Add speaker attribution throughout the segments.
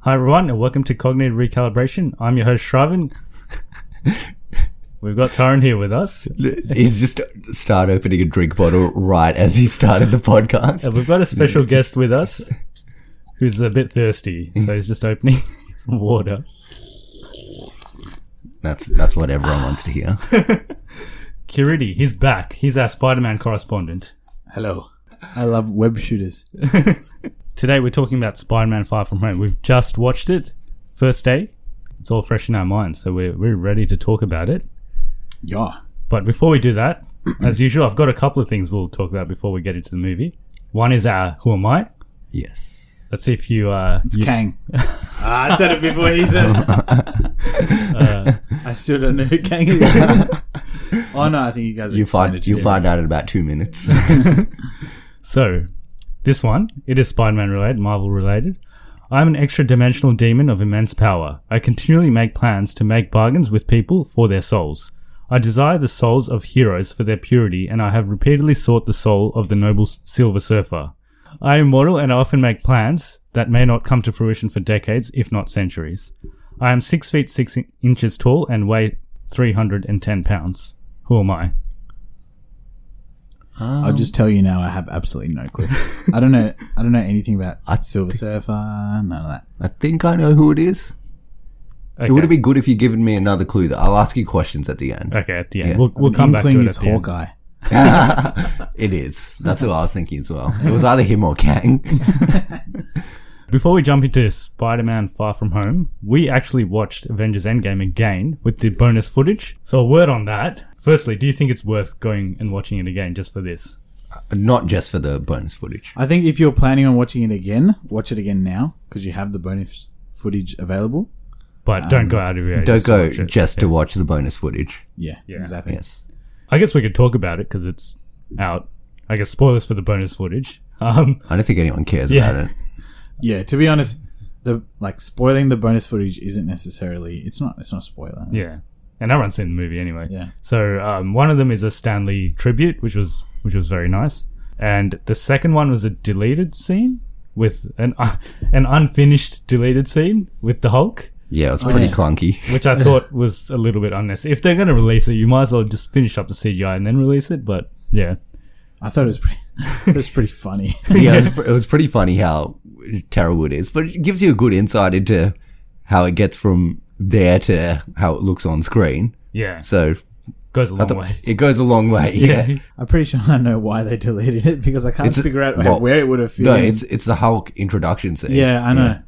Speaker 1: Hi everyone, and welcome to Cognitive Recalibration. I'm your host Shravan. We've got Taran here with us. Uh,
Speaker 2: He's just started opening a drink bottle right as he started the podcast.
Speaker 1: And we've got a special guest with us who's a bit thirsty, so he's just opening some water.
Speaker 2: That's that's what everyone wants to hear.
Speaker 1: Kiridi, he's back. He's our Spider-Man correspondent.
Speaker 3: Hello. I love web shooters.
Speaker 1: Today we're talking about Spider-Man Far From Home. We've just watched it, first day. It's all fresh in our minds, so we're, we're ready to talk about it.
Speaker 3: Yeah.
Speaker 1: But before we do that, as usual, I've got a couple of things we'll talk about before we get into the movie. One is our Who Am I?
Speaker 2: Yes.
Speaker 1: Let's see if you uh,
Speaker 3: It's Kang. Ah, I said it before he said it. I still don't know who Kang is. oh, no, I think you guys
Speaker 2: You
Speaker 3: explained
Speaker 2: find
Speaker 3: it
Speaker 2: you
Speaker 3: together.
Speaker 2: find out in about two minutes.
Speaker 1: So, this one, it is Spider Man related, Marvel related. I'm an extra dimensional demon of immense power. I continually make plans to make bargains with people for their souls. I desire the souls of heroes for their purity, and I have repeatedly sought the soul of the noble S- Silver Surfer. I am mortal and I often make plans that may not come to fruition for decades, if not centuries. I am 6 feet 6 in- inches tall and weigh 310 pounds. Who am I?
Speaker 3: I'll just tell you now. I have absolutely no clue. I don't know. I don't know anything about Silver Surfer. None of that.
Speaker 2: I think I know who it is. It would have been good if you given me another clue. That I'll ask you questions at the end.
Speaker 1: Okay, at the end.
Speaker 2: Yeah.
Speaker 1: We'll, we'll
Speaker 3: I'm
Speaker 1: come back to
Speaker 3: inkling
Speaker 1: it.
Speaker 3: It's
Speaker 1: at the end.
Speaker 3: Hawkeye.
Speaker 2: It is. That's who I was thinking as well. It was either him or Kang.
Speaker 1: Before we jump into Spider Man Far From Home, we actually watched Avengers Endgame again with the bonus footage. So, a word on that. Firstly, do you think it's worth going and watching it again just for this?
Speaker 2: Not just for the bonus footage.
Speaker 3: I think if you're planning on watching it again, watch it again now because you have the bonus footage available.
Speaker 1: But don't go out of your way.
Speaker 2: Don't
Speaker 1: just to
Speaker 2: go
Speaker 1: watch it.
Speaker 2: just to watch the bonus footage.
Speaker 3: Yeah, exactly.
Speaker 2: Yes.
Speaker 1: I guess we could talk about it because it's out. I guess spoilers for the bonus footage. Um,
Speaker 2: I don't think anyone cares
Speaker 1: Yeah.
Speaker 2: about it.
Speaker 3: Yeah. To be honest, the like spoiling the bonus footage isn't necessarily. It's not. It's not a spoiler.
Speaker 1: yeah. And everyone's seen the movie anyway.
Speaker 3: Yeah.
Speaker 1: So um, one of them is a Stanley tribute, which was which was very nice, and the second one was a deleted scene with an an unfinished deleted scene with the Hulk,
Speaker 2: Yeah,
Speaker 3: Oh,
Speaker 2: it's pretty clunky.
Speaker 1: which I thought was a little bit unnecessary. If they're going to release it, you might as well just finish up the CGI and then release it. But yeah,
Speaker 3: I thought it was pretty. it was pretty funny.
Speaker 2: yeah, it was, it was pretty funny how terrible it is, but it gives you a good insight into how it gets from there to how it looks on screen.
Speaker 1: yeah,
Speaker 2: So
Speaker 1: goes a long
Speaker 2: the-
Speaker 1: way.
Speaker 2: it goes a long way. Yeah.
Speaker 3: I'm pretty sure I know why they deleted it because I can't
Speaker 2: It's a-
Speaker 3: figure out
Speaker 2: well,
Speaker 3: where it would have fit.
Speaker 2: No,
Speaker 3: in.
Speaker 2: it's it's the Hulk introduction scene.
Speaker 3: yeah, I know,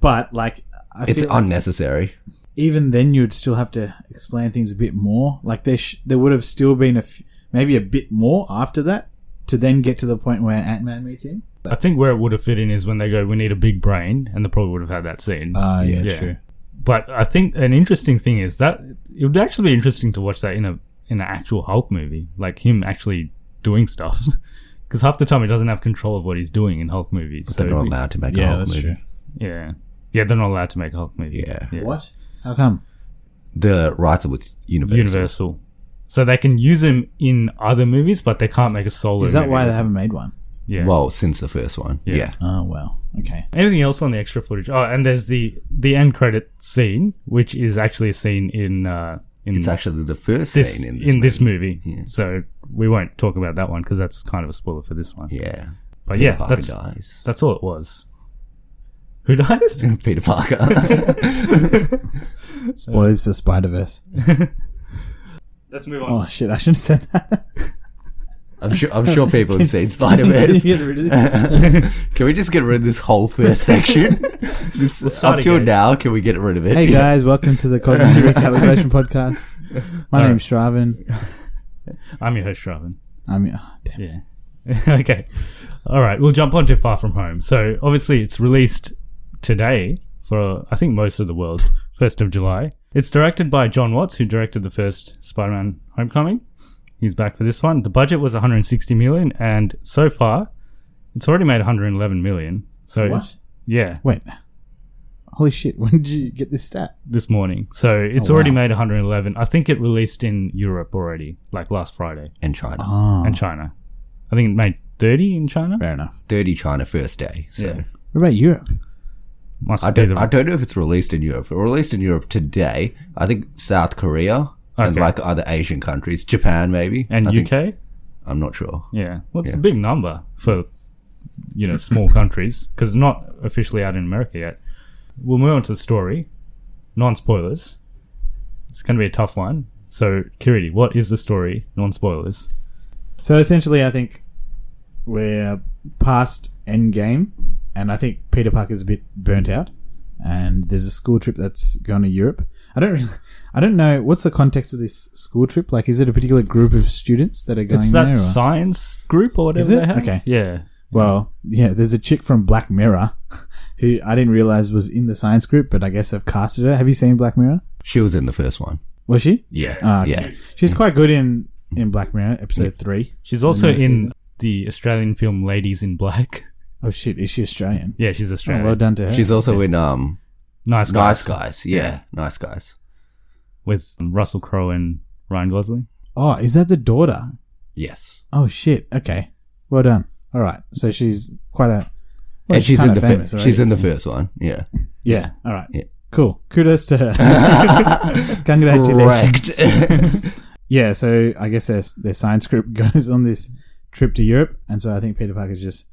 Speaker 3: but like, I
Speaker 2: It's
Speaker 3: feel like
Speaker 2: unnecessary.
Speaker 3: even then you'd still have to explain things a bit more. Like there, sh- there would have still been a f- maybe a bit more after that to then get to the point where Ant Man meets him.
Speaker 1: I think where it would have fit in is when they go, "We need a big brain," and they probably would have had that scene.
Speaker 2: Uh,
Speaker 3: Ah, yeah,
Speaker 1: But I think an interesting thing is that it would actually be interesting to watch that in a an actual Hulk movie, like him actually doing stuff. Because half the time he doesn't have control of what he's doing in Hulk movies.
Speaker 2: They're not allowed to make a
Speaker 3: Yeah,
Speaker 2: Hulk
Speaker 3: that's
Speaker 2: movie.
Speaker 3: true.
Speaker 1: Yeah. Yeah, they're not allowed to make a Hulk movie.
Speaker 2: Yeah.
Speaker 3: What? How come?
Speaker 2: The rights are with Universal.
Speaker 1: Universal. So they can use him in other movies, but they can't make a solo.
Speaker 3: Is that
Speaker 1: movie.
Speaker 3: why they haven't made one?
Speaker 1: Yeah.
Speaker 2: Well, since the first one. Yeah.
Speaker 3: Oh well. Okay.
Speaker 1: Anything else on the extra footage? Oh, and there's the the end credit scene, which is actually a scene in uh, in
Speaker 2: It's actually the first
Speaker 1: this
Speaker 2: scene in
Speaker 1: in
Speaker 2: this.
Speaker 1: this movie. So we won't talk about that one because that's kind of a spoiler for this one.
Speaker 2: yeah.
Speaker 1: But yeah,
Speaker 2: Parker
Speaker 1: that's
Speaker 2: dies.
Speaker 1: that's all it was. Who dies?
Speaker 2: Peter Parker.
Speaker 3: Spoilers for Spider Verse.
Speaker 1: Let's move on.
Speaker 3: Oh shit! I should have said that.
Speaker 2: I'm sure. I'm sure people have seen Spider Verse.
Speaker 3: Get rid of this.
Speaker 2: Can we just get rid of this whole first section? this
Speaker 1: start
Speaker 2: up till
Speaker 1: again.
Speaker 2: now, can we get rid of it?
Speaker 3: Hey guys, welcome to the Cognitive Recalibration Podcast. My name's Shravan.
Speaker 1: I'm your host, Shravan.
Speaker 3: I'm. Oh, damn.
Speaker 1: Yeah. okay. All right. We'll jump on to Far From Home. So obviously, it's released today for I think most of the world, first of July. It's directed by John Watts, who directed the first Spider-Man: Homecoming. He's back for this one. The budget was 160 million, and so far, it's already made 111 million. So
Speaker 3: What?
Speaker 1: it's yeah,
Speaker 3: Wait. Holy shit! When did you get this stat?
Speaker 1: this morning. So it's
Speaker 3: Oh,
Speaker 1: already
Speaker 3: wow.
Speaker 1: made 111. I think it released in Europe already, like last Friday,
Speaker 2: And China.
Speaker 1: and China. I think it made 30 in China.
Speaker 3: Fair enough.
Speaker 2: Dirty China first day. So
Speaker 1: Yeah.
Speaker 3: What about Europe?
Speaker 1: Must
Speaker 2: I
Speaker 1: be
Speaker 2: don't.
Speaker 1: the
Speaker 2: I don't know if it's released in Europe. It released in Europe today. I think South Korea and
Speaker 1: Okay.
Speaker 2: like other Asian countries, Japan maybe,
Speaker 1: and
Speaker 2: I
Speaker 1: UK.
Speaker 2: Think, I'm not sure.
Speaker 1: Yeah, well, it's a big number for you know small countries because it's not officially out in America yet. We'll move on to the story, non spoilers. It's going to be a tough one. So, Kiriti, what is the story? Non spoilers.
Speaker 3: So essentially, I think we're past Endgame, and I think Peter Parker's a bit burnt out. And there's a school trip that's going to Europe. I don't, really, I don't know what's the context of this school trip. Like, is it a particular group of students that are going
Speaker 1: It's
Speaker 3: there?
Speaker 1: that
Speaker 3: or-
Speaker 1: science group or whatever.
Speaker 3: Is it?
Speaker 1: they have.
Speaker 3: Okay.
Speaker 1: Yeah.
Speaker 3: well, yeah, there's a chick from Black Mirror who I didn't realize was in the science group, but I guess they've casted her. Have you seen Black Mirror?
Speaker 2: She was in the first one.
Speaker 3: Was she?
Speaker 2: Yeah.
Speaker 3: Ah, okay.
Speaker 2: Yeah. Mm.
Speaker 3: She's quite good in in Black Mirror episode three.
Speaker 1: She's also in
Speaker 3: next season.
Speaker 1: the Australian film Ladies in Black.
Speaker 3: Oh shit, is she Australian?
Speaker 1: Yeah, she's
Speaker 3: Oh,
Speaker 1: Australian.
Speaker 3: well done to her.
Speaker 2: She's also in um
Speaker 1: Nice guy.
Speaker 2: Nice Guys. Yeah. Nice Guys.
Speaker 1: With um, Russell Crowe and Ryan Gosling.
Speaker 3: oh, is that the daughter?
Speaker 2: Yes.
Speaker 3: Oh shit! Okay, well done. All right, so she's quite a. Well,
Speaker 2: and she's in
Speaker 3: kinda
Speaker 2: the fir-
Speaker 3: famous, already.
Speaker 2: she's in the first one. Yeah.
Speaker 3: Yeah. All right.
Speaker 2: Yeah.
Speaker 3: Cool. Kudos to her. Congratulations. Yeah. So I guess their their science group goes on this trip to Europe, and so I think Peter Parker's just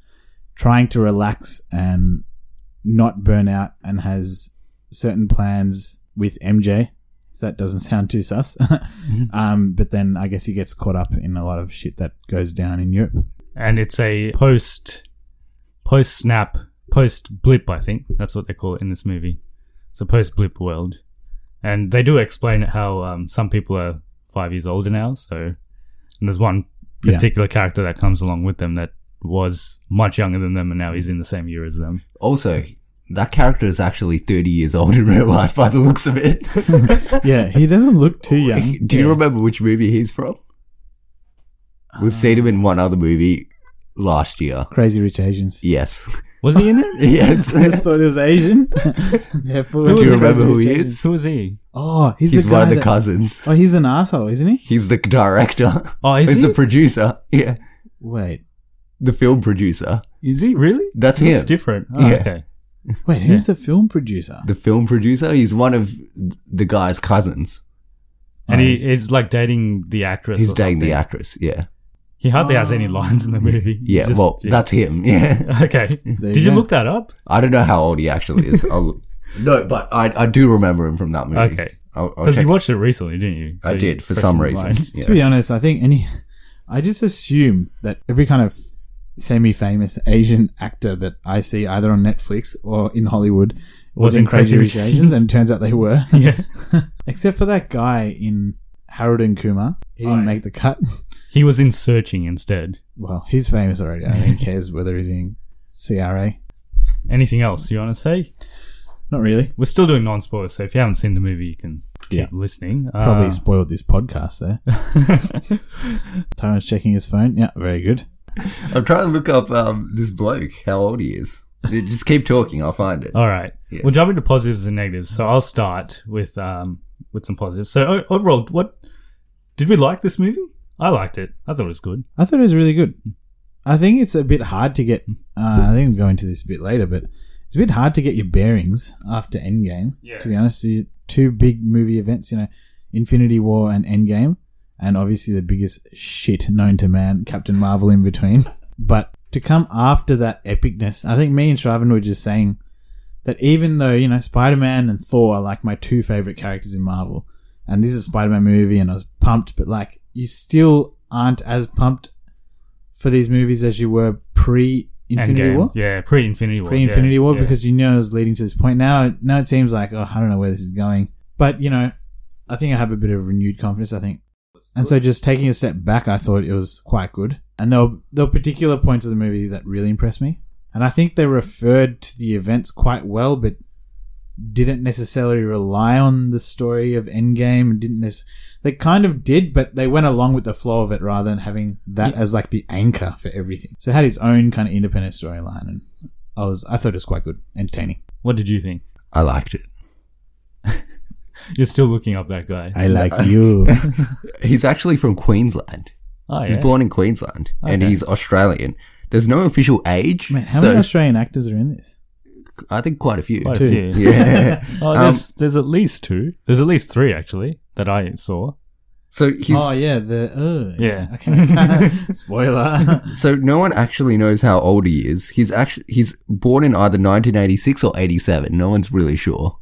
Speaker 3: trying to relax and not burn out, and has certain plans with MJ. So that doesn't sound too sus.
Speaker 2: Mm-hmm.
Speaker 3: um, but then I guess he gets caught up in a lot of shit that goes down in Europe.
Speaker 1: and it's a post post snap post blip i think that's what they call it in this movie it's a post blip world and they do explain how um, some people are five years older now so and there's one
Speaker 3: Yeah.
Speaker 1: particular character that comes along with them that was much younger than them and now he's in the same year as them
Speaker 2: also, that character is actually 30 years old in real life by the looks of it.
Speaker 3: Yeah, he doesn't look too young.
Speaker 2: Do you remember which movie he's from? We've seen him in one other movie last year.
Speaker 3: Crazy Rich Asians.
Speaker 2: Yes.
Speaker 1: was he in it
Speaker 2: yes.
Speaker 3: I just thought it was Asian. yeah,
Speaker 1: Who
Speaker 2: Do
Speaker 1: was
Speaker 2: you
Speaker 1: it?
Speaker 2: remember who he is?
Speaker 1: who was he
Speaker 3: Oh, he's,
Speaker 2: He's
Speaker 3: the
Speaker 2: one
Speaker 3: guy
Speaker 2: of the
Speaker 3: that-
Speaker 2: cousins.
Speaker 3: Oh, he's an asshole, isn't he?
Speaker 2: He's the director.
Speaker 1: oh is
Speaker 2: he's
Speaker 1: he
Speaker 2: the producer. Yeah.
Speaker 3: Wait,
Speaker 2: The film producer.
Speaker 1: is he really
Speaker 2: That's
Speaker 1: He
Speaker 2: him.
Speaker 1: looks different oh,
Speaker 2: Yeah.
Speaker 1: okay
Speaker 3: wait, who's the film producer?
Speaker 2: The film producer. He's one of the guy's cousins.
Speaker 1: and he
Speaker 3: Nice.
Speaker 1: is like dating the actress
Speaker 2: He's
Speaker 1: or
Speaker 2: dating the
Speaker 1: something.
Speaker 2: actress. Yeah.
Speaker 1: he hardly has
Speaker 3: Ah.
Speaker 1: any lines in the movie He's
Speaker 2: Yeah.
Speaker 1: just-
Speaker 2: well, that's him. Yeah.
Speaker 1: Okay.
Speaker 3: you
Speaker 1: Did you
Speaker 3: go.
Speaker 1: look that up?
Speaker 2: I don't know how old he actually is. I'll, no, but I, I do remember him from that movie.
Speaker 1: Okay.
Speaker 2: I'll, I'll
Speaker 1: Because
Speaker 2: check.
Speaker 1: you watched it recently, didn't you? So
Speaker 2: I
Speaker 1: you
Speaker 2: did for
Speaker 1: fresh
Speaker 2: some
Speaker 1: in your
Speaker 2: reason.
Speaker 1: mind.
Speaker 3: To be honest, I think any. I just assume that every kind of semi-famous Asian actor that I see either on Netflix or in Hollywood was, in Crazy Rich Asians, and it turns out they were.
Speaker 1: Yeah.
Speaker 3: Except for that guy in Harold and Kumar, he didn't
Speaker 1: Aye.
Speaker 3: make the cut.
Speaker 1: He was in Searching instead.
Speaker 3: Well, he's famous already. I don't think he cares whether he's in CRA.
Speaker 1: Anything else you want to say?
Speaker 3: Not really.
Speaker 1: We're still doing non spoilers, so if you haven't seen the movie, you can keep
Speaker 3: Yeah.
Speaker 1: listening. Uh,
Speaker 3: Probably spoiled this podcast there. Tyron's checking his phone. Yeah, very good.
Speaker 2: I'm trying to look up um, this bloke, how old he is. Just keep talking, I'll find it.
Speaker 1: All right.
Speaker 2: Yeah.
Speaker 1: We'll jump into positives and negatives. So I'll start with um with some positives. So o- overall, what did we like this movie? I liked it. I thought it was good.
Speaker 3: I thought it was really good. I think it's a bit hard to get. Uh, I think we'll go into this a bit later, but it's a bit hard to get your bearings after Endgame.
Speaker 1: Yeah.
Speaker 3: To be honest, the two big movie events, you know, Infinity War and Endgame, and obviously the biggest shit known to man, Captain Marvel, in between. But to come after that epicness, I think me and Shravan were just saying that even though you know Spider Man and Thor are like my two favorite characters in Marvel, and this is a Spider Man movie, and I was pumped, but like you still aren't as pumped for these movies as you were pre Infinity
Speaker 1: Endgame.
Speaker 3: War,
Speaker 1: Yeah, pre Infinity War.
Speaker 3: pre Infinity
Speaker 1: yeah,
Speaker 3: War,
Speaker 1: yeah.
Speaker 3: because you know it was leading to this point. Now, now it seems like oh, I don't know where this is going, but you know, I think I have a bit of renewed confidence. I think, and so just taking a step back, I thought it was quite good, and there were, there were particular points of the movie that really impressed me, and I think they referred to the events quite well, but didn't necessarily rely on the story of Endgame and didn't necessarily they kind of did, but they went along with the flow of it rather than having that as like the anchor for everything. So it had his own kind of independent storyline, and I was I thought it was quite good, entertaining.
Speaker 1: what did you think?
Speaker 2: I liked it.
Speaker 1: You're still looking up that guy.
Speaker 3: I like you.
Speaker 2: He's actually from Queensland.
Speaker 1: Oh,
Speaker 2: He's
Speaker 1: yeah.
Speaker 2: born in Queensland and
Speaker 1: Okay.
Speaker 2: he's Australian. There's no official age,
Speaker 3: Man, how
Speaker 2: so
Speaker 3: many Australian actors are in this?
Speaker 2: I think quite a few.
Speaker 1: Quite
Speaker 3: Two.
Speaker 1: a few.
Speaker 2: yeah.
Speaker 1: Oh, there's, there's at least two. There's at least three actually that I saw.
Speaker 2: So he's
Speaker 3: oh yeah, the oh,
Speaker 1: Yeah.
Speaker 3: Okay, spoiler.
Speaker 2: so no one actually knows how old he is. He's actually he's born in either 1986 or 87. No one's really sure.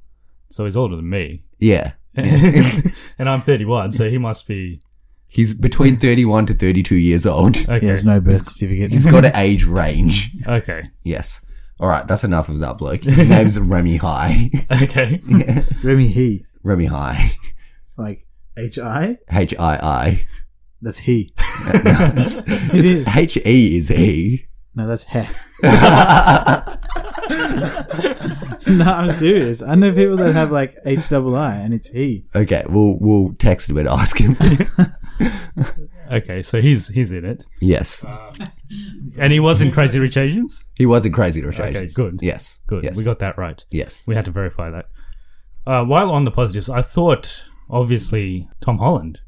Speaker 1: So he's older than me,
Speaker 2: Yeah.
Speaker 1: and I'm 31. So he must be
Speaker 2: He's between 31 to 32 years old.
Speaker 3: He
Speaker 1: okay.
Speaker 3: has no birth certificate.
Speaker 2: He's got an age range.
Speaker 1: Okay.
Speaker 2: Yes. All right, that's enough of that bloke. His name's Remy High.
Speaker 1: Okay.
Speaker 3: Remy He,
Speaker 2: Remy High.
Speaker 3: like H I.
Speaker 2: H I I.
Speaker 3: That's he.
Speaker 2: It's-
Speaker 3: is.
Speaker 2: it's H E is he.
Speaker 3: No, that's he. no, I'm serious. I know people that have like H double I, and it's he.
Speaker 2: Okay, we'll we'll text him and ask him.
Speaker 1: Okay. So he's he's in it,
Speaker 2: yes,
Speaker 1: and he was in Crazy Rich Asians.
Speaker 2: he was in Crazy Rich
Speaker 1: Okay,
Speaker 2: Asians.
Speaker 1: good.
Speaker 2: Yes,
Speaker 1: Good.
Speaker 2: Yes,
Speaker 1: We got that right.
Speaker 2: yes.
Speaker 1: We had to verify that. Uh, while on the positives, I thought obviously Tom Holland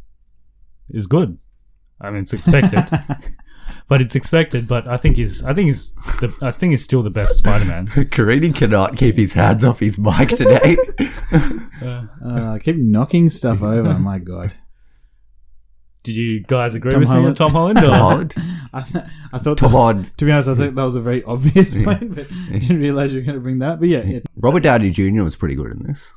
Speaker 1: is good. I mean, it's expected, but it's expected. But I think he's. I think he's. The, I think he's still the best Spider-Man.
Speaker 2: Karini cannot keep his hands off his mic today.
Speaker 3: Uh, I keep knocking stuff over. Oh My God.
Speaker 1: Did you guys agree
Speaker 3: Tom
Speaker 1: with me on
Speaker 3: Holland.
Speaker 1: Tom Holland?
Speaker 2: Tom
Speaker 1: or-
Speaker 2: Holland.
Speaker 3: I, th- I thought
Speaker 2: Tom
Speaker 3: that-
Speaker 2: Holland.
Speaker 3: to be honest, I thought that was a very obvious point, but I didn't realize you were going to bring that. up. But yeah, yeah,
Speaker 2: Robert Downey Jr. was pretty good in this.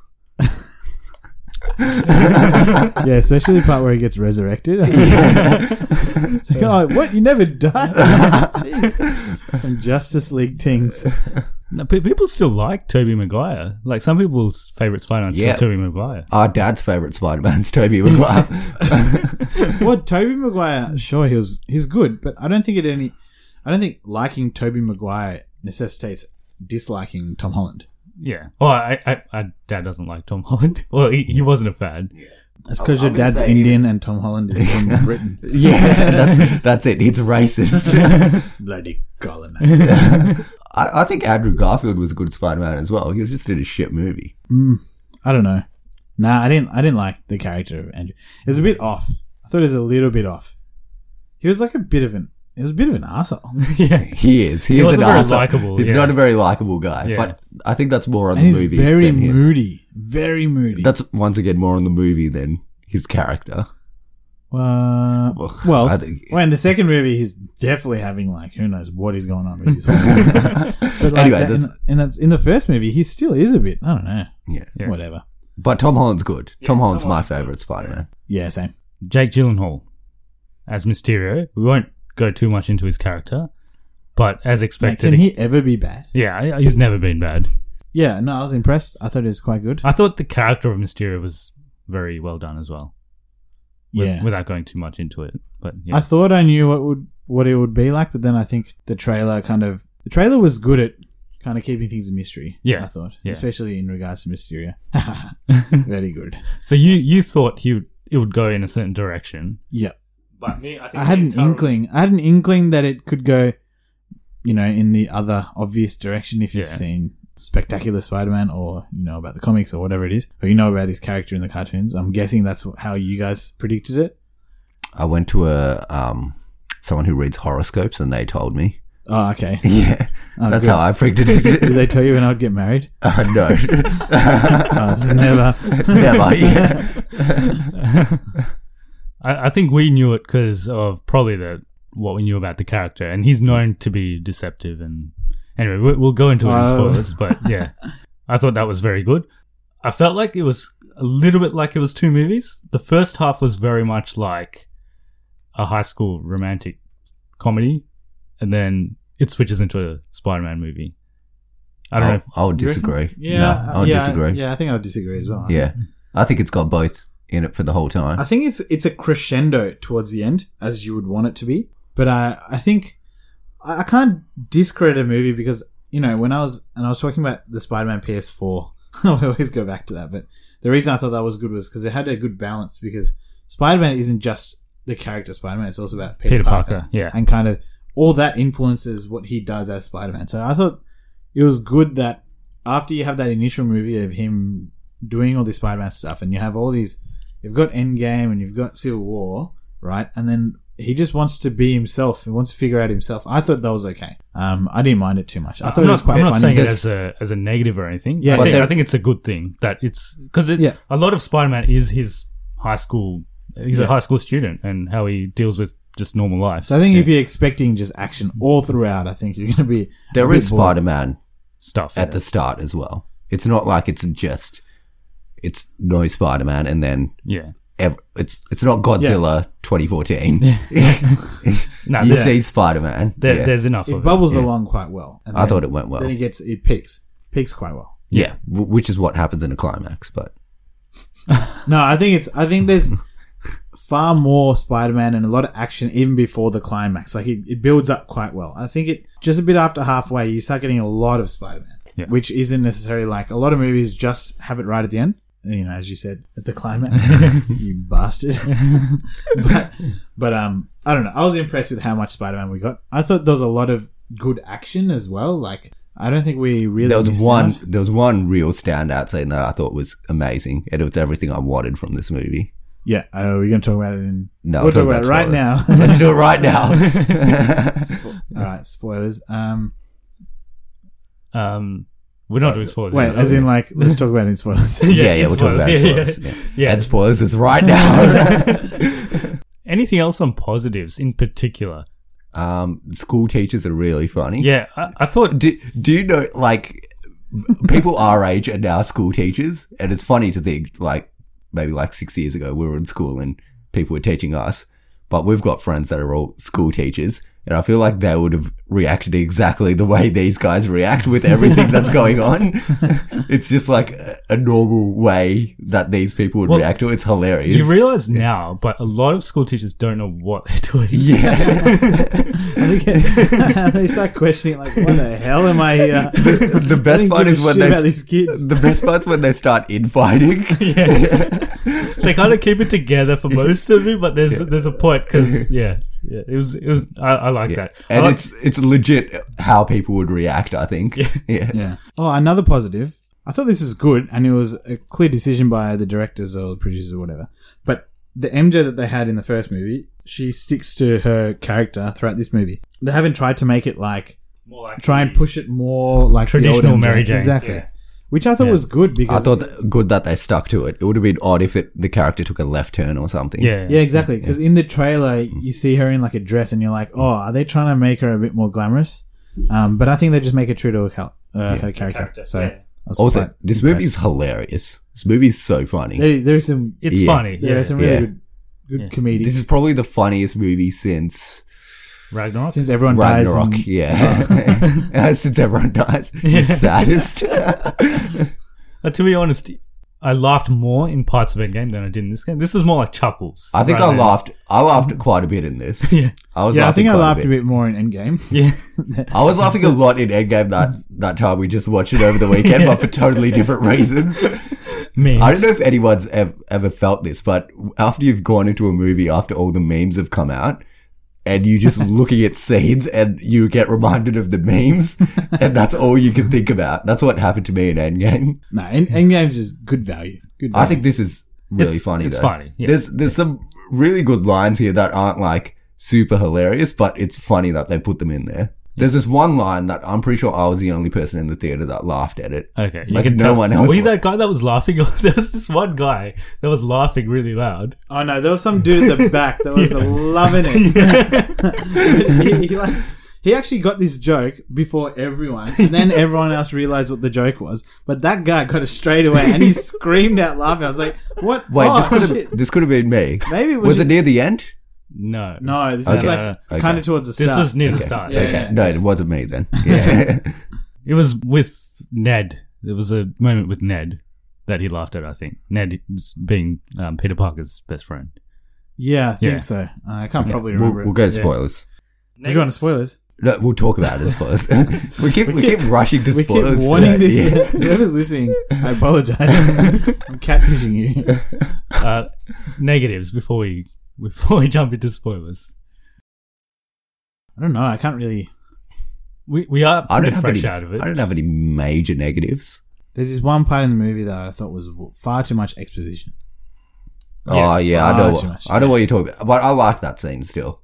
Speaker 3: yeah, especially the part where he gets resurrected. it's like, oh, what? You never died? Jeez. Some Justice League things.
Speaker 1: No, pe- people still like Toby Maguire. Like some people's favorite Spider-Man is
Speaker 2: Yeah.
Speaker 1: still Toby Maguire.
Speaker 2: Our dad's favorite Spider-Man's Toby Maguire.
Speaker 3: What Toby Maguire? Sure, he was he's good, but I don't think it any. I don't think liking Toby Maguire necessitates disliking Tom Holland.
Speaker 1: Yeah. Well, I, I, I, Dad doesn't like Tom Holland. Well, he, he wasn't a fan.
Speaker 3: It's because
Speaker 2: I- I
Speaker 3: your
Speaker 2: would
Speaker 3: dad's
Speaker 2: say
Speaker 3: Indian and Tom Holland is from Britain.
Speaker 2: yeah, that's that's it. It's racist.
Speaker 3: Bloody colonizer.
Speaker 2: I, I think Andrew Garfield was a good Spider-Man as well. He was just in a shit movie.
Speaker 3: I don't know. Nah, I didn't. I didn't like the character of Andrew. It was a bit off. I thought it was a little bit off. He was like a bit of an. He was a bit of an asshole,
Speaker 1: yeah.
Speaker 2: He is. He,
Speaker 1: He
Speaker 2: is
Speaker 1: wasn't
Speaker 2: an
Speaker 1: very
Speaker 2: asshole.
Speaker 1: likable,
Speaker 2: He's
Speaker 1: yeah.
Speaker 2: not a very likable guy.
Speaker 1: Yeah.
Speaker 2: But I think that's more on
Speaker 3: and
Speaker 2: the
Speaker 3: he's
Speaker 2: movie.
Speaker 3: very
Speaker 2: than him.
Speaker 3: moody. Very moody.
Speaker 2: That's once again more on the movie than his character.
Speaker 3: uh,
Speaker 2: Well,
Speaker 3: well.
Speaker 2: I think-
Speaker 3: well, in the second movie, he's definitely having like who knows what is going on with his. whole But like
Speaker 2: Anyway,
Speaker 3: that, in,
Speaker 2: that's-
Speaker 3: and that's in the first movie, he still is a bit. I don't know.
Speaker 2: Yeah.
Speaker 1: Yeah.
Speaker 3: Whatever.
Speaker 2: But Tom Holland's good. Tom Holland's my favorite Spider-Man.
Speaker 3: Yeah, same.
Speaker 1: Jake Gyllenhaal as Mysterio. We won't go too much into his character, but as
Speaker 3: Like,
Speaker 1: expected,
Speaker 3: can he ever be bad?
Speaker 1: yeah, he's never been bad.
Speaker 3: Yeah. No, I was impressed. I thought it was quite good.
Speaker 1: I thought the character of Mysterio was very well done as well, with-
Speaker 3: yeah.
Speaker 1: without going too much into it. But yeah,
Speaker 3: I thought I knew what would what it would be like, but then I think the trailer kind of the trailer was good at kind of keeping things a mystery.
Speaker 1: Yeah.
Speaker 3: I thought,
Speaker 1: Yeah.
Speaker 3: especially in regards to Mysterio. Very good.
Speaker 1: So you you thought he would, it would go in a certain direction,
Speaker 3: Yeah,
Speaker 1: but me, I, think
Speaker 3: I had
Speaker 1: the
Speaker 3: an
Speaker 1: entire-
Speaker 3: inkling. I had an inkling that it could go, you know, in the other obvious direction if you've
Speaker 1: Yeah.
Speaker 3: seen Spectacular Spider-Man or you know about the comics or whatever it is, or you know about his character in the cartoons. I'm guessing that's wh- how you guys predicted it.
Speaker 2: I went to a um, someone who reads horoscopes, and they told me.
Speaker 3: Oh, okay.
Speaker 2: Yeah,
Speaker 3: Oh,
Speaker 2: that's
Speaker 3: good.
Speaker 2: how I predicted
Speaker 3: Did
Speaker 2: it.
Speaker 3: they tell you when I'd get married?
Speaker 2: uh, no,
Speaker 3: Oh, so never.
Speaker 2: never. Yeah.
Speaker 1: I, I think we knew it because of probably the what we knew about the character, and he's known to be deceptive. And anyway, we, we'll go into it in
Speaker 3: Oh.
Speaker 1: spoilers, but yeah, I thought that was very good. I felt like it was a little bit like it was two movies. The first half was very much like a high school romantic comedy, and then it switches into a Spider-Man movie. I don't know.
Speaker 2: I,
Speaker 1: If,
Speaker 2: I would disagree.
Speaker 3: Yeah,
Speaker 2: no, I would
Speaker 3: yeah,
Speaker 2: disagree. Yeah.
Speaker 3: Yeah, I think I would disagree as well.
Speaker 2: I think it's got both in it for the whole time.
Speaker 3: I think it's it's a crescendo towards the end, as you would want it to be. But I I think I, I can't discredit a movie because you know when I was and I was talking about the Spider-Man PS4. I always go back to that, but the reason I thought that was good was because it had a good balance. Because Spider-Man isn't just the character Spider-Man; it's also about Peter,
Speaker 1: Peter
Speaker 3: Parker,
Speaker 1: Parker, yeah.
Speaker 3: and kind of all that influences what he does as Spider-Man. So I thought it was good that after you have that initial movie of him doing all this Spider-Man stuff, and you have all these, you've got Endgame and you've got Civil War, right? And then he just wants to be himself. He wants to figure out himself. I thought that was okay. Um, I didn't mind it too much. I thought
Speaker 1: I'm
Speaker 3: it
Speaker 1: not,
Speaker 3: was quite
Speaker 1: I'm not
Speaker 3: funny.
Speaker 1: saying it
Speaker 2: There's-
Speaker 1: as a as a negative or anything.
Speaker 3: Yeah,
Speaker 1: I
Speaker 3: but
Speaker 1: think,
Speaker 2: there-
Speaker 1: I think it's a good thing that it's because it,
Speaker 3: Yeah.
Speaker 1: a lot of Spider-Man is his high school. He's a high school student and how he deals with just normal life.
Speaker 3: So I think if you're expecting just action all throughout, I think you're going to be a
Speaker 2: there
Speaker 3: bit
Speaker 2: is
Speaker 3: bored.
Speaker 2: Spider Man
Speaker 1: stuff
Speaker 2: at the start as well. It's not like it's just it's no Spider Man and then
Speaker 1: yeah.
Speaker 2: ev- it's it's not Godzilla 2014.
Speaker 1: No,
Speaker 2: you
Speaker 1: there-
Speaker 2: see Spider Man.
Speaker 1: there- there's enough
Speaker 3: It
Speaker 1: of
Speaker 3: bubbles
Speaker 1: it.
Speaker 3: along quite well. And
Speaker 2: I thought it went well.
Speaker 3: Then it gets it peaks, peaks quite well.
Speaker 2: yeah, w- which is what happens in a climax. But
Speaker 3: No, I think it's. I think there's far more Spider-Man and a lot of action even before the climax. Like it, it builds up quite well. I think it just a bit after halfway you start getting a lot of Spider-Man,
Speaker 1: Yeah.
Speaker 3: which isn't necessarily like a lot of movies just have it right at the end. You know, as you said at the climax, you bastard. but but um, I don't know. I was impressed with how much Spider-Man we got. I thought there was a lot of good action as well. Like I don't think we really
Speaker 2: there was
Speaker 3: missed
Speaker 2: one
Speaker 3: out.
Speaker 2: there was one real standout scene that I thought was amazing, and it was everything I wanted from this movie.
Speaker 3: Yeah, uh, we're gonna talk about it in.
Speaker 2: No,
Speaker 3: we'll
Speaker 2: I'll
Speaker 3: talk
Speaker 2: talk
Speaker 3: about it right now.
Speaker 2: spoilers. Let's do it right now.
Speaker 3: All right, spoilers. Um,
Speaker 1: Um, we're not doing spoilers.
Speaker 3: Uh, wait,
Speaker 1: here,
Speaker 3: as
Speaker 1: are
Speaker 3: in
Speaker 1: we?
Speaker 3: like let's talk about it in spoilers.
Speaker 2: yeah, yeah,
Speaker 1: it's
Speaker 2: we'll talk about
Speaker 1: spoilers. Yeah,
Speaker 2: spoilers. Yeah,
Speaker 1: yeah.
Speaker 2: And spoilers is right now.
Speaker 1: Anything else on positives in particular?
Speaker 2: um, school teachers are really funny.
Speaker 1: Yeah, I, I thought
Speaker 2: Do, do you know, like, people our age are now school teachers? And it's funny to think, like, maybe like six years ago, we were in school and people were teaching us, but we've got friends that are all school teachers. And I feel like they would have reacted exactly the way these guys react with everything that's going on. it's just like a, a normal way that these people would
Speaker 1: Well,
Speaker 2: react to it. It's hilarious.
Speaker 1: you realize now, but a lot of school teachers don't know what they're doing.
Speaker 2: yeah.
Speaker 3: they start questioning like, "What the hell am I uh, here?"
Speaker 2: the best
Speaker 3: didn't
Speaker 2: part
Speaker 3: give
Speaker 2: is
Speaker 3: a
Speaker 2: when
Speaker 3: shit
Speaker 2: they
Speaker 3: about these kids.
Speaker 2: the best part's when they start infighting.
Speaker 1: they kind of keep it together for most of it, but there's there's a point because yeah, yeah, it was it was I, I like that. I
Speaker 2: and
Speaker 1: like-
Speaker 2: it's it's legit how people would react. I think. Yeah.
Speaker 3: Yeah. Oh, another positive. I thought this was good, and it was a clear decision by the directors or the producers or whatever. But the MJ that they had in the first movie, she sticks to her character throughout this movie. They haven't tried to make it like
Speaker 1: more like
Speaker 3: try and push it more like the old
Speaker 1: Traditional
Speaker 3: MJ.
Speaker 1: Mary Jane.
Speaker 3: exactly. Which I thought was good
Speaker 2: I
Speaker 3: because
Speaker 2: thought that, good that they stuck to it. It would have been odd if it, the character took a left turn or something.
Speaker 1: yeah,
Speaker 3: Yeah, exactly. Because in the trailer,
Speaker 2: Mm.
Speaker 3: you see her in like a dress, and you're like, "Oh, are they trying to make her a bit more glamorous?" Um, but I think they just make it true to her, cal- uh, her character. So
Speaker 1: yeah.
Speaker 3: I was
Speaker 2: Also,
Speaker 3: quite
Speaker 2: this movie is hilarious. This movie is so funny.
Speaker 3: there is, there is some
Speaker 1: It's
Speaker 2: Yeah.
Speaker 1: funny.
Speaker 3: there
Speaker 1: Yeah,
Speaker 3: are some really
Speaker 2: Yeah.
Speaker 3: good good comedians
Speaker 2: This is probably the funniest movie since
Speaker 1: Ragnarok.
Speaker 3: since everyone
Speaker 2: Ragnarok. Uh,
Speaker 3: dies. and-
Speaker 2: yeah, since everyone dies, the saddest.
Speaker 1: Uh, to be honest, I laughed more in parts of Endgame than I did in this game. This was more like chuckles.
Speaker 2: I think
Speaker 1: rather
Speaker 2: I
Speaker 1: than-
Speaker 2: laughed. I laughed quite a bit in this.
Speaker 1: Yeah.
Speaker 2: I was.
Speaker 3: yeah, I
Speaker 2: laughing
Speaker 3: think I
Speaker 2: quite
Speaker 3: laughed a bit more in Endgame.
Speaker 1: Yeah,
Speaker 2: I was laughing a lot in Endgame that that time we just watched it over the weekend, but for totally different reasons.
Speaker 1: memes.
Speaker 2: I don't know if anyone's ever, ever felt this, but after you've gone into a movie, after all the memes have come out, and you just looking at scenes and you get reminded of the memes, and that's all you can think about. That's what happened to me in Endgame.
Speaker 3: No, End- Endgame's just good value. Good value.
Speaker 2: I think this is really
Speaker 1: It's-
Speaker 2: funny.
Speaker 1: it's
Speaker 2: though.
Speaker 1: funny, yeah.
Speaker 2: There's there's some really good lines here that aren't like super hilarious, but it's funny that they put them in there. There's this one line that I'm pretty sure I was the only person in the theater that laughed at it.
Speaker 1: Okay, you
Speaker 2: Like,
Speaker 1: can
Speaker 2: no
Speaker 1: tell.
Speaker 2: one else
Speaker 1: Were you
Speaker 2: would.
Speaker 1: that guy that was laughing? there was this one guy that was laughing really loud.
Speaker 3: Oh no, there was some dude at the back that was loving it. he, he, like, he actually got this joke before everyone, and then everyone else realized what the joke was. But that guy got it straight away, and he screamed out laughing. I was like, "What?
Speaker 2: Wait,
Speaker 3: Oh,
Speaker 2: this could
Speaker 3: shit.
Speaker 2: have this could have been me.
Speaker 3: Maybe it was,
Speaker 2: Was it near the end?
Speaker 1: No,
Speaker 3: no? This is
Speaker 2: Okay.
Speaker 3: like
Speaker 2: Okay.
Speaker 3: kind of towards the
Speaker 1: this
Speaker 3: start.
Speaker 1: was near the start.
Speaker 3: Yeah.
Speaker 2: Okay. No, it wasn't me then. Yeah.
Speaker 1: It was with Ned. There was a moment with Ned that he laughed at. I think Ned was being um, Peter Parker's best friend.
Speaker 3: yeah, I think
Speaker 1: Yeah.
Speaker 3: so. Uh, I can't probably
Speaker 2: we'll,
Speaker 3: remember.
Speaker 2: we'll go
Speaker 3: it. Yeah.
Speaker 2: spoilers.
Speaker 3: We're going to spoilers.
Speaker 2: No, we'll talk about it spoilers. we keep we, keep,
Speaker 3: keep-
Speaker 2: rushing to
Speaker 3: We keep
Speaker 2: spoilers.
Speaker 3: warning
Speaker 2: today.
Speaker 3: this.
Speaker 2: Yeah.
Speaker 3: Whoever's listening, I apologize. I'm catfishing you.
Speaker 1: Uh, negatives before we before we jump into spoilers.
Speaker 3: I don't know. I can't really.
Speaker 1: We we are
Speaker 2: I don't
Speaker 1: pretty
Speaker 2: have
Speaker 1: fresh
Speaker 2: any.
Speaker 1: out of it.
Speaker 2: I don't have any major negatives.
Speaker 3: There's this one part in the movie that I thought was far too much exposition.
Speaker 2: oh yeah, I
Speaker 3: far
Speaker 2: know.
Speaker 3: too
Speaker 2: What,
Speaker 3: much.
Speaker 2: I know what you're talking about, but I like that scene still.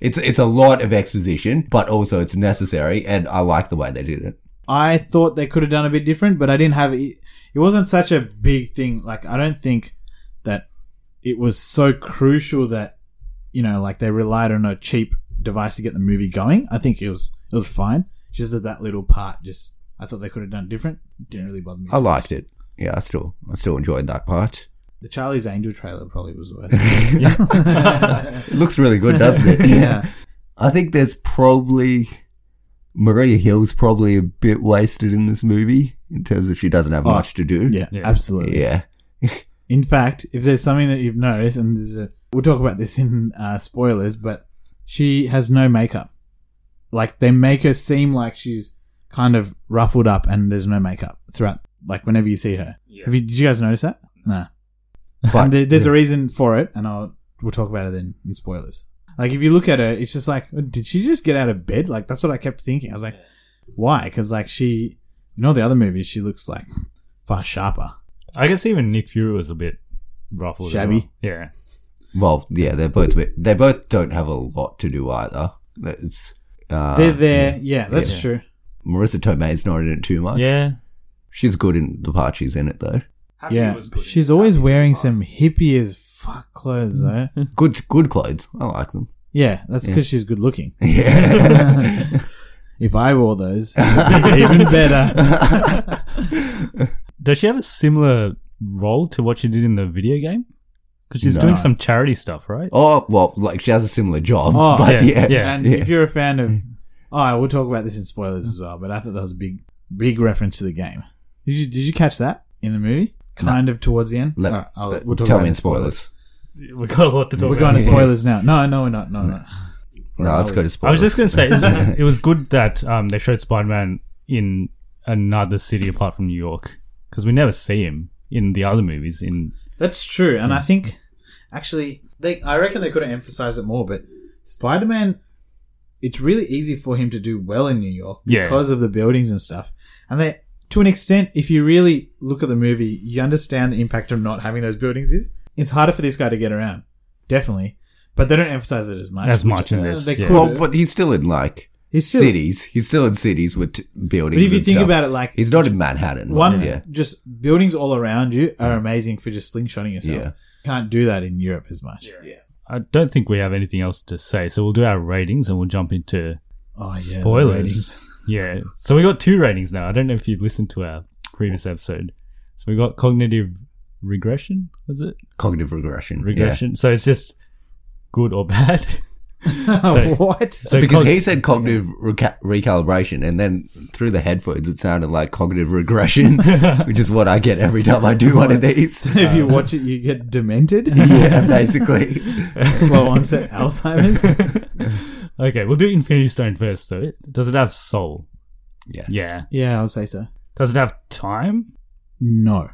Speaker 2: It's it's a lot of exposition, but also it's necessary, and I like the way they did it.
Speaker 3: I thought they could have done a bit different, but I didn't have it. It wasn't such a big thing. Like I don't think that it was so crucial that you know, like they relied on a cheap device to get the movie going. I think it was it was fine. Just that that little part, just I thought they could have done different. Didn't really bother me.
Speaker 2: I liked it. Yeah, I still I still enjoyed that part.
Speaker 3: the Charlie's Angel trailer probably was the worst.
Speaker 2: It looks really good, doesn't it?
Speaker 3: yeah,
Speaker 2: I think there's probably Maria Hill's probably a bit wasted in this movie in terms of she doesn't have
Speaker 3: Oh,
Speaker 2: much to do.
Speaker 3: yeah,
Speaker 1: Yeah.
Speaker 3: absolutely.
Speaker 2: Yeah.
Speaker 3: In fact, if there's something that you've noticed, and there's a, we'll talk about this in uh, spoilers, but she has no makeup. Like they make her seem like she's kind of ruffled up, and there's no makeup throughout. Like whenever you see her, Have you, did you guys notice that? No.
Speaker 2: But-
Speaker 3: and there, there's a reason for it, and I'll we'll talk about it then in spoilers. Like if you look at her, it's just like, oh, did she just get out of bed? Like that's what I kept thinking. I was like, why? Because like she, you know, the other movies, she looks like far sharper.
Speaker 1: I guess even Nick Fury was a bit ruffled. as
Speaker 3: Shabby.
Speaker 1: well. Yeah.
Speaker 2: Well, yeah, they're both a bit, they both don't have a lot to do either. It's uh,
Speaker 3: They're there. Ah, Yeah, that's true.
Speaker 2: Marissa Tomei's not in it too much.
Speaker 1: Yeah.
Speaker 2: She's good in the part she's in it though.
Speaker 3: yeah, she's always wearing some hippie as fuck clothes though.
Speaker 2: Good good clothes. I like them.
Speaker 3: Mm. yeah, that's because she's good looking.
Speaker 2: Yeah.
Speaker 3: If I wore those, it'd be even better.
Speaker 1: Does she have a similar role to what she did in the video game? Because she's doing
Speaker 2: No.
Speaker 1: some charity stuff, right?
Speaker 2: oh well, like she has a similar job.
Speaker 3: Oh,
Speaker 2: but yeah.
Speaker 1: yeah.
Speaker 3: And if you're a fan of, oh, we'll talk about this in spoilers as well. But I thought that was a big, big reference to the game. Did you, did you catch that in the movie? Kind of towards the end.
Speaker 2: Let-
Speaker 3: Alright, I'll-
Speaker 2: but
Speaker 3: we'll talk
Speaker 2: tell
Speaker 3: about
Speaker 2: me
Speaker 3: it
Speaker 2: in spoilers.
Speaker 1: We've got a lot to talk
Speaker 3: We're
Speaker 1: about.
Speaker 3: going to spoilers now. No, no, we're not. No, no.
Speaker 2: No, let's go to
Speaker 1: I was
Speaker 2: spoilers.
Speaker 1: just going to say, it was good that um, they showed Spider Man in another city apart from New York because we never see him in the other movies. In
Speaker 3: That's true, and I
Speaker 1: Hmm.
Speaker 3: think actually they I reckon they could have emphasized it more, but Spider Man it's really easy for him to do well in New York
Speaker 1: Yeah.
Speaker 3: because of the buildings and stuff. And they to an extent, if you really look at the movie, you understand the impact of not having those buildings is. It's harder for this guy to get around. Definitely. But they don't emphasize it as much.
Speaker 1: As
Speaker 3: which,
Speaker 1: much in
Speaker 3: uh,
Speaker 1: this,
Speaker 3: They
Speaker 1: yeah.
Speaker 3: could
Speaker 2: well,
Speaker 3: have.
Speaker 2: but he's still in like
Speaker 3: He's still-
Speaker 2: cities. He's still in cities with t- buildings.
Speaker 3: But if you
Speaker 2: and
Speaker 3: think
Speaker 2: stuff.
Speaker 3: about it, like
Speaker 2: he's not in Manhattan. but
Speaker 3: one
Speaker 2: yeah,
Speaker 3: just buildings all around you are amazing for just slingshotting yourself.
Speaker 2: Yeah.
Speaker 3: Can't do that in Europe as much.
Speaker 1: I don't think we have anything else to say, so we'll do our ratings and we'll jump into
Speaker 3: Oh yeah. the ratings.
Speaker 1: spoilers. Yeah. So we got two ratings now. I don't know if you listened to our previous episode. So we got cognitive regression, was it?
Speaker 2: cognitive regression.
Speaker 1: Regression. So it's just good or bad. So-
Speaker 3: what?
Speaker 1: So
Speaker 2: because
Speaker 1: cog-
Speaker 2: he said cognitive reca- recalibration, and then through the headphones, it sounded like cognitive regression, which is what I get every time I do one of these.
Speaker 3: if you watch it, you get demented.
Speaker 2: yeah, basically.
Speaker 3: Slow onset Alzheimer's.
Speaker 1: okay, we'll do Infinity Stone first, though. Does it have soul?
Speaker 2: Yes.
Speaker 1: Yeah.
Speaker 3: Yeah, I would say so.
Speaker 1: Does it have time?
Speaker 3: No.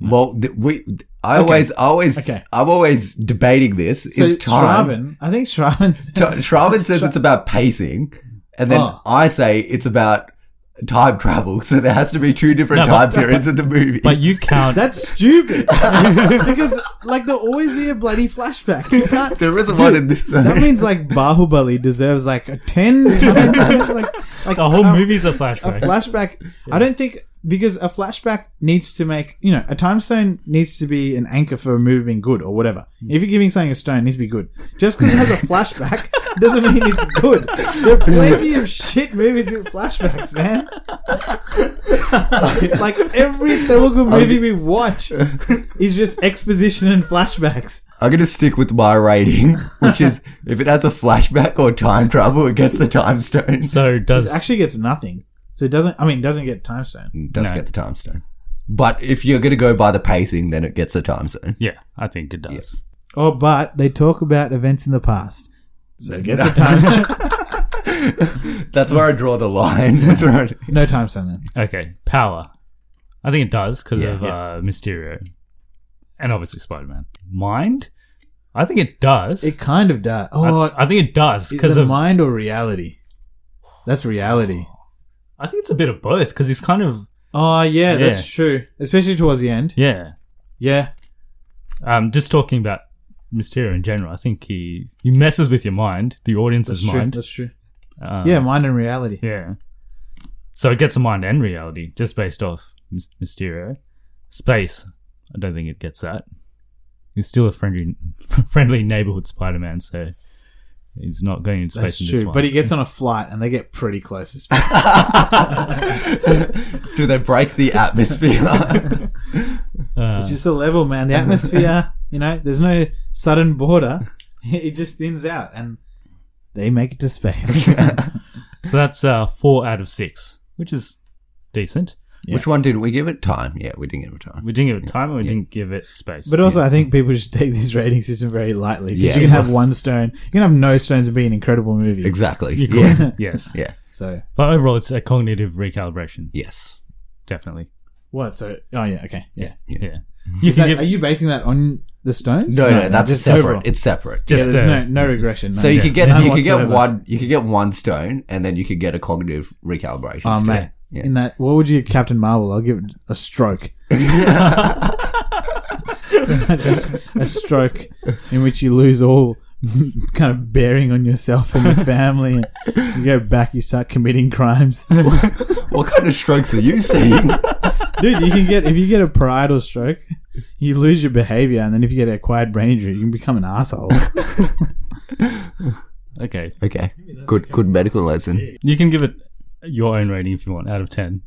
Speaker 2: Well, th- we. th- I always, I always,
Speaker 3: Okay.
Speaker 2: I'm always debating this.
Speaker 3: So
Speaker 2: is time?
Speaker 3: Shravan, I think Shravan's
Speaker 2: T- Shravan says it's about pacing, and then
Speaker 3: Oh.
Speaker 2: I say it's about time travel. So there has to be two different
Speaker 1: No,
Speaker 2: time
Speaker 1: but-
Speaker 2: periods in the movie.
Speaker 1: But you count.
Speaker 3: That's stupid. because like there'll always be a bloody flashback. You can't.
Speaker 2: there isn't one in this.
Speaker 3: That means like Bahubali deserves like a ten times like like uh,
Speaker 1: the whole
Speaker 3: a-
Speaker 1: movie's a
Speaker 3: A
Speaker 1: flashback.
Speaker 3: flashback. I don't think because a flashback needs to make you know a time stone needs to be an anchor for a movie being good or whatever. If you're giving something a stone, it needs to be good. Just because it has a flashback doesn't mean it's good. There are plenty of shit movies with flashbacks, man. like every Telugu movie we watch is just exposition and flashbacks.
Speaker 2: I'm going to stick with my rating, which is if it has a flashback or time travel, it gets the time stone.
Speaker 1: so does
Speaker 3: It actually gets nothing. So it doesn't. I mean, it doesn't get time stone.
Speaker 2: It does
Speaker 1: No.
Speaker 2: get the time stone. But if you're going to go by the pacing, then it gets the time stone.
Speaker 1: yeah, I think it does.
Speaker 3: Oh, but they talk about events in the past. So it gets a time.
Speaker 2: That's where I draw the line. That's where I,
Speaker 3: no time stone then.
Speaker 1: Okay, power. I think it does because
Speaker 2: Yeah,
Speaker 1: of Uh, Mysterio, and obviously Spider Man. Mind. I think it does.
Speaker 3: It kind of does.
Speaker 1: I-
Speaker 3: Oh,
Speaker 1: I, think it does because
Speaker 3: because
Speaker 1: of.
Speaker 3: of mind or reality. That's reality.
Speaker 1: I think it's a bit of both because he's kind of
Speaker 3: Oh yeah, that's
Speaker 1: Yeah.
Speaker 3: true. Especially towards the end.
Speaker 1: yeah.
Speaker 3: Yeah.
Speaker 1: Um, just talking about Mysterio in general, I think he he messes with your mind, the audience's
Speaker 3: That's true.
Speaker 1: mind.
Speaker 3: That's true.
Speaker 1: Uh,
Speaker 3: yeah, mind and reality.
Speaker 1: Yeah. So it gets a mind and reality just based off Mys- Mysterio. Space, I don't think it gets that. He's still a friendly, friendly neighborhood Spider-Man, so he's not going in space
Speaker 3: That's
Speaker 1: in this
Speaker 3: true.
Speaker 1: one.
Speaker 3: But he gets on a flight and they get pretty close to space.
Speaker 2: do they break the atmosphere?
Speaker 1: Uh.
Speaker 3: it's just a level, man. The atmosphere, you know, there's no sudden border. It just thins out and they make it to space.
Speaker 1: so that's uh, four out of six, which is decent.
Speaker 2: Which one did we give it? Time. Yeah, we didn't give it time.
Speaker 1: We didn't give it time, and we didn't give it space.
Speaker 3: But also, I think people should take this rating system very lightly because
Speaker 2: Yeah.
Speaker 3: you can have one stone, you can have no stones and be an incredible movie.
Speaker 2: Exactly.
Speaker 1: You
Speaker 2: Yeah.
Speaker 1: could, yes.
Speaker 2: Yeah.
Speaker 3: So
Speaker 1: But overall, it's a cognitive recalibration,
Speaker 2: Yes.
Speaker 1: definitely.
Speaker 3: what? So oh yeah, okay, yeah.
Speaker 1: Yeah. You
Speaker 3: Is
Speaker 1: can
Speaker 3: that-
Speaker 1: give
Speaker 3: are you basing that on the stones?
Speaker 2: No, no, that's
Speaker 3: just
Speaker 2: separate.
Speaker 3: overall.
Speaker 2: It's separate.
Speaker 3: yeah,
Speaker 1: just
Speaker 3: there's
Speaker 1: uh,
Speaker 3: no no regression. No.
Speaker 2: so you
Speaker 3: yeah.
Speaker 2: could get
Speaker 3: None
Speaker 2: you could get
Speaker 3: whatsoever.
Speaker 2: one you could get one stone, and then you could get a cognitive recalibration.
Speaker 3: Oh
Speaker 2: stone.
Speaker 3: mate,
Speaker 2: Yeah.
Speaker 3: in that what would you Captain Marvel? I'll give it a stroke. Just a stroke in which you lose all kind of bearing on yourself and your family, and you go back. You start committing crimes.
Speaker 2: What kind of strokes are you seeing?
Speaker 3: Dude, you can get if you get a parietal stroke, you lose your behavior, and then if you get an acquired brain injury, you can become an asshole.
Speaker 1: okay.
Speaker 2: okay, good, good medical lesson.
Speaker 1: You can give it your own rating if you want, out of 10.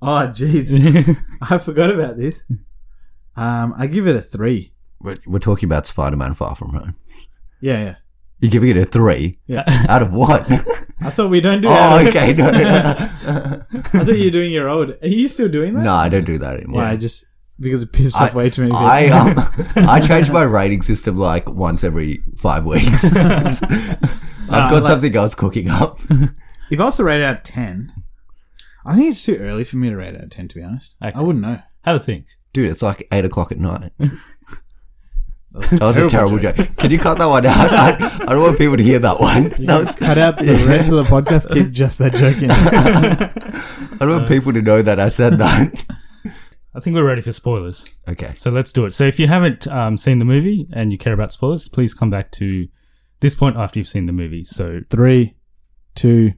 Speaker 3: oh, jeez, I forgot about this. Um, I give it a three.
Speaker 2: We're, we're talking about Spider-Man: Far From Home.
Speaker 3: Yeah, yeah.
Speaker 2: You're giving it a three
Speaker 3: Yeah.
Speaker 2: out of what?
Speaker 3: I thought we don't do that.
Speaker 2: oh, okay. No, no.
Speaker 3: I thought you were doing your old. Are you still doing that?
Speaker 2: no, I don't do that anymore.
Speaker 3: Why? Just because it pissed off way too many people.
Speaker 2: I um, I change my rating system like once every five weeks. I've got
Speaker 3: Uh, like-
Speaker 2: something else cooking up.
Speaker 3: if I was to rate it out of ten, I think it's too early for me to rate it out of ten. To be honest,
Speaker 1: Okay.
Speaker 3: I wouldn't know.
Speaker 1: Have a think.
Speaker 2: Dude, it's like eight o'clock at night. That was a terrible
Speaker 3: terrible
Speaker 2: joke. Can you cut that one out? I, I don't want people to hear that one. That was,
Speaker 3: Cut out the rest of the podcast. Keep just that joke in.
Speaker 2: I don't want people to know that I said that.
Speaker 1: I think we're ready for spoilers.
Speaker 2: Okay.
Speaker 1: So let's do it. So if you haven't um, seen the movie and you care about spoilers, please come back to this point after you've seen the movie. So
Speaker 3: Three, two,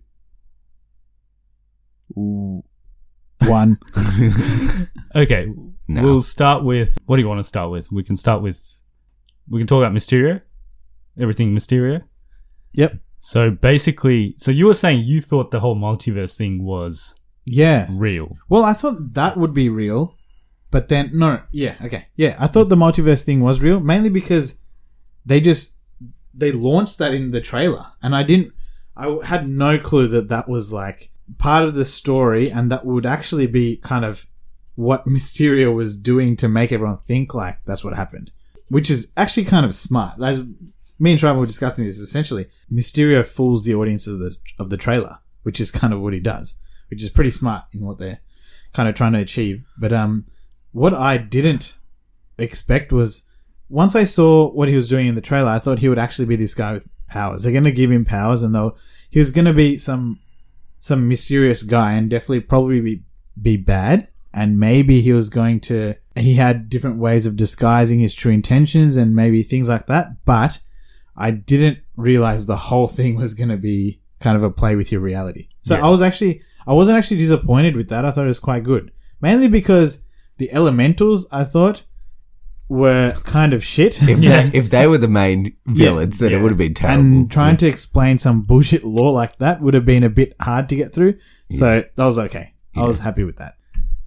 Speaker 3: one.
Speaker 1: okay,
Speaker 2: No.
Speaker 1: we'll start with what do you want to start with? We can start with we can talk about Mysterio, everything Mysterio.
Speaker 3: Yep.
Speaker 1: So basically, so you were saying you thought the whole multiverse thing was
Speaker 3: Yeah.
Speaker 1: real.
Speaker 3: Well, I thought that would be real, but then no. Yeah. Okay. Yeah, I thought the multiverse thing was real mainly because they just they launched that in the trailer, and I didn't. I had no clue that that was like part of the story, and that would actually be kind of what Mysterio was doing to make everyone think like that's what happened, which is actually kind of smart. As me and Trevor were discussing this, essentially, Mysterio fools the audience of the of the trailer, which is kind of what he does, which is pretty smart in what they're kind of trying to achieve. But um, what I didn't expect was once I saw what he was doing in the trailer, I thought he would actually be this guy with powers. They're going to give him powers, and though he was going to be some some mysterious guy, and definitely probably be be bad, and maybe he was going to he had different ways of disguising his true intentions, and maybe things like that. But I didn't realize the whole thing was going to be kind of a play with your reality. So I was actually I wasn't actually disappointed with that. I thought it was quite good, mainly because the elementals I thought were kind of shit.
Speaker 2: If, they, if they were the main villains, then it
Speaker 1: yeah.
Speaker 2: would have been terrible.
Speaker 3: and trying to explain some bullshit law like that would have been a bit hard to get through. So that was okay. I was happy with that.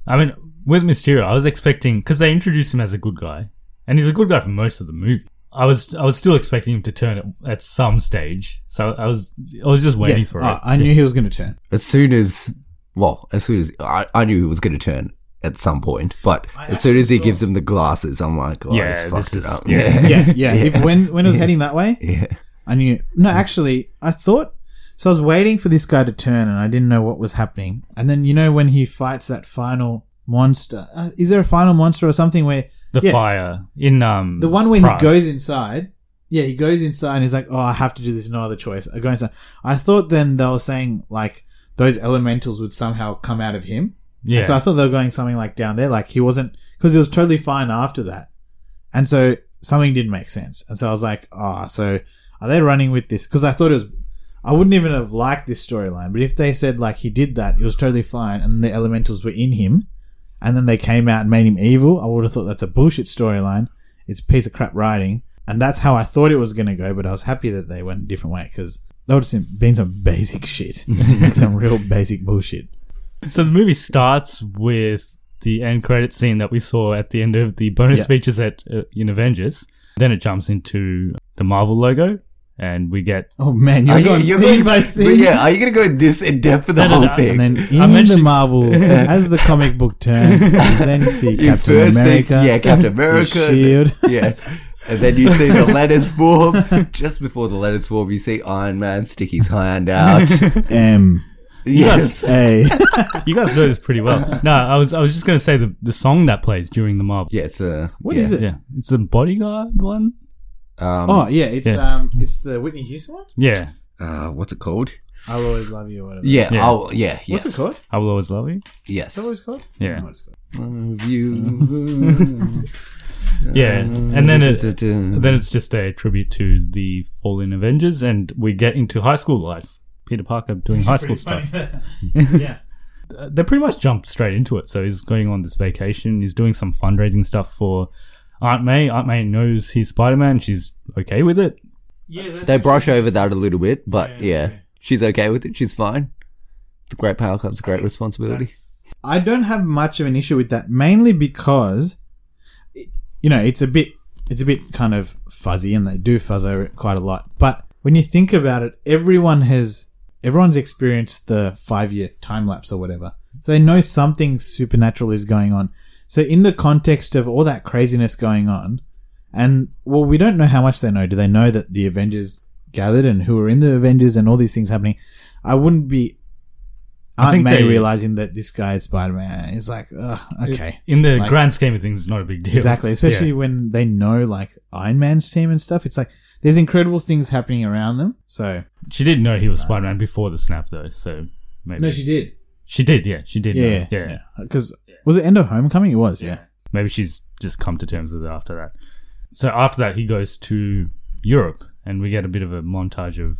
Speaker 1: I mean, with Mysterio, I was expecting because they introduced him as a good guy, and he's a good guy for most of the movie. I was I was still expecting him to turn at, at some stage, so I was I was just waiting
Speaker 3: yes, uh, Ah,
Speaker 1: for
Speaker 3: I,
Speaker 1: it.
Speaker 3: I knew he was going to turn.
Speaker 2: as soon as, well, as soon as I, I knew he was going to turn at some point, but as soon as he gives him the glasses, I'm like, oh,
Speaker 1: Yeah,
Speaker 2: he's fucked
Speaker 1: this
Speaker 2: it
Speaker 1: is-
Speaker 2: up.
Speaker 1: yeah.
Speaker 3: Yeah, yeah. If when when it was heading that way,
Speaker 2: yeah.
Speaker 3: I knew. No, actually, I thought. So I was waiting for this guy to turn, and I didn't know what was happening. And then you know when he fights that final monster, uh, is there a final monster or something where
Speaker 1: The
Speaker 3: yeah.
Speaker 1: fire in um
Speaker 3: The one where
Speaker 1: Prague.
Speaker 3: he goes inside. Yeah, he goes inside and he's like, "Oh, I have to do this. No other choice. I go inside." I thought then they were saying like those elementals would somehow come out of him.
Speaker 1: yeah
Speaker 3: And so I thought they were going something like down there. Like he wasn't because he was totally fine after that. And so something didn't make sense. And so I was like, "Ah, so are they running with this?" Because I thought it was. I wouldn't even have liked this storyline, but if they said like he did that, it was totally fine, and the elementals were in him, and then they came out and made him evil, I would have thought that's a bullshit storyline. It's a piece of crap writing, and that's how I thought it was going to go. But I was happy that they went a different way because that would have been some basic shit, like some real basic bullshit.
Speaker 1: So the movie starts with the end credit scene that we saw at the end of the bonus
Speaker 3: Yeah.
Speaker 1: features at uh, in Avengers. Then it jumps into the Marvel logo, and we get
Speaker 3: Oh man, you're
Speaker 2: Are you-
Speaker 3: going
Speaker 2: you're going-
Speaker 3: scene by
Speaker 2: but
Speaker 3: scene.
Speaker 2: Yeah, are you going to go this in depth for the whole
Speaker 1: no,
Speaker 2: thing?
Speaker 3: And then
Speaker 1: I'm
Speaker 3: in the
Speaker 1: actually-
Speaker 3: Marvel, as the comic book turns, then you see
Speaker 2: You
Speaker 3: Captain
Speaker 2: first see-
Speaker 3: America.
Speaker 2: yeah, Captain
Speaker 3: the
Speaker 2: America.
Speaker 3: Shield.
Speaker 2: yes. And then you see the letters form. Just before the letters form, you see Iron Man stick his hand out.
Speaker 3: M
Speaker 2: yes.
Speaker 3: Um, A.
Speaker 1: you guys know this pretty well. No, I was I was just gonna say the the song that plays during the Marvel.
Speaker 2: Yeah, it's a.
Speaker 3: What
Speaker 2: yeah.
Speaker 3: is it?
Speaker 1: Yeah, it's the bodyguard one.
Speaker 2: Um,
Speaker 3: Oh yeah, it's
Speaker 1: Yeah.
Speaker 3: um, it's the Whitney Houston one.
Speaker 1: Yeah,
Speaker 2: uh, what's it called?
Speaker 3: I'll always love you or whatever.
Speaker 2: Yeah.
Speaker 1: Yeah.
Speaker 2: Oh, yeah. Yes.
Speaker 3: What's it called?
Speaker 1: I will always love you.
Speaker 2: Yes.
Speaker 3: Is that what it's called? I don't
Speaker 1: Yeah,
Speaker 3: know what it's called.
Speaker 2: Love you.
Speaker 3: Uh,
Speaker 1: yeah, and then it
Speaker 2: Du-du-du.
Speaker 1: then it's just a tribute to the fallen Avengers, and we get into high school life. Peter Parker doing high school stuff.
Speaker 3: yeah.
Speaker 1: they pretty much jumped straight into it. So he's going on this vacation. He's doing some fundraising stuff for Aunt May. Aunt May knows he's Spider Man. She's okay with it.
Speaker 3: Yeah, that's
Speaker 2: they brush over that a little bit, but yeah, she's okay with it. She's fine. The great power comes with great responsibility.
Speaker 3: I don't have much of an issue with that, mainly because, you know, it's a bit, it's a bit kind of fuzzy, and they do fuzz over it quite a lot. But when you think about it, everyone has, everyone's experienced the five-year time lapse or whatever, so they know something supernatural is going on. So in the context of all that craziness going on, and well, we don't know how much they know. Do they know that the Avengers gathered and who are in the Avengers and all these things happening? I wouldn't be.
Speaker 1: I
Speaker 3: Aunt
Speaker 1: think
Speaker 3: May
Speaker 1: they-
Speaker 3: realizing that this guy is Spider Man. It's like, ugh, okay,
Speaker 1: In the
Speaker 3: Like-
Speaker 1: grand scheme of things, it's not a big deal.
Speaker 3: exactly. Especially
Speaker 1: Yeah.
Speaker 3: when they know like Iron Man's team and stuff. It's like there's incredible things happening around them. So
Speaker 1: she did know he was Spider Man before the snap, though. So maybe
Speaker 3: did.
Speaker 1: She did. Yeah, she did. know.
Speaker 3: Yeah,
Speaker 1: yeah.
Speaker 3: yeah. Because was it End of Homecoming? It was. Yeah.
Speaker 1: Maybe she's just come to terms with it after that. So after that, he goes to Europe, and we get a bit of a montage of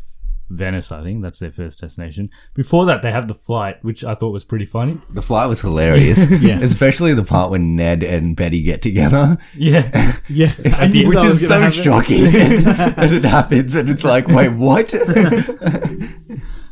Speaker 1: Venice. I think that's their first destination. Before that, they have the flight, which I thought was pretty funny.
Speaker 2: The flight was hilarious,
Speaker 3: Yeah.
Speaker 2: especially the part when Ned and Betty get together,
Speaker 1: Yeah.
Speaker 3: Yeah. I knew
Speaker 2: which
Speaker 3: that was
Speaker 2: is so
Speaker 3: gonna happen.
Speaker 2: shocking. and it happens, and it's like, wait, what?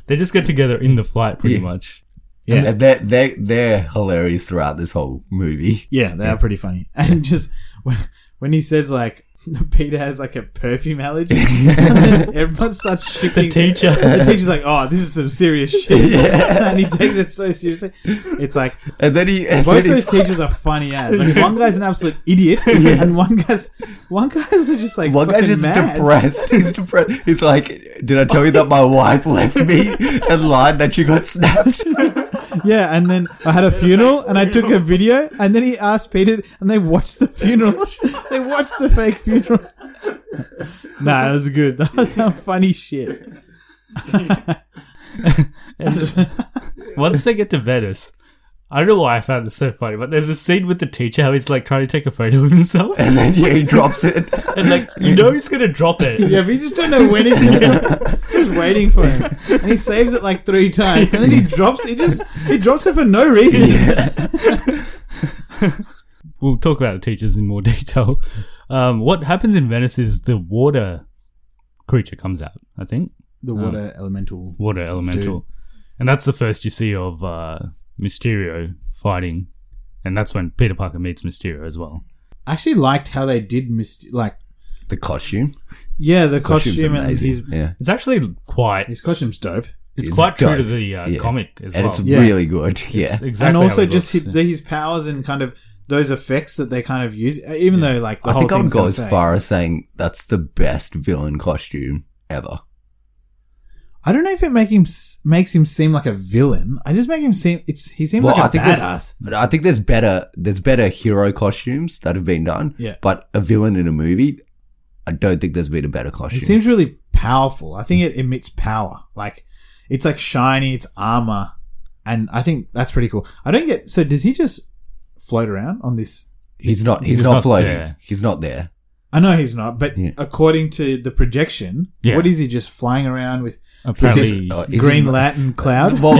Speaker 1: They just get together in the flight, pretty
Speaker 2: Yeah.
Speaker 1: much.
Speaker 3: Yeah.
Speaker 2: And they're, they're, they're hilarious throughout this whole movie.
Speaker 3: Yeah, they are pretty funny. And just when, when he says like Peter has like a perfume allergy. Everyone starts shifting.
Speaker 1: The teacher.
Speaker 3: The teacher's like, "Oh, this is some serious shit," and he takes it so seriously. It's like
Speaker 2: And then he. And
Speaker 3: both
Speaker 2: then
Speaker 3: those
Speaker 2: he's,
Speaker 3: teachers are funny as. Like one guy's an absolute idiot, and one guy's one guy's just like
Speaker 2: one guy's
Speaker 3: fucking
Speaker 2: just
Speaker 3: mad.
Speaker 2: depressed. He's depressed. He's like, "Did I tell you that my wife left me and lied that she got snapped?"
Speaker 3: Yeah, and then I had a funeral, and I took a video, and then he asked Peter, and they watched the funeral. they watched the fake funeral. nah, that was good. That was some funny shit.
Speaker 1: Once they get to Venice, I don't know why I found this so funny, but there's a scene with the teacher how he's like trying to take a photo of himself,
Speaker 2: And then yeah, he drops it.
Speaker 1: and like you know he's gonna drop it.
Speaker 3: Yeah, but you just don't know when he's gonna. just waiting for him, and he saves it like three times, and then he drops. He just he drops it for no reason.
Speaker 1: We'll talk about the teachers in more detail. Um, what happens in Venice is the water creature comes out. I think
Speaker 3: The water elemental.
Speaker 1: water elemental, and that's the first you see of uh, Mysterio fighting, and that's when Peter Parker meets Mysterio as well.
Speaker 3: I actually liked how they did mis- like
Speaker 2: The costume.
Speaker 3: yeah the
Speaker 2: Costume's
Speaker 3: costume and
Speaker 2: amazing.
Speaker 3: his
Speaker 2: yeah.
Speaker 1: It's actually quite
Speaker 3: his costume's dope.
Speaker 1: it's
Speaker 2: is
Speaker 1: quite true to
Speaker 2: dope.
Speaker 1: the uh,
Speaker 2: Yeah.
Speaker 1: comic as
Speaker 2: And
Speaker 1: well.
Speaker 2: it's
Speaker 3: Yeah.
Speaker 2: really good. Yeah.
Speaker 1: It's exactly
Speaker 3: and
Speaker 1: how
Speaker 3: also
Speaker 1: it
Speaker 3: just
Speaker 1: looks.
Speaker 3: his, his powers and kind of those effects that they kind of use, uh, even though like the
Speaker 2: I
Speaker 3: whole
Speaker 2: think I would
Speaker 3: thing's
Speaker 2: go
Speaker 3: gone
Speaker 2: as
Speaker 3: fake.
Speaker 2: far as saying that's the best villain costume ever.
Speaker 3: I don't know if it make him s- makes him seem like a villain. I just make him seem it's he seems like a
Speaker 2: I think
Speaker 3: badass.
Speaker 2: there's I think there's better there's better hero costumes that have been done.
Speaker 3: Yeah.
Speaker 2: But a villain in a movie, I don't think there's been a better costume.
Speaker 3: He seems really powerful. I think it emits power. Like it's like shiny, it's armor, and I think that's pretty cool. I don't get so does he just float around on this?
Speaker 2: he's not he's,
Speaker 1: He's
Speaker 2: not,
Speaker 1: not
Speaker 2: floating.
Speaker 1: there.
Speaker 2: He's not there.
Speaker 3: I know he's not, but
Speaker 2: Yeah.
Speaker 3: according to the projection,
Speaker 1: Yeah.
Speaker 3: what is he just flying around with
Speaker 1: apparently
Speaker 3: He's
Speaker 2: Uh, he's
Speaker 3: green
Speaker 2: just-
Speaker 3: Latin cloud?
Speaker 2: Well,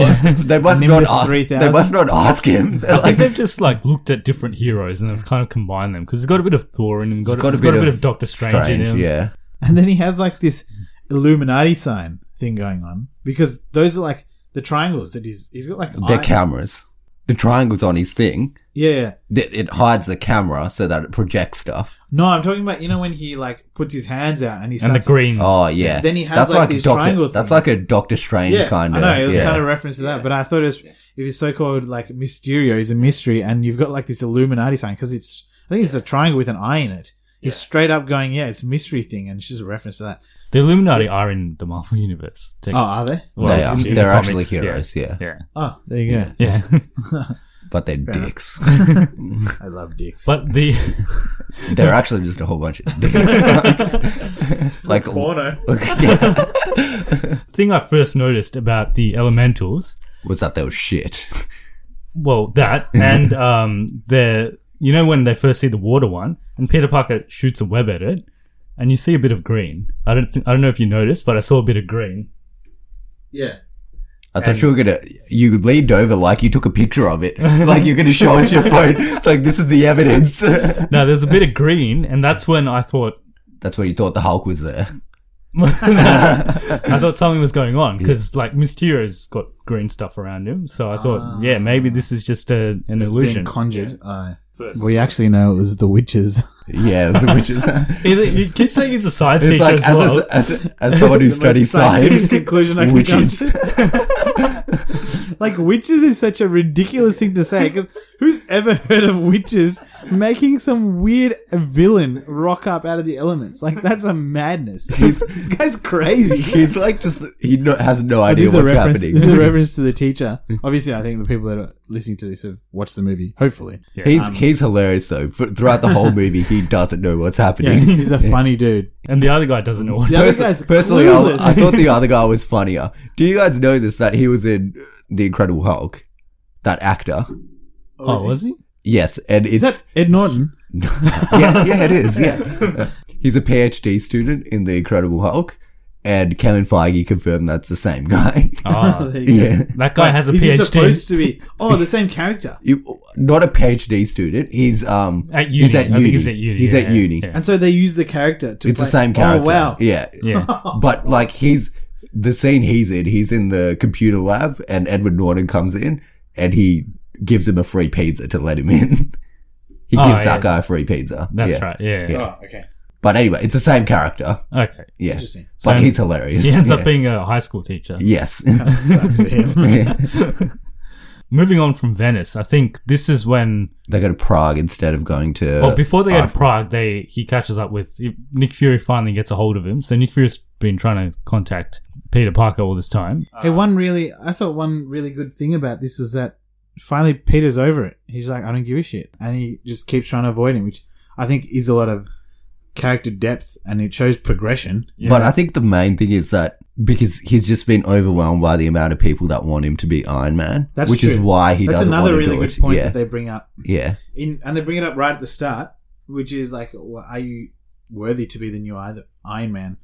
Speaker 2: they must
Speaker 3: Nimbus
Speaker 2: not. a-
Speaker 3: 3000.
Speaker 2: they must not ask him.
Speaker 1: I think
Speaker 2: Like,
Speaker 1: they've just Oh, like looked at different heroes and they've kind of combined them because it's got a bit of Thor in him, got, it's got, a, bit of, Doctor Strange, in him.
Speaker 2: yeah.
Speaker 3: And then he has like this Illuminati sign thing going on because those are like the triangles that he's he's got like
Speaker 2: They're
Speaker 3: eye-
Speaker 2: cameras. The triangle's on his thing.
Speaker 3: yeah, yeah.
Speaker 2: That it hides the camera so that it projects stuff.
Speaker 3: No, I'm talking about you know when he like puts his hands out and he
Speaker 1: And the
Speaker 3: starts
Speaker 1: green.
Speaker 2: Oh yeah.
Speaker 3: Hmm. Then he has, like, these
Speaker 2: Doctor,
Speaker 3: triangle
Speaker 2: That's
Speaker 3: things.
Speaker 2: like a Doctor Strange
Speaker 3: yeah,
Speaker 2: kind of.
Speaker 3: I know it was
Speaker 2: yeah.
Speaker 3: kind of reference to that, but I thought it was if it's so called like Mysterio is a mystery and you've got like this Illuminati sign because it's I think it's a triangle with an eye in it. He's straight up going, yeah, it's a mystery thing, and it's just a reference to that.
Speaker 1: The Illuminati are in the Marvel universe.
Speaker 3: Oh, are they?
Speaker 2: They are.
Speaker 1: in- in the
Speaker 2: They're actually
Speaker 1: comics,
Speaker 2: heroes, yeah.
Speaker 1: yeah,
Speaker 3: Oh, there you go.
Speaker 1: yeah.
Speaker 2: but they're dicks.
Speaker 3: I love dicks.
Speaker 1: but the
Speaker 2: they're actually just a whole bunch of dicks. like
Speaker 3: porno.
Speaker 2: yeah.
Speaker 1: thing I first noticed about the Elementals,
Speaker 2: was that they were shit.
Speaker 1: well, that and um, the you know when they first see the water one and Peter Parker shoots a web at it, and you see a bit of green. I don't think I don't know if you noticed, but I saw a bit of green.
Speaker 3: Yeah.
Speaker 2: I thought you were gonna. You leaned over like you took a picture of it, like you're gonna show us your phone. It's like this is the evidence.
Speaker 1: No, there's a bit of green, and that's when I thought
Speaker 2: That's where you thought the Hulk was there.
Speaker 1: I thought something was going on because like Mysterio's got green stuff around him, so I thought, yeah, maybe this is just a, an
Speaker 3: It's
Speaker 1: illusion.
Speaker 3: being conjured. Aye. We actually know it was the witches.
Speaker 2: Yeah, it was the witches.
Speaker 1: Is it, you keep saying he's a science
Speaker 2: It's
Speaker 1: teacher
Speaker 2: like
Speaker 1: as
Speaker 2: as,
Speaker 1: well.
Speaker 2: a, as, as someone who
Speaker 3: The most
Speaker 2: studies
Speaker 3: scientific
Speaker 2: science,
Speaker 3: conclusion I can
Speaker 2: witches.
Speaker 3: come to. like witches is such a ridiculous thing to say because who's ever heard of witches making some weird villain rock up out of the elements? Like that's a madness. this guy's crazy.
Speaker 2: He's like just he no, has no
Speaker 3: But
Speaker 2: idea
Speaker 3: This is, a
Speaker 2: what's
Speaker 3: reference,
Speaker 2: happening.
Speaker 3: this is a reference to the teacher. Obviously, I think the people that are listening to this have watched the movie. Hopefully,
Speaker 2: He's he's hilarious though. For, throughout the whole movie, he doesn't know what's
Speaker 3: yeah,
Speaker 2: happening.
Speaker 3: he's a funny dude.
Speaker 1: and the other guy doesn't know what.
Speaker 3: The other
Speaker 2: Perso-
Speaker 3: guy's
Speaker 2: personally, I,
Speaker 3: clueless.
Speaker 2: I thought the other guy was funnier. Do you guys know this that he was in The Incredible Hulk? That actor.
Speaker 1: Oh, was he?
Speaker 2: Yes, and
Speaker 3: Is that
Speaker 2: it's
Speaker 3: Ed Norton?
Speaker 2: yeah, yeah, it is. Yeah, he's a PhD student in The Incredible Hulk, and Kevin Feige confirmed that's the same guy.
Speaker 1: Ah,
Speaker 3: There you go.
Speaker 2: yeah,
Speaker 1: that guy has a
Speaker 3: Is he supposed
Speaker 1: PhD.
Speaker 3: to be? Oh, the same character.
Speaker 2: you, not a PhD student. He's um
Speaker 1: At uni.
Speaker 2: He's at
Speaker 1: I think
Speaker 2: uni.
Speaker 1: he's at uni,
Speaker 2: He's
Speaker 1: yeah,
Speaker 2: at uni.
Speaker 1: yeah.
Speaker 3: And so they use the character to
Speaker 2: It's the
Speaker 3: play-
Speaker 2: same character.
Speaker 3: Oh wow.
Speaker 2: Yeah.
Speaker 1: Yeah,
Speaker 2: But like he's the scene he's in, he's in the computer lab and Edward Norton comes in and he gives him a free pizza to let him in. He
Speaker 1: Oh,
Speaker 2: gives
Speaker 1: yeah.
Speaker 2: that guy a free pizza.
Speaker 1: that's
Speaker 2: Yeah.
Speaker 1: right. Yeah,
Speaker 2: Yeah.
Speaker 3: Oh, okay.
Speaker 2: But anyway, it's the same character.
Speaker 1: Okay.
Speaker 2: Yeah.
Speaker 3: Interesting.
Speaker 2: Like
Speaker 1: So-
Speaker 2: he's hilarious.
Speaker 1: He ends
Speaker 2: Yeah.
Speaker 1: up being a high school teacher.
Speaker 2: Yes.
Speaker 3: Sucks for him.
Speaker 1: Moving on from Venice, I think this is when.
Speaker 2: they go to Prague instead of going to.
Speaker 1: Well, before they go
Speaker 2: I've-
Speaker 1: to Prague, they he catches up with Nick Fury. Finally, gets a hold of him. So Nick Fury's been trying to contact Peter Parker all this time.
Speaker 3: Hey, one really, I thought one really good thing about this was that finally Peter's over it. He's like, I don't give a shit, and he just keeps trying to avoid him, which I think is a lot of character depth, and it shows progression.
Speaker 2: But I think the main thing is that because he's just been overwhelmed by the amount of people that want him to be Iron Man,
Speaker 3: That's
Speaker 2: which is
Speaker 3: true.
Speaker 2: why he
Speaker 3: That's
Speaker 2: doesn't
Speaker 3: another
Speaker 2: want to
Speaker 3: really
Speaker 2: do
Speaker 3: good
Speaker 2: it.
Speaker 3: point
Speaker 2: yeah,
Speaker 3: that they bring up
Speaker 2: yeah,
Speaker 3: in, and they bring it up right at the start, which is like, well, are you worthy to be the new Ith- Iron Man?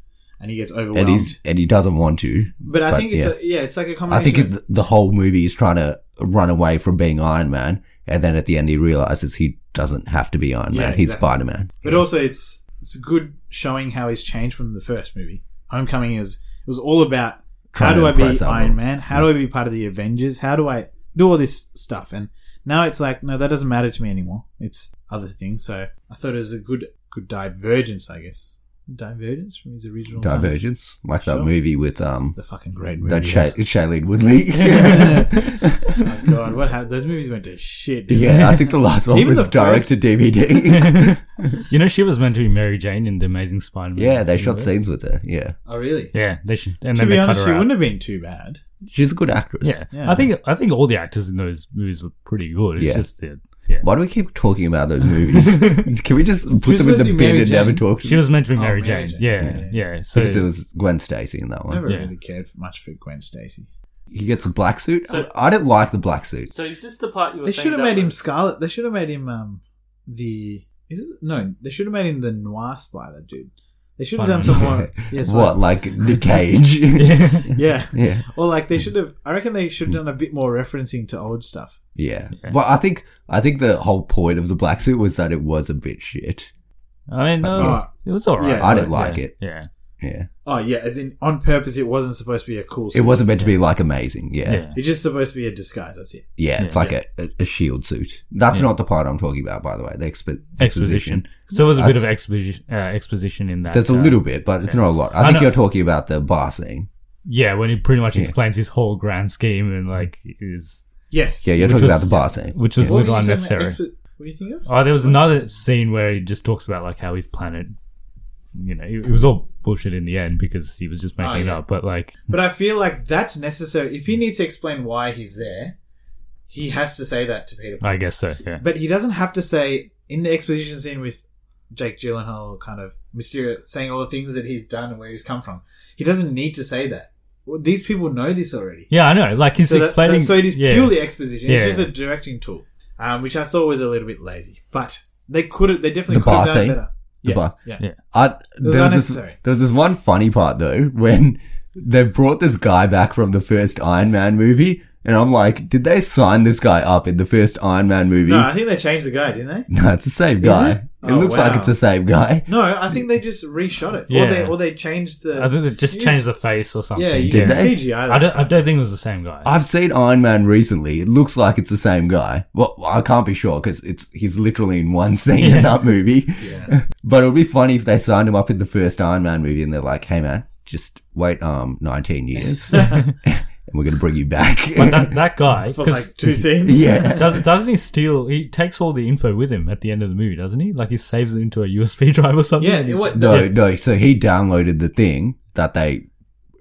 Speaker 3: And he gets overwhelmed.
Speaker 2: and he's and he doesn't want to.
Speaker 3: but I
Speaker 2: but
Speaker 3: think it's
Speaker 2: yeah.
Speaker 3: a, yeah, it's like a
Speaker 2: I
Speaker 3: combination.
Speaker 2: think
Speaker 3: of-
Speaker 2: it, the whole movie is trying to run away from being Iron Man, and then at the end he realizes he doesn't have to be Iron
Speaker 3: Yeah,
Speaker 2: Man; he's
Speaker 3: exactly.
Speaker 2: Spider Man.
Speaker 3: But also, it's it's good showing how he's changed from the first movie. Homecoming is it was all about
Speaker 2: Trying
Speaker 3: how do
Speaker 2: to
Speaker 3: I be
Speaker 2: impress
Speaker 3: Iron
Speaker 2: everyone.
Speaker 3: Man? How do I be part of the Avengers? How do I do all this stuff? And now it's like no, that doesn't matter to me anymore. It's other things. So I thought it was a good good divergence, I guess. Divergence from his original kind of-
Speaker 2: Divergence, like that
Speaker 3: Sure.
Speaker 2: movie with um
Speaker 3: The fucking great movie.
Speaker 2: that Sha- Shailene Woodley.
Speaker 3: Oh, God, what happened? Those movies went to shit. didn't
Speaker 2: yeah, I think the last one
Speaker 3: Even
Speaker 2: was
Speaker 3: the
Speaker 2: direct
Speaker 3: first-
Speaker 2: to DVD.
Speaker 1: You know, she was meant to be Mary Jane in the Amazing Spider-Man.
Speaker 2: yeah, they shot
Speaker 1: universe.
Speaker 2: scenes with her. Yeah,
Speaker 3: they? Oh, really?
Speaker 1: Yeah, they should, and
Speaker 3: To
Speaker 1: then
Speaker 3: be
Speaker 1: they
Speaker 3: honest,
Speaker 1: cut
Speaker 3: it
Speaker 1: her out.
Speaker 3: wouldn't have been too bad.
Speaker 2: she's a good actress.
Speaker 1: Yeah.
Speaker 3: Yeah.
Speaker 1: I think I think all the actors in those movies were pretty good. It's
Speaker 2: Yeah.
Speaker 1: just that yeah.
Speaker 2: Why do we keep talking about those movies? Can we just put
Speaker 3: Just
Speaker 2: them in the
Speaker 3: mostly
Speaker 2: bin
Speaker 3: Mary
Speaker 2: and
Speaker 3: Jane.
Speaker 2: never talk to
Speaker 1: She
Speaker 2: them?
Speaker 1: was meant to be
Speaker 3: Oh,
Speaker 1: Mary,
Speaker 3: Mary
Speaker 1: Jane.
Speaker 3: Jane.
Speaker 1: Yeah, yeah. So
Speaker 2: Because it was Gwen Stacy in that
Speaker 3: I
Speaker 2: one.
Speaker 3: never
Speaker 1: Yeah.
Speaker 3: really cared for much for Gwen Stacy.
Speaker 2: He gets a black suit. I I didn't like the black suit.
Speaker 1: So is this the part you
Speaker 3: They should have made him Scarlet. They should have made him um the is it no? They should have made him the Noir Spider dude. They should have done some
Speaker 1: Spider-Man.
Speaker 3: more. Yes,
Speaker 2: what, like Nick Cage? yeah.
Speaker 3: Yeah.
Speaker 2: yeah.
Speaker 3: Or like they should have. I reckon they should have done a bit more referencing to old stuff.
Speaker 2: But I think I think the whole point of the black suit was that it was a bit shit.
Speaker 1: I mean, no,
Speaker 3: Uh,
Speaker 1: it was alright.
Speaker 3: yeah.
Speaker 2: I didn't like it.
Speaker 1: Yeah,
Speaker 2: Yeah.
Speaker 3: Oh yeah, as in on purpose. It wasn't supposed to be a cool.
Speaker 2: It
Speaker 3: Suit.
Speaker 2: wasn't meant to be like amazing. Yeah.
Speaker 1: yeah.
Speaker 2: Yeah.
Speaker 3: It's just supposed to be a disguise. That's it.
Speaker 2: it's like A, a, a shield suit. That's not the part I'm talking about, by the way. The expo- exposition.
Speaker 1: Exposition. So there was a bit of
Speaker 2: That's-
Speaker 1: exposition, uh, exposition in that.
Speaker 2: There's a
Speaker 1: uh,
Speaker 2: little bit, but it's not a lot. I,
Speaker 1: I
Speaker 2: think
Speaker 1: know-
Speaker 2: you're talking about the bar scene.
Speaker 1: Yeah, when he pretty much
Speaker 2: Yeah.
Speaker 1: explains his whole grand scheme and like is
Speaker 3: Yes.
Speaker 2: Yeah, you're
Speaker 1: Which
Speaker 2: talking
Speaker 1: was-
Speaker 2: about the bar scene.
Speaker 1: which was
Speaker 3: What
Speaker 1: a
Speaker 3: were
Speaker 1: little
Speaker 3: you talking about?
Speaker 1: unnecessary.
Speaker 3: Expo- what do you think of?
Speaker 1: Oh, there was another scene where he just talks about like how his planet, you know, it, it was all bullshit in the end because he was just making
Speaker 3: Oh,
Speaker 1: it
Speaker 3: yeah.
Speaker 1: up. But like,
Speaker 3: But I feel like that's necessary. If he needs to explain why he's there, he has to say that to Peter.
Speaker 1: I guess so. Yeah,
Speaker 3: But he doesn't have to say in the exposition scene with Jake Gyllenhaal, kind of Mysterio saying all the things that he's done and where he's come from. He doesn't need to say that. Well, these people know this already.
Speaker 1: yeah, I know. Like he's
Speaker 3: so, that-
Speaker 1: explaining.
Speaker 3: that- so it is
Speaker 1: yeah.
Speaker 3: purely exposition. It's
Speaker 1: Yeah.
Speaker 3: just a directing tool, um, which I thought was a little bit lazy. But they could have. They definitely
Speaker 2: The
Speaker 3: could
Speaker 2: bar
Speaker 3: have done
Speaker 2: scene?
Speaker 3: it better.
Speaker 2: The
Speaker 3: yeah,
Speaker 2: bar-
Speaker 3: yeah.
Speaker 1: Yeah.
Speaker 2: I,
Speaker 3: was
Speaker 2: there, was this,
Speaker 3: unnecessary.
Speaker 2: there was this one funny part though when they brought this guy back from the first Iron Man movie, and I'm like, did they sign this guy up in the first Iron Man movie?
Speaker 3: No,
Speaker 2: No,
Speaker 3: I think they changed the guy, didn't they?
Speaker 2: it's the same guy.
Speaker 3: it?
Speaker 2: It,
Speaker 3: Oh,
Speaker 2: looks
Speaker 3: wow.
Speaker 2: like it's the same guy.
Speaker 3: No, I think they just reshot it, or
Speaker 1: Yeah.
Speaker 3: they or they changed the.
Speaker 1: I think they just
Speaker 3: you
Speaker 1: changed the face or something.
Speaker 3: Yeah, you
Speaker 2: Did
Speaker 3: can
Speaker 2: they?
Speaker 3: CGI. That.
Speaker 1: I don't. I don't think it was the same guy.
Speaker 2: I've seen Iron Man recently. It looks like it's the same guy. Well, I can't be sure because it's he's literally in one scene in that movie.
Speaker 3: Yeah.
Speaker 2: But it would be funny if they signed him up in the first Iron Man movie and they're like, "Hey, man, just wait um 19 years, and we're gonna bring you back."
Speaker 1: but that, that guy,
Speaker 3: for
Speaker 1: 'cause
Speaker 3: like two scenes.
Speaker 2: yeah.
Speaker 1: doesn't doesn't he steal? He takes all the info with him at the end of the movie, doesn't he? Like he saves it into a USB drive or something.
Speaker 3: Yeah, it, what,
Speaker 2: No, no. So he downloaded the thing that they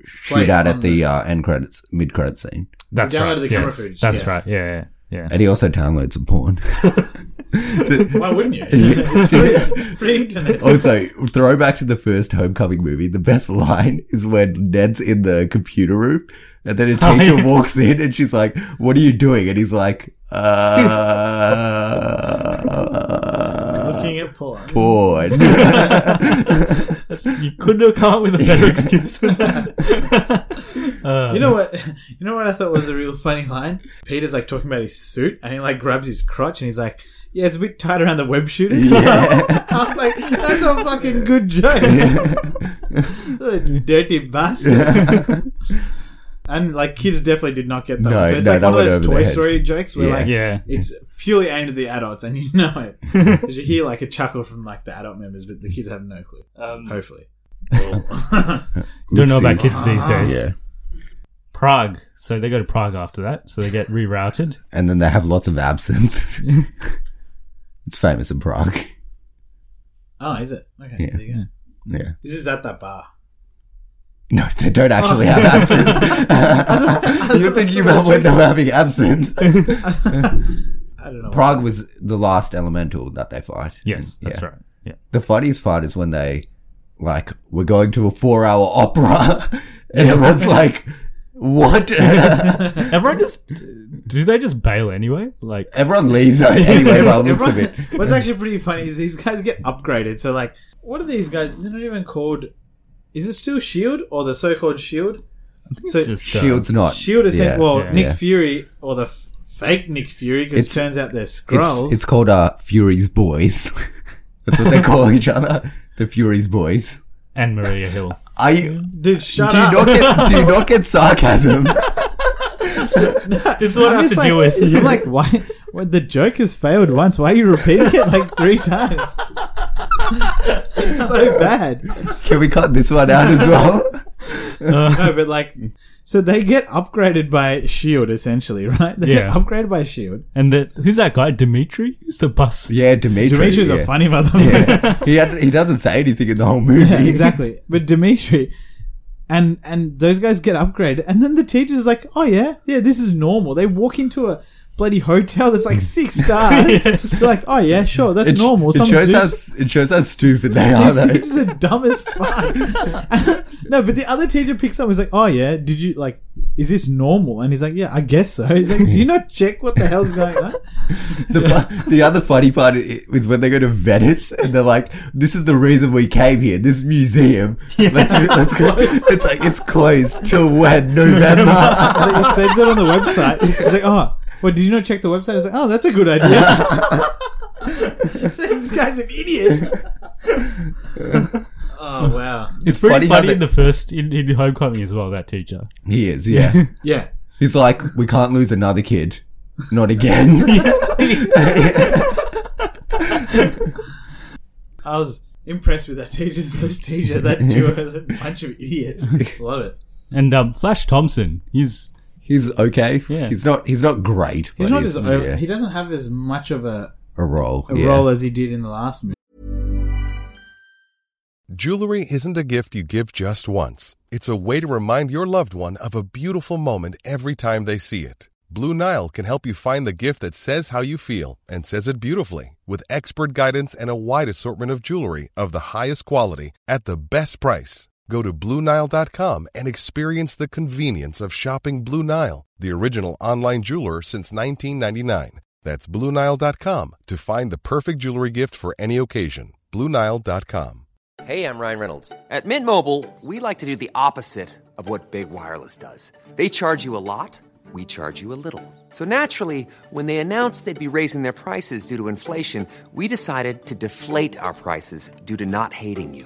Speaker 2: shoot
Speaker 3: Played
Speaker 2: out
Speaker 3: on
Speaker 2: at the uh, end credits, mid credit scene,
Speaker 1: that's
Speaker 3: Downloaded
Speaker 1: right.
Speaker 3: the camera
Speaker 1: yes.
Speaker 3: footage,
Speaker 1: That's
Speaker 3: yes.
Speaker 1: right. Yeah, yeah, yeah.
Speaker 2: and he also downloads some porn.
Speaker 3: Why wouldn't you? it's free, free internet.
Speaker 2: also, throwback to the first Homecoming movie. The best line is when Ned's in the computer room, and then a
Speaker 1: Oh,
Speaker 2: teacher
Speaker 1: yeah.
Speaker 2: walks in, and she's like, "What are you doing?" And he's like, "Uh."
Speaker 3: Looking at porn.
Speaker 2: Porn.
Speaker 1: You couldn't have come up with a better excuse. than that. uh,
Speaker 3: You know what? You know what I thought was a real funny line. Peter's like talking about his suit, and he like grabs his crotch, and he's like, "Yeah, it's a bit tight around the web shooters." I was like, "That's a fucking good joke." Dirty bastard. And like kids definitely did not get that.
Speaker 2: No,
Speaker 3: one. So it's
Speaker 2: no,
Speaker 3: like
Speaker 2: that
Speaker 3: one of
Speaker 2: went
Speaker 3: those
Speaker 2: over
Speaker 3: Toy
Speaker 2: their head.
Speaker 3: Story jokes where
Speaker 2: Yeah.
Speaker 3: like
Speaker 1: Yeah.
Speaker 3: it's purely aimed at the adults, and you know it because you hear like a chuckle from like the adult members, but the kids have no clue. Hopefully,
Speaker 1: Don't know about
Speaker 2: Oopsies.
Speaker 1: kids these days.
Speaker 2: Yeah.
Speaker 1: Prague. So they go to Prague after that. So they get rerouted.
Speaker 2: And then they have lots of absinthe. it's famous in Prague.
Speaker 3: oh, is it? Okay,
Speaker 2: Yeah.
Speaker 3: there you go.
Speaker 2: Yeah.
Speaker 3: This is at that bar.
Speaker 2: No, they don't actually
Speaker 1: Oh.
Speaker 2: have absinthe. You're thinking about when they're having absinthe.
Speaker 3: I don't know.
Speaker 2: Prague was the last elemental that they fight.
Speaker 1: Yes,
Speaker 2: And,
Speaker 1: that's
Speaker 2: yeah.
Speaker 1: right. Yeah.
Speaker 2: The funniest part is when they, like, we're going to a four hour opera, and everyone's like, what?
Speaker 1: Everyone just Uh, do they just bail anyway? Like
Speaker 2: Everyone leaves anyway by the looks of it.
Speaker 3: What's actually pretty funny is these guys get upgraded. So like, what are these guys? They're not even called. Is it still Shield E or the so-called Shield? E So
Speaker 1: it's just uh,
Speaker 2: Shield's not.
Speaker 3: Shield E is
Speaker 2: yeah,
Speaker 3: well,
Speaker 1: yeah.
Speaker 3: Nick
Speaker 2: Yeah.
Speaker 3: Fury or the f- fake Nick Fury because
Speaker 2: It's-
Speaker 3: turns out they're
Speaker 2: It's,
Speaker 3: Skrulls.
Speaker 2: it's called uh, Fury's Boys. That's what they call each other. The Fury's Boys.
Speaker 1: and Maria Hill.
Speaker 2: Are you,
Speaker 3: Dude, shut
Speaker 2: do you
Speaker 3: up!
Speaker 2: not get do you not get sarcasm?
Speaker 1: This is what I have to
Speaker 3: like,
Speaker 1: deal with.
Speaker 3: You're like, why? Well, the joke has failed once. Why are you repeating it like three times? it's so bad.
Speaker 2: Can we cut this one out as well?
Speaker 3: No, but like, so they get upgraded by Shield E essentially, right? They
Speaker 1: Yeah.
Speaker 3: get upgraded by Shield.
Speaker 1: And the, who's that guy? Dimitri? He's the bus.
Speaker 2: Yeah, Dimitri.
Speaker 3: Dimitri's
Speaker 2: yeah.
Speaker 3: a funny motherfucker.
Speaker 2: he, had, he doesn't say anything in the whole movie.
Speaker 3: Yeah, exactly. But Dimitri and and those guys get upgraded, and then the teacher's like, "Oh yeah, yeah, this is normal." They walk into a bloody hotel that's like six stars. They're like, "Oh yeah, sure, that's
Speaker 2: It, sh-
Speaker 3: normal."
Speaker 2: It
Speaker 3: Some
Speaker 2: shows,
Speaker 3: dude-
Speaker 2: how, s- it shows how stupid they are,
Speaker 3: These
Speaker 2: though.
Speaker 3: teachers are dumb as fuck. no, but the other teacher picks up and is like, oh, yeah, did you, like, is this normal? And he's like, yeah, I guess so. He's like, do you not check what the hell's going on?
Speaker 2: The, fu- the other funny part i- is when they go to Venice and they're like, "This is the reason we came here. This museum. Let's, let's go. It's like it's closed till when November."
Speaker 3: He's like, he says it on the website. He's like, oh, well, did you not check the website? He's like, oh, that's a good idea. this guy's an idiot. oh, wow.
Speaker 2: it's
Speaker 1: Pretty funny,
Speaker 2: how
Speaker 1: in
Speaker 2: they-
Speaker 1: the first in, in homecoming as well. That teacher.
Speaker 2: he is. Yeah,
Speaker 3: Yeah.
Speaker 2: he's like, "We can't lose another kid. Not again."
Speaker 3: I was impressed with that teacher's those teacher, that duo, that bunch of idiots. Love it.
Speaker 1: And um, Flash Thompson. He's
Speaker 2: he's okay.
Speaker 1: Yeah.
Speaker 2: He's not. He's not great.
Speaker 3: He's
Speaker 2: but
Speaker 3: not as over,
Speaker 2: yeah,
Speaker 3: he doesn't have as much of a,
Speaker 2: a role.
Speaker 3: a
Speaker 2: yeah.
Speaker 3: role as he did in the last movie.
Speaker 4: Jewelry isn't a gift you give just once. It's a way to remind your loved one of a beautiful moment every time they see it. Blue Nile can help you find the gift that says how you feel and says it beautifully with expert guidance and a wide assortment of jewelry of the highest quality at the best price. Go to BlueNile.com and experience the convenience of shopping Blue Nile, the original online jeweler since 1999. That's BlueNile.com to find the perfect jewelry gift for any occasion. BlueNile.com.
Speaker 5: Hey, I'm Ryan Reynolds. At Mint Mobile, we like to do the opposite of what Big Wireless does. They charge you a lot, we charge you a little. So naturally, when they announced they'd be raising their prices due to inflation, we decided to deflate our prices due to not hating you.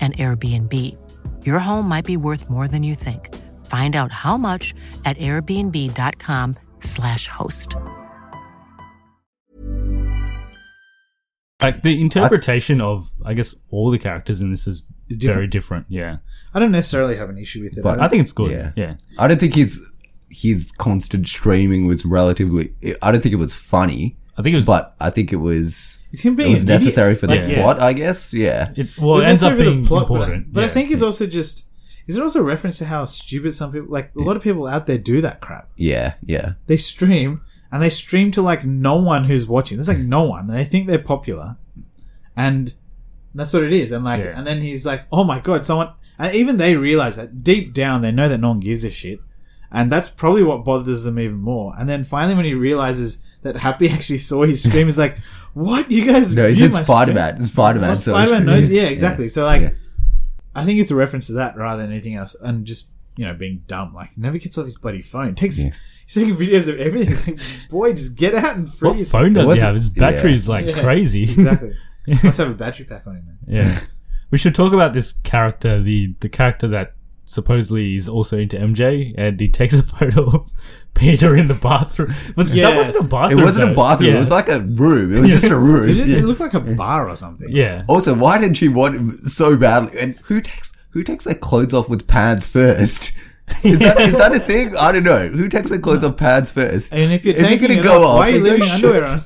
Speaker 6: an Airbnb. Your home might be worth more than you think. Find out how much at airbnb.com slash host.
Speaker 1: Like the interpretation of, I guess, all the characters in this is very
Speaker 3: Different.
Speaker 1: different. Yeah,
Speaker 3: I don't necessarily have an issue with it.
Speaker 2: But-
Speaker 1: I think it's good.
Speaker 2: Yeah.
Speaker 1: yeah.
Speaker 2: I don't think his his constant streaming was relatively. I don't think it was funny,
Speaker 1: I think it was.
Speaker 2: but I think it was
Speaker 3: it's him
Speaker 2: it
Speaker 3: being
Speaker 2: was
Speaker 3: an idiot.
Speaker 2: necessary for the
Speaker 3: Like, yeah.
Speaker 2: plot. I guess. Yeah.
Speaker 1: it, well, it
Speaker 3: was
Speaker 1: ends up
Speaker 3: necessary for
Speaker 1: being
Speaker 3: the plot, but I-
Speaker 1: important.
Speaker 3: But, I
Speaker 1: yeah.
Speaker 3: think it's also just is it also a reference to how stupid some people like a lot of people out there do that crap.
Speaker 2: Yeah. Yeah.
Speaker 3: They stream and they stream to like no one who's watching. There's like no one. They think they're popular, and that's what it is. And like,
Speaker 1: Yeah.
Speaker 3: and then he's like, "Oh my god, someone!" And even they realize that deep down, they know that no one gives a shit, and that's probably what bothers them even more. And then finally, when he realizes that Happy actually saw his stream, he's like, "What you guys?"
Speaker 2: No, he
Speaker 3: view
Speaker 2: said
Speaker 3: my
Speaker 2: Spider
Speaker 3: stream?"
Speaker 2: Man. Spider Man.
Speaker 3: Well, Spider-Man knows. Yeah, exactly. So like, I think it's a reference to that rather than anything else, and just you know being dumb. Like, he never gets off his bloody phone. Takes he's taking videos of everything. He's like, boy, just get out and free.
Speaker 1: what
Speaker 3: yourself."
Speaker 1: phone does
Speaker 2: What's
Speaker 1: he
Speaker 2: it-
Speaker 1: have? His battery
Speaker 2: Yeah.
Speaker 1: is like
Speaker 3: Yeah,
Speaker 1: crazy.
Speaker 3: Exactly. Must have a battery pack on him. Man.
Speaker 1: Yeah. We should talk about this character, the the character that supposedly is also into MJ, and he takes a photo of Peter in the bathroom. Was, That wasn't a
Speaker 3: Yes.
Speaker 2: It
Speaker 1: bathroom.
Speaker 2: wasn't a
Speaker 1: though.
Speaker 2: bathroom.
Speaker 1: Yeah.
Speaker 2: It was like a room. It was just a room.
Speaker 3: It, just-
Speaker 2: Yeah.
Speaker 3: it looked like a bar or something.
Speaker 1: yeah.
Speaker 2: Also, why did she want him so badly? And who takes who takes their clothes off with pads first? Is that is that a thing? I don't know. Who takes their clothes off pads first?
Speaker 3: And if you're
Speaker 2: If you're
Speaker 3: taking
Speaker 2: gonna
Speaker 3: it
Speaker 2: go
Speaker 3: off, why
Speaker 2: off,
Speaker 3: are you
Speaker 2: then
Speaker 3: leaving
Speaker 2: go
Speaker 3: underwear on?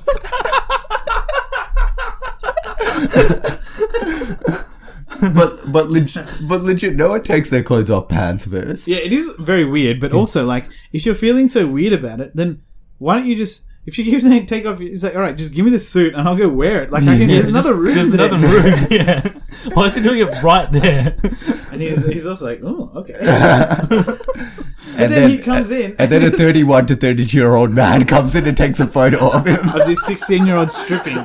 Speaker 2: but but legit, but legit, no one takes their clothes off pads first.
Speaker 3: Yeah, it is very weird, but also like if you're feeling so weird about it, then why don't you just if she keeps saying take off, it's like all right, just give me the suit and I'll go wear it. Like I can, there's another room.
Speaker 1: There's
Speaker 3: there.
Speaker 1: another room. Yeah. Why is he doing it right there?
Speaker 3: and he's, he's also like, oh okay. but then, he comes in
Speaker 2: and then a thirty-one to thirty-two year old man comes in and takes a photo of him.
Speaker 3: of this 16 year old stripping.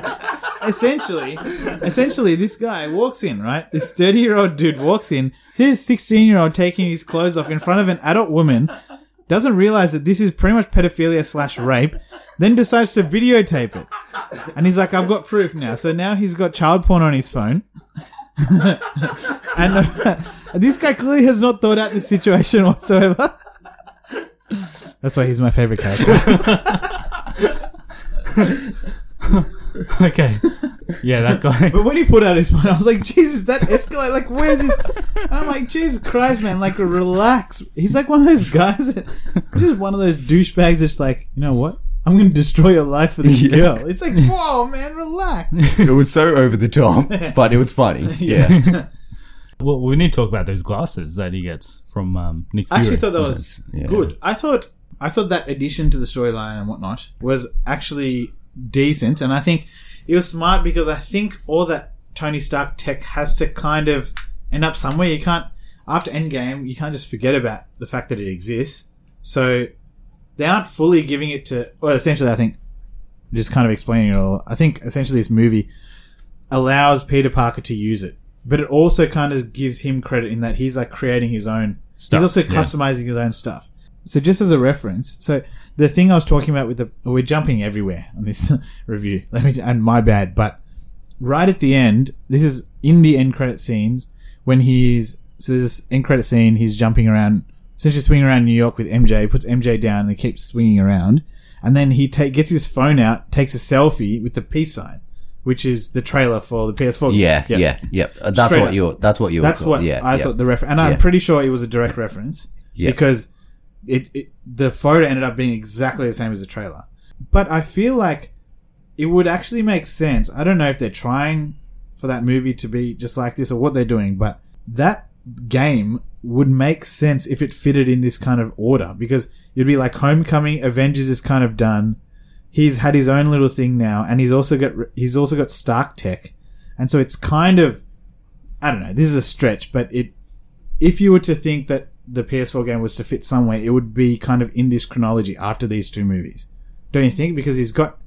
Speaker 3: Essentially, essentially, this guy walks in, right? This 30 year old dude walks in, sees 16 year old taking his clothes off in front of an adult woman, doesn't realize that this is pretty much pedophilia slash rape, then decides to videotape it. And he's like, I've got proof now. So now he's got child porn on his phone. and uh, this guy clearly has not thought out this situation whatsoever. That's why he's my favorite character.
Speaker 1: Okay. Yeah, that guy.
Speaker 3: But when he put out his phone, I was like, Jesus, that escalated. Like, where's his? And I'm like, Jesus Christ, man! Like, relax. He's like one of those guys that just one of those douchebags. That's like, you know what? I'm going to destroy your life for this girl. It's like, whoa, man, relax.
Speaker 2: it was so over the top, but it was funny. Yeah,
Speaker 1: Well, we need to talk about those glasses that he gets from um, Nick Fury.
Speaker 3: I actually thought that was
Speaker 2: Yeah.
Speaker 3: good. I thought I thought that addition to the storyline and whatnot was actually decent, and I think it was smart because I think all that Tony Stark tech has to kind of end up somewhere. You can't after Endgame, you can't just forget about the fact that it exists. So they aren't fully giving it to. Well, essentially, I think just kind of explaining it all. I think essentially this movie allows Peter Parker to use it, but it also kind of gives him credit in that he's like creating his own
Speaker 1: Stuff,
Speaker 3: He's also
Speaker 1: yeah.
Speaker 3: customizing his own stuff. So just as a reference, so the thing I was talking about with the we're jumping everywhere on this review. Let me and my bad, but right at the end, this is in the end credit scenes when he's so there's this end credit scene. He's jumping around, essentially swinging around New York with MJ. Puts MJ down and he keeps swinging around, and then he ta- gets his phone out, takes a selfie with the peace sign, which is the trailer for the PS4.
Speaker 2: yeah,
Speaker 3: Yep.
Speaker 2: yeah, yeah. Uh, That's
Speaker 3: Straight
Speaker 2: what
Speaker 3: up.
Speaker 2: you. That's what you.
Speaker 3: That's
Speaker 2: were-
Speaker 3: what
Speaker 2: yeah,
Speaker 3: I
Speaker 2: yeah.
Speaker 3: thought the reference, and I'm
Speaker 2: Yeah.
Speaker 3: pretty sure it was a direct reference
Speaker 2: Yeah.
Speaker 3: because it, it the photo ended up being exactly the same as the trailer. But I feel like it would actually make sense. I don't know if they're trying for that movie to be just like this or what they're doing, but that game would make sense if it fitted in this kind of order because you'd be like Homecoming, Avengers is kind of done. He's had his own little thing now, and he's also got he's also got Stark Tech, and so it's kind of I don't know. This is a stretch, but it if you were to think that the PS4 game was to fit somewhere, it would be kind of in this chronology after these two movies, don't you think? Because he's got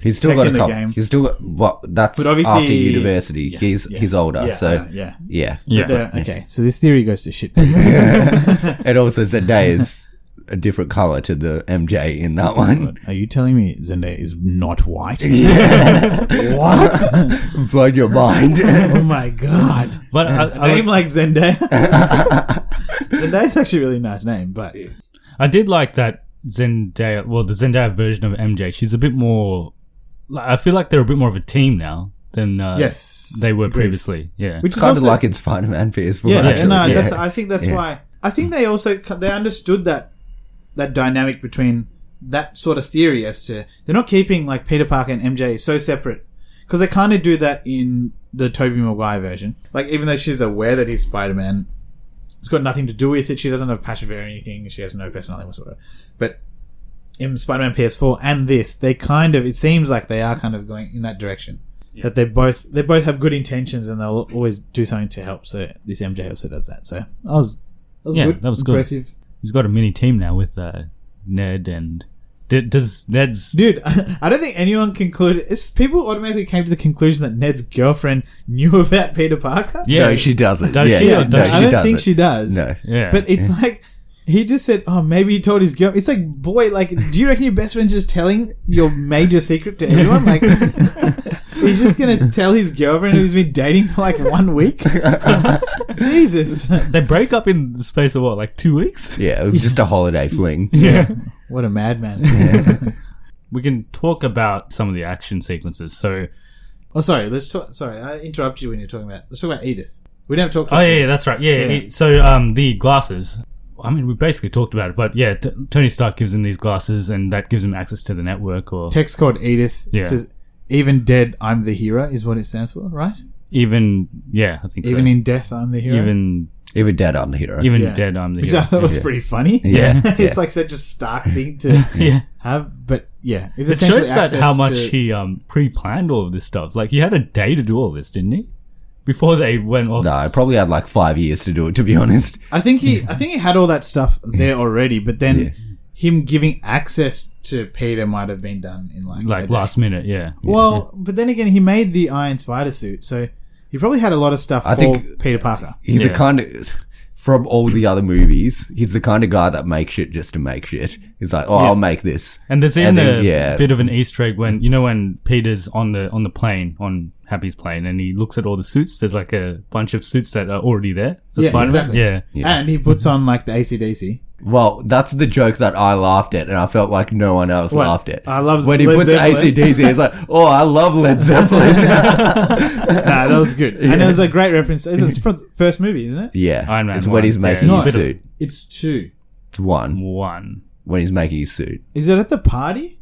Speaker 2: He's still
Speaker 3: Tech
Speaker 2: got a
Speaker 3: in the
Speaker 2: couple.
Speaker 3: game.
Speaker 2: He's still got. Well, that's
Speaker 3: But obviously-
Speaker 2: after university.
Speaker 3: yeah,
Speaker 2: he's
Speaker 3: yeah,
Speaker 2: he's older.
Speaker 3: yeah,
Speaker 2: so
Speaker 3: I know, yeah.
Speaker 2: yeah,
Speaker 1: Yeah.
Speaker 3: the, okay. So this theory goes to shit. Oh
Speaker 2: and also Zendaya is a different color to the MJ in that one.
Speaker 3: Are you telling me Zendaya is not white?
Speaker 2: What? Blown your mind.
Speaker 3: oh my god!
Speaker 1: But I, I
Speaker 3: A name
Speaker 1: like,
Speaker 3: like Zendaya. Zendaya's actually a really nice name, but
Speaker 1: I did like that Zendaya. Well, the Zendaya version of MJ. She's a bit more. like, I feel like they're a bit more of a team now than uh,
Speaker 3: Yes.
Speaker 1: they were
Speaker 3: Agreed.
Speaker 1: previously. Yeah,
Speaker 3: Which
Speaker 2: Which
Speaker 3: is
Speaker 2: is kind of
Speaker 3: also-
Speaker 2: like in Spider Man PS4.
Speaker 3: yeah,
Speaker 2: actually.
Speaker 3: no, that's,
Speaker 2: Yeah.
Speaker 3: I think that's
Speaker 2: Yeah.
Speaker 3: why. I think they also they understood that that dynamic between that sort of theory as to they're not keeping like Peter Parker and MJ so separate because they kind of do that in the Tobey Maguire version. Like even though she's aware that he's Spider Man, it's got nothing to do with it. She doesn't have passion for anything. She has no personality whatsoever. But in Spider Man PS4 and this, they kind of it seems like they are kind of going in that direction. That they both they both have good intentions and they'll always do something to help. So this MJ also does that. So I was that was
Speaker 1: yeah,
Speaker 3: good.
Speaker 1: that was good.
Speaker 3: impressive.
Speaker 1: He's got a mini team now with uh, Ned and D- does Ned's
Speaker 3: Dude, I don't think anyone concluded. It's, people automatically came to the conclusion that Ned's girlfriend knew about Peter Parker.
Speaker 2: no, she doesn't.
Speaker 1: Does
Speaker 2: yeah,
Speaker 1: she?
Speaker 2: yeah,
Speaker 1: Or does
Speaker 2: no,
Speaker 1: she?
Speaker 3: I
Speaker 2: she
Speaker 3: don't
Speaker 2: doesn't.
Speaker 3: think she does.
Speaker 2: No.
Speaker 1: yeah,
Speaker 3: But it's like he just said, "Oh, maybe he told his girl." It's like, boy, like, do you reckon your best friend's just telling your major secret to everyone? Like, he's just gonna tell his girlfriend who's been dating for like one week. Jesus,
Speaker 1: they break up in the space of what, like two weeks?
Speaker 2: Yeah, it was just a holiday fling.
Speaker 3: what a madman!
Speaker 1: We can talk about some of the action sequences. So,
Speaker 3: Oh, sorry. Let's talk. Sorry, I interrupted you when you're talking about. Let's talk about Edith. We never talked.
Speaker 1: oh yeah, yeah that's right. Yeah.
Speaker 3: Yeah.
Speaker 1: it- so, um, the glasses. I mean, we basically talked about it, but yeah, t- Tony Stark gives him these glasses, and that gives him access to the network, or
Speaker 3: text called Edith.
Speaker 1: Yeah.
Speaker 3: It says, "Even dead, I'm the hero," is what it stands for, right?
Speaker 1: even yeah, I think
Speaker 3: Even
Speaker 1: so.
Speaker 3: in death, I'm the hero.
Speaker 1: even
Speaker 2: Even Dad, I'm the hero.
Speaker 1: even
Speaker 3: Yeah.
Speaker 1: dead, I'm the
Speaker 3: Which
Speaker 1: hero.
Speaker 3: I thought was
Speaker 2: Yeah.
Speaker 3: pretty funny.
Speaker 2: Yeah. Yeah.
Speaker 3: it's like such a stark thing to
Speaker 1: Yeah.
Speaker 3: have, but yeah, it's
Speaker 1: It
Speaker 3: essentially
Speaker 1: shows that
Speaker 3: access
Speaker 1: how much
Speaker 3: to-
Speaker 1: he um, pre-planned all of this stuff. Like he had a day to do all this, didn't he? Before they went off.
Speaker 2: No, I probably had like five years to do it, to be honest.
Speaker 3: I think he, I think he had all that stuff there already, but then him giving access to Peter might have been done in like a
Speaker 1: Like
Speaker 3: day.
Speaker 1: last minute, yeah.
Speaker 3: Well, but then again, he made the Iron Spider suit, so he probably had a lot of stuff
Speaker 2: I
Speaker 3: for
Speaker 2: think-
Speaker 3: Peter Parker.
Speaker 2: He's
Speaker 1: Yeah.
Speaker 2: the kind of from all the other movies. He's the kind of guy that makes shit just to make shit. He's like, oh, I'll make this.
Speaker 1: And there's even
Speaker 2: And then,
Speaker 1: a
Speaker 2: yeah.
Speaker 1: bit of an Easter egg when you know when Peter's on the on the plane on Happy's plane and he looks at all the suits. There's like a bunch of suits that are already there for
Speaker 3: Yeah,
Speaker 1: Spider-Man.
Speaker 3: exactly.
Speaker 1: Yeah,
Speaker 3: And he puts on like the ACDC.
Speaker 2: Well, that's the joke that I laughed at, and I felt like no one else
Speaker 3: What?
Speaker 2: laughed at.
Speaker 3: I love
Speaker 2: when he
Speaker 3: Led
Speaker 2: puts
Speaker 3: Zeppelin.
Speaker 2: ACDC. He's like, oh, I love Led Zeppelin.
Speaker 3: nah, that was good. And it was a great reference. It's from the first movie, isn't it?
Speaker 2: yeah,
Speaker 1: Iron Man
Speaker 2: it's
Speaker 1: one.
Speaker 2: when he's
Speaker 1: Yeah,
Speaker 2: making
Speaker 1: it's a
Speaker 2: his
Speaker 1: bit of-
Speaker 2: suit.
Speaker 3: It's two.
Speaker 2: it's one
Speaker 1: one.
Speaker 2: when he's making his suit.
Speaker 3: Is it at the party?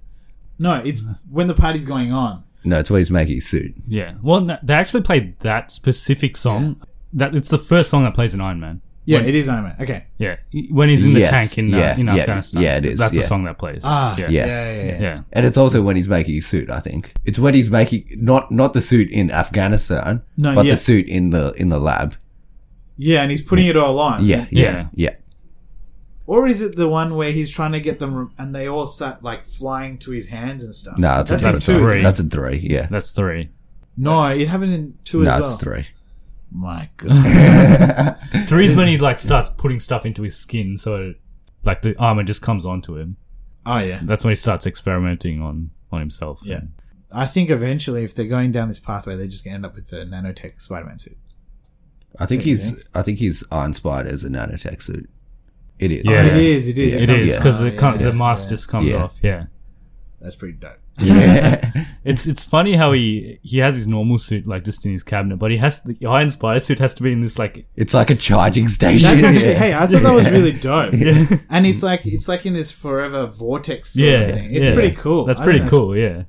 Speaker 3: No, it's when the party's going on.
Speaker 2: No, it's when he's making his suit.
Speaker 1: Yeah. Well, no, they actually played that specific song. That it's the first song that plays in Iron Man.
Speaker 3: Yeah, it is Iron Man. Okay.
Speaker 1: Yeah, when he's in the
Speaker 2: Yes,
Speaker 1: tank in uh,
Speaker 2: yeah,
Speaker 1: in
Speaker 2: yeah,
Speaker 1: Afghanistan.
Speaker 2: yeah, it is,
Speaker 1: That's
Speaker 2: yeah.
Speaker 1: the song that plays.
Speaker 3: Ah,
Speaker 2: Yeah.
Speaker 3: Yeah, yeah, yeah.
Speaker 1: yeah.
Speaker 2: And it's also when he's making his suit. I think it's when he's making not not the suit in Afghanistan,
Speaker 3: No,
Speaker 2: but
Speaker 3: yeah.
Speaker 2: the suit in the in the lab.
Speaker 3: Yeah, and he's putting it all on.
Speaker 2: Yeah,
Speaker 1: Yeah.
Speaker 2: yeah, yeah.
Speaker 3: Or is it the one where he's trying to get them re- and they all start like flying to his hands and stuff?
Speaker 2: No, it's
Speaker 3: that's
Speaker 2: a,
Speaker 3: in
Speaker 2: that's
Speaker 3: two.
Speaker 2: a
Speaker 3: isn't
Speaker 2: three.
Speaker 3: it?
Speaker 2: That's a three. Yeah,
Speaker 1: That's three.
Speaker 3: No, it happens in two
Speaker 2: no,
Speaker 3: as well.
Speaker 2: it's three.
Speaker 3: My God.
Speaker 1: Three is when he like starts putting stuff into his skin, so like the armor just comes onto him.
Speaker 3: oh yeah.
Speaker 1: That's when he starts experimenting on on himself.
Speaker 3: Yeah. I think eventually, if they're going down this pathway, they're just going to end up with the nanotech Spider-Man suit.
Speaker 2: I think he's. I think he's Iron Spider is a nanotech suit. It is.
Speaker 1: Yeah.
Speaker 3: It is. It is.
Speaker 1: It
Speaker 3: comes-
Speaker 1: is because
Speaker 3: Oh,
Speaker 1: the,
Speaker 3: yeah,
Speaker 1: com-
Speaker 3: yeah,
Speaker 1: the mask
Speaker 3: yeah.
Speaker 1: just comes
Speaker 2: Yeah.
Speaker 1: off. Yeah,
Speaker 3: That's pretty dope.
Speaker 2: Yeah.
Speaker 1: it's it's funny how he he has his normal suit like just in his cabinet, but he has the Iron Spider suit has to be in this like
Speaker 2: it's like a charging station.
Speaker 3: That's actually,
Speaker 2: Yeah.
Speaker 3: hey, I thought that was really dope. And it's like it's like in this forever vortex sort
Speaker 1: yeah
Speaker 3: of thing. It's
Speaker 1: yeah.
Speaker 3: pretty cool.
Speaker 1: That's
Speaker 3: I
Speaker 1: pretty
Speaker 3: think
Speaker 1: cool. Yeah,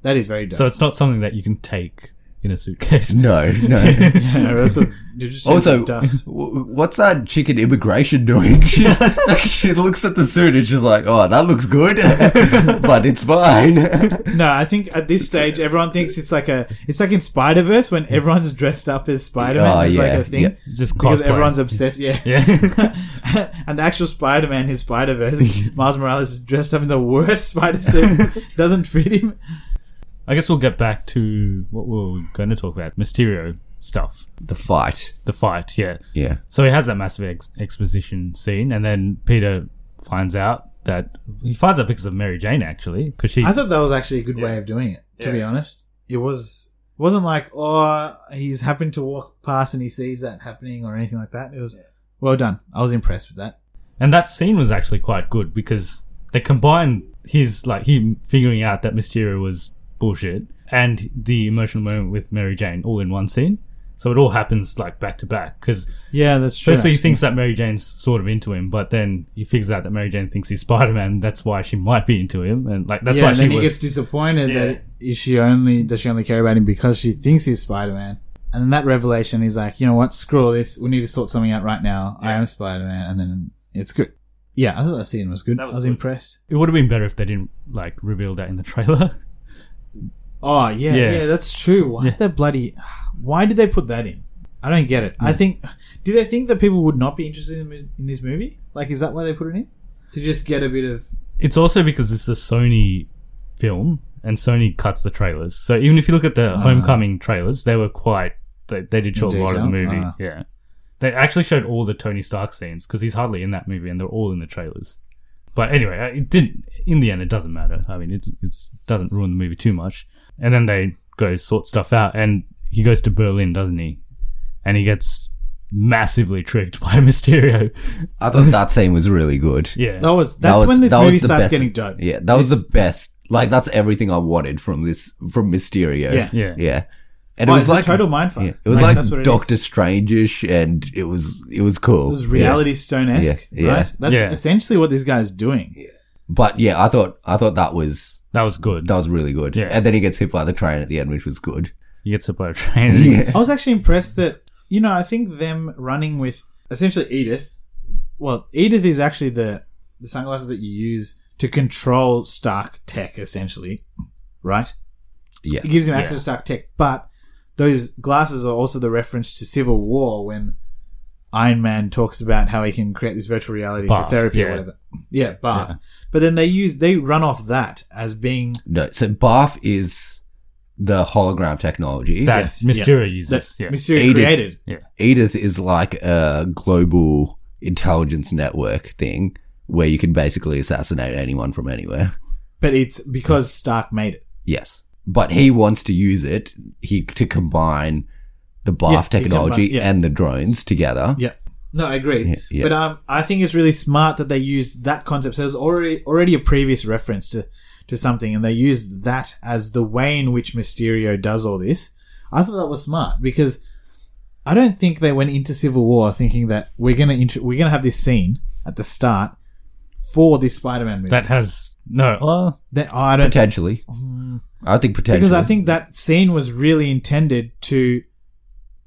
Speaker 3: That is very dope.
Speaker 1: so it's not something that you can take in a suitcase.
Speaker 2: No, no.
Speaker 3: yeah, or else it- you just turn
Speaker 2: also,
Speaker 3: to dust.
Speaker 2: w- what's that chicken immigration doing? She, like, she looks at the suit and she's like, "Oh, that looks good, but it's fine."
Speaker 3: No, I think at this stage everyone thinks it's like a it's like in Spider Verse when everyone's dressed up as Spider Man.
Speaker 2: Oh,
Speaker 3: it's like
Speaker 2: yeah,
Speaker 3: a thing.
Speaker 2: yeah.
Speaker 1: Just
Speaker 3: Because
Speaker 1: cosplay.
Speaker 3: everyone's obsessed, yeah.
Speaker 1: yeah.
Speaker 3: and the actual Spider Man, his Spider Verse, Miles Morales is dressed up in the worst spider suit. Doesn't fit him.
Speaker 1: I guess we'll get back to what we are going to talk about: Mysterio stuff,
Speaker 2: the fight.
Speaker 1: the fight. Yeah.
Speaker 2: Yeah.
Speaker 1: So he has that massive ex- exposition scene, and then Peter finds out that he finds out because of Mary Jane actually, because she.
Speaker 3: I thought that was actually a good way of doing it. To be honest, it was it wasn't like oh he's happened to walk past and he sees that happening or anything like that. It was Well done. I was impressed with that.
Speaker 1: And that scene was actually quite good because they combined his like him figuring out that Mysterio was bullshit and the emotional moment with Mary Jane all in one scene. So it all happens like back to back because
Speaker 3: Yeah, that's true.
Speaker 1: Firstly, he
Speaker 3: actually.
Speaker 1: thinks that Mary Jane's sort of into him, but then he figures out that Mary Jane thinks he's Spider Man. That's why she might be into him, and like that's
Speaker 3: yeah,
Speaker 1: why
Speaker 3: and
Speaker 1: she
Speaker 3: then he
Speaker 1: was.
Speaker 3: gets disappointed
Speaker 1: Yeah.
Speaker 3: that is she only does she only care about him because she thinks he's Spider Man. And then that revelation, he's like, you know what, screw all this. We need to sort something out right now. I am Spider Man, and then it's good. Yeah, I thought that scene was good. I was impressed.
Speaker 1: it would have been better if they didn't like reveal that in the trailer.
Speaker 3: Oh yeah,
Speaker 1: Yeah.
Speaker 3: yeah, that's true. Why
Speaker 1: Yeah.
Speaker 3: did that bloody? Why did they put that in? I don't get it. I think. Do they think that people would not be interested in, in this movie? Like, is that why they put it in? To just get a bit of
Speaker 1: it's also because it's a Sony film, and Sony cuts the trailers. So even if you look at the Homecoming trailers, they were quite. They, they did show a
Speaker 3: Ah. In
Speaker 1: lot of the
Speaker 3: detail?
Speaker 1: movie.
Speaker 3: Ah.
Speaker 1: Yeah, they actually showed all the Tony Stark scenes because he's hardly in that movie, and they're all in the trailers. But anyway, I- it didn't. In the end, it doesn't matter. I mean, it it's, doesn't ruin the movie too much. And then they go sort stuff out, and he goes to Berlin, doesn't he? And he gets massively tricked by Mysterio.
Speaker 2: I thought that scene was really good.
Speaker 1: Yeah,
Speaker 3: that was that's when this
Speaker 2: that was
Speaker 3: movie
Speaker 2: the
Speaker 3: starts
Speaker 2: best-
Speaker 3: getting dope.
Speaker 2: Yeah, that was the best. Like that's everything I wanted from this from Mysterio.
Speaker 3: Yeah.
Speaker 1: Yeah.
Speaker 2: yeah. And
Speaker 3: Oh,
Speaker 2: it was
Speaker 3: it's a
Speaker 2: like
Speaker 3: total mindfuck.
Speaker 2: Yeah, it was
Speaker 3: Like,
Speaker 2: like,
Speaker 3: that's what it is.
Speaker 2: Doctor Strange-ish, and it was it was cool.
Speaker 3: It was reality
Speaker 2: Yeah.
Speaker 3: Stone esque,
Speaker 2: Yeah, yeah.
Speaker 3: right? That's
Speaker 1: Yeah.
Speaker 3: essentially what this guy's doing.
Speaker 2: But yeah, I thought I thought that was
Speaker 1: that was good.
Speaker 2: that was really good.
Speaker 1: Yeah.
Speaker 2: And then he gets hit by the train at the end, which was good.
Speaker 1: He gets hit by a train.
Speaker 3: I was actually impressed that you know I think them running with essentially Edith. Well, Edith is actually the the sunglasses that you use to control Stark tech, essentially, right?
Speaker 2: Yeah.
Speaker 3: It gives him access to Stark tech, but those glasses are also the reference to Civil War when Iron Man talks about how he can create this virtual reality
Speaker 1: Bath,
Speaker 3: for therapy
Speaker 1: yeah.
Speaker 3: or whatever. Yeah, Bath. But then they use they run off that as being
Speaker 2: No, so Bath is the hologram technology.
Speaker 1: that
Speaker 3: Yes,
Speaker 1: Mysterio
Speaker 3: yeah.
Speaker 1: uses.
Speaker 3: that
Speaker 1: yeah.
Speaker 3: Mysterio
Speaker 2: Edith.
Speaker 3: created.
Speaker 2: Edith is like a global intelligence network thing where you can basically assassinate anyone from anywhere.
Speaker 3: But it's because Stark made it.
Speaker 2: Yes. But he wants to use it he to combine the Bath
Speaker 3: Yeah, he
Speaker 2: technology
Speaker 3: combine- yeah.
Speaker 2: and the drones together.
Speaker 3: Yeah. No, I agree.
Speaker 2: Yeah, yeah.
Speaker 3: But um, I think it's really smart that they used that concept. So there's already already a previous reference to, to something, and they used that as the way in which Mysterio does all this. I thought that was smart because I don't think they went into Civil War thinking that we're gonna int- we're gonna have this scene at the start for this Spider-Man movie.
Speaker 1: that has no.
Speaker 3: Oh.
Speaker 1: Uh,
Speaker 3: That- I don't
Speaker 2: Potentially. I think potentially.
Speaker 3: Mm. because I think that scene was really intended to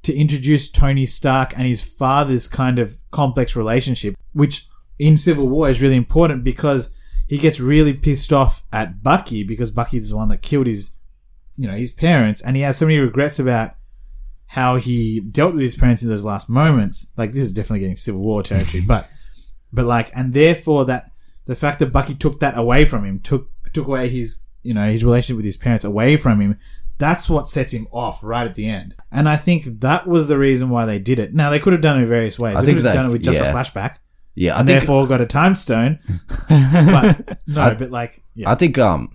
Speaker 3: to introduce Tony Stark and his father's kind of complex relationship, which in Civil War is really important because he gets really pissed off at Bucky because Bucky's the one that killed his you know his parents, and he has so many regrets about how he dealt with his parents in those last moments. Like this is definitely getting Civil War territory, but but like, and therefore that the fact that Bucky took that away from him, took took away his you know his relationship with his parents away from him. That's what sets him off right at the end, and I think that was the reason why they did it. Now they could have done it in various ways.
Speaker 2: I
Speaker 3: they
Speaker 2: think
Speaker 3: could have
Speaker 2: that-
Speaker 3: done it with just
Speaker 2: yeah.
Speaker 3: a flashback,
Speaker 2: Yeah, I
Speaker 3: and
Speaker 2: think
Speaker 3: therefore got a time stone. but, no, but like, yeah.
Speaker 2: I think um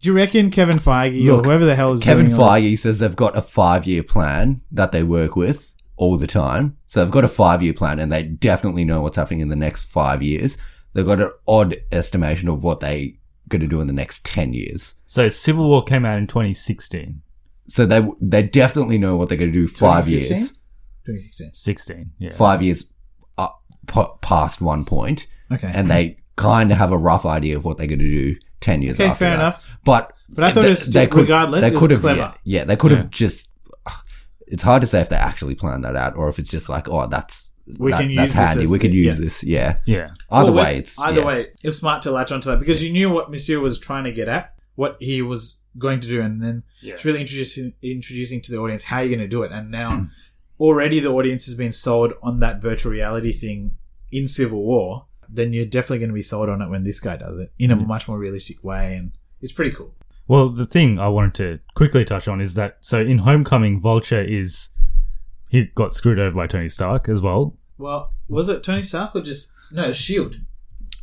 Speaker 3: do you reckon Kevin Feige
Speaker 2: Look,
Speaker 3: or whoever the hell is
Speaker 2: Kevin
Speaker 3: doing all this-
Speaker 2: Feige says they've got a five year plan that they work with all the time. So they've got a five year plan and they definitely know what's happening in the next five years. They've got an odd estimation of what they going to do in the next 10 years.
Speaker 1: so Civil War came out in 2016.
Speaker 2: So they they definitely know what they're going to do five
Speaker 3: 2015?
Speaker 2: years,
Speaker 3: 2016.
Speaker 1: 16. Yeah.
Speaker 2: five years up, p- past one point,
Speaker 3: Okay.
Speaker 2: and they kind of have a rough idea of what they're going to do 10 years
Speaker 3: Okay,
Speaker 2: after
Speaker 3: fair
Speaker 2: that.
Speaker 3: enough.
Speaker 2: But,
Speaker 3: But I thought it was still- regardless, it was
Speaker 2: have,
Speaker 3: clever.
Speaker 2: yeah, yeah, they could have just. It's hard to say if they actually planned that out or if it's just like, oh, that's
Speaker 3: We
Speaker 2: that-
Speaker 3: can use
Speaker 2: that's
Speaker 3: this
Speaker 2: handy.
Speaker 3: as
Speaker 2: we could
Speaker 3: the-
Speaker 2: use
Speaker 3: yeah.
Speaker 2: this, yeah.
Speaker 1: yeah.
Speaker 2: Either
Speaker 3: Well,
Speaker 2: way,
Speaker 3: we-
Speaker 2: it's
Speaker 3: either
Speaker 2: yeah.
Speaker 3: way, it's smart to latch onto that because you knew what Mysterio was trying to get at, what he was going to do, and then it's really introducing introducing to the audience how you're going to do it. And
Speaker 2: Hmm.
Speaker 3: now, already the audience has been sold on that virtual reality thing in Civil War. Then you're definitely going to be sold on it when this guy does it in a
Speaker 2: Hmm.
Speaker 3: much more realistic way, and it's pretty cool.
Speaker 1: Well, the thing I wanted to quickly touch on is that so in Homecoming, Vulture is he got screwed over by Tony Stark as well.
Speaker 3: Well, was it Tony Stark or just no Shield?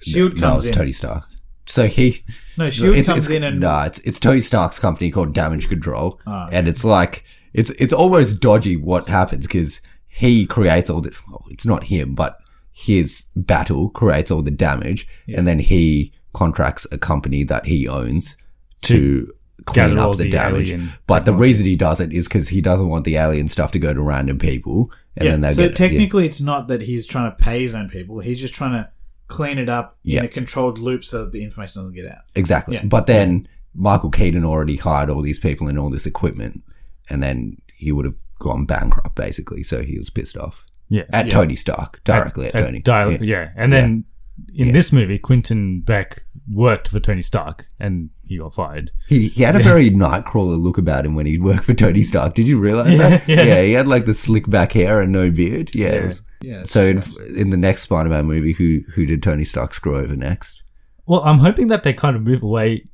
Speaker 3: Shield
Speaker 2: No,
Speaker 3: E comes
Speaker 2: it's
Speaker 3: in.
Speaker 2: Tony Stark. So he
Speaker 3: No, Shield
Speaker 2: it's,
Speaker 3: E comes
Speaker 2: it's-
Speaker 3: in and
Speaker 2: nah, it's it's Tony Stark's company called Damage Control,
Speaker 3: Ah, okay.
Speaker 2: and it's like it's it's almost dodgy what happens because he creates all the. Well, it's not him, but his battle creates all the damage, and then he contracts a company that he owns to, clean
Speaker 1: gather
Speaker 2: up
Speaker 1: all
Speaker 2: the,
Speaker 1: the
Speaker 2: damage.
Speaker 1: alien
Speaker 2: But the reason he does it is because he doesn't want the alien stuff to go to random people, and
Speaker 3: yeah.
Speaker 2: then they
Speaker 3: so
Speaker 2: get yeah.
Speaker 3: technically, it's not that he's trying to pay his own people. He's just trying to clean it up
Speaker 2: Yeah.
Speaker 3: in a controlled loop so that the information doesn't get out.
Speaker 2: Exactly.
Speaker 3: Yeah.
Speaker 2: But then Michael Keaton already hired all these people and all this equipment, and then he would have gone bankrupt basically. So he was pissed off.
Speaker 1: Yeah.
Speaker 2: At
Speaker 1: Yeah.
Speaker 2: Tony Stark, directly at, Tony.
Speaker 1: Di- yeah.
Speaker 2: Yeah.
Speaker 1: and then in this movie, Quentin Beck worked for Tony Stark, and he got fired.
Speaker 2: He, he had a very Nightcrawler look about him when he'd worked for Tony Stark. Did you realize that?
Speaker 1: yeah.
Speaker 2: he had like the slick back hair and no beard. Yeah. it was-
Speaker 3: Yeah,
Speaker 2: so in, in the next Spider-Man movie, who who did Tony Stark screw over next?
Speaker 1: Well, I'm hoping that they kind of move away.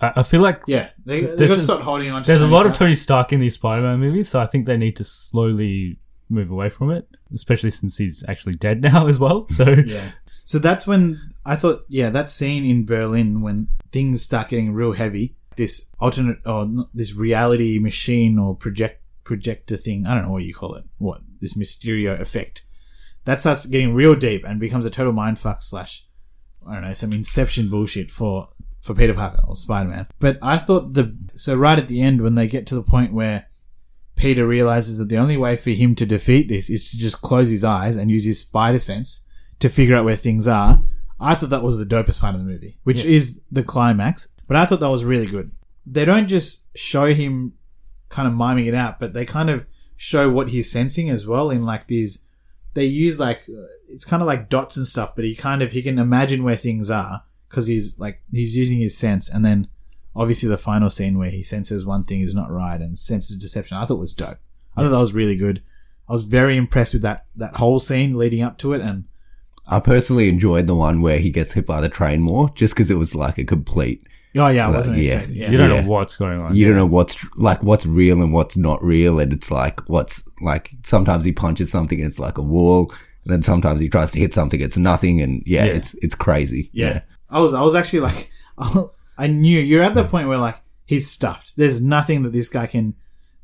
Speaker 1: I, I feel like
Speaker 3: Yeah, they,
Speaker 1: This
Speaker 3: they've got to
Speaker 1: is-
Speaker 3: start holding on. to
Speaker 1: there's a
Speaker 3: Tony
Speaker 1: lot of
Speaker 3: Stark.
Speaker 1: Tony Stark in these Spider-Man movies, so I think they need to slowly move away from it, especially since he's actually dead now as well. So
Speaker 3: Yeah. So that's when I thought, yeah, that scene in Berlin when things start getting real heavy, this alternate or not, this reality machine or project projector thing, I don't know what you call it, what this Mysterio effect, that starts getting real deep and becomes a total mindfuck slash, I don't know, some inception bullshit for for Peter Parker or Spider Man. But I thought the so right at the end when they get to the point where Peter realizes that the only way for him to defeat this is to just close his eyes and use his spider sense to figure out where things are. I thought that was the dopest part of the movie, which is the climax. But I thought that was really good. They don't just show him kind of miming it out, but they kind of show what he's sensing as well in like these. They use like uh, it's kind of like dots and stuff, but he kind of he can imagine where things are because he's like he's using his sense, and then obviously the final scene where he senses one thing is not right and senses deception. I thought was dope. I thought that was really good. I was very impressed with that that whole scene leading up to it, and
Speaker 2: I personally enjoyed the one where he gets hit by the train more, just because it was like a complete.
Speaker 3: oh yeah, I
Speaker 2: Well,
Speaker 3: wasn't
Speaker 2: yeah.
Speaker 3: expecting. Yeah.
Speaker 1: you don't
Speaker 2: Yeah.
Speaker 1: know what's going on.
Speaker 2: You don't know what's tr- like what's real and what's not real, and it's like what's like. Sometimes he punches something and it's like a wall, and then sometimes he tries to hit something, it's nothing, and yeah,
Speaker 1: Yeah.
Speaker 2: it's it's crazy.
Speaker 3: Yeah. I was I was actually like I knew you're at the point where like he's stuffed. There's nothing that this guy can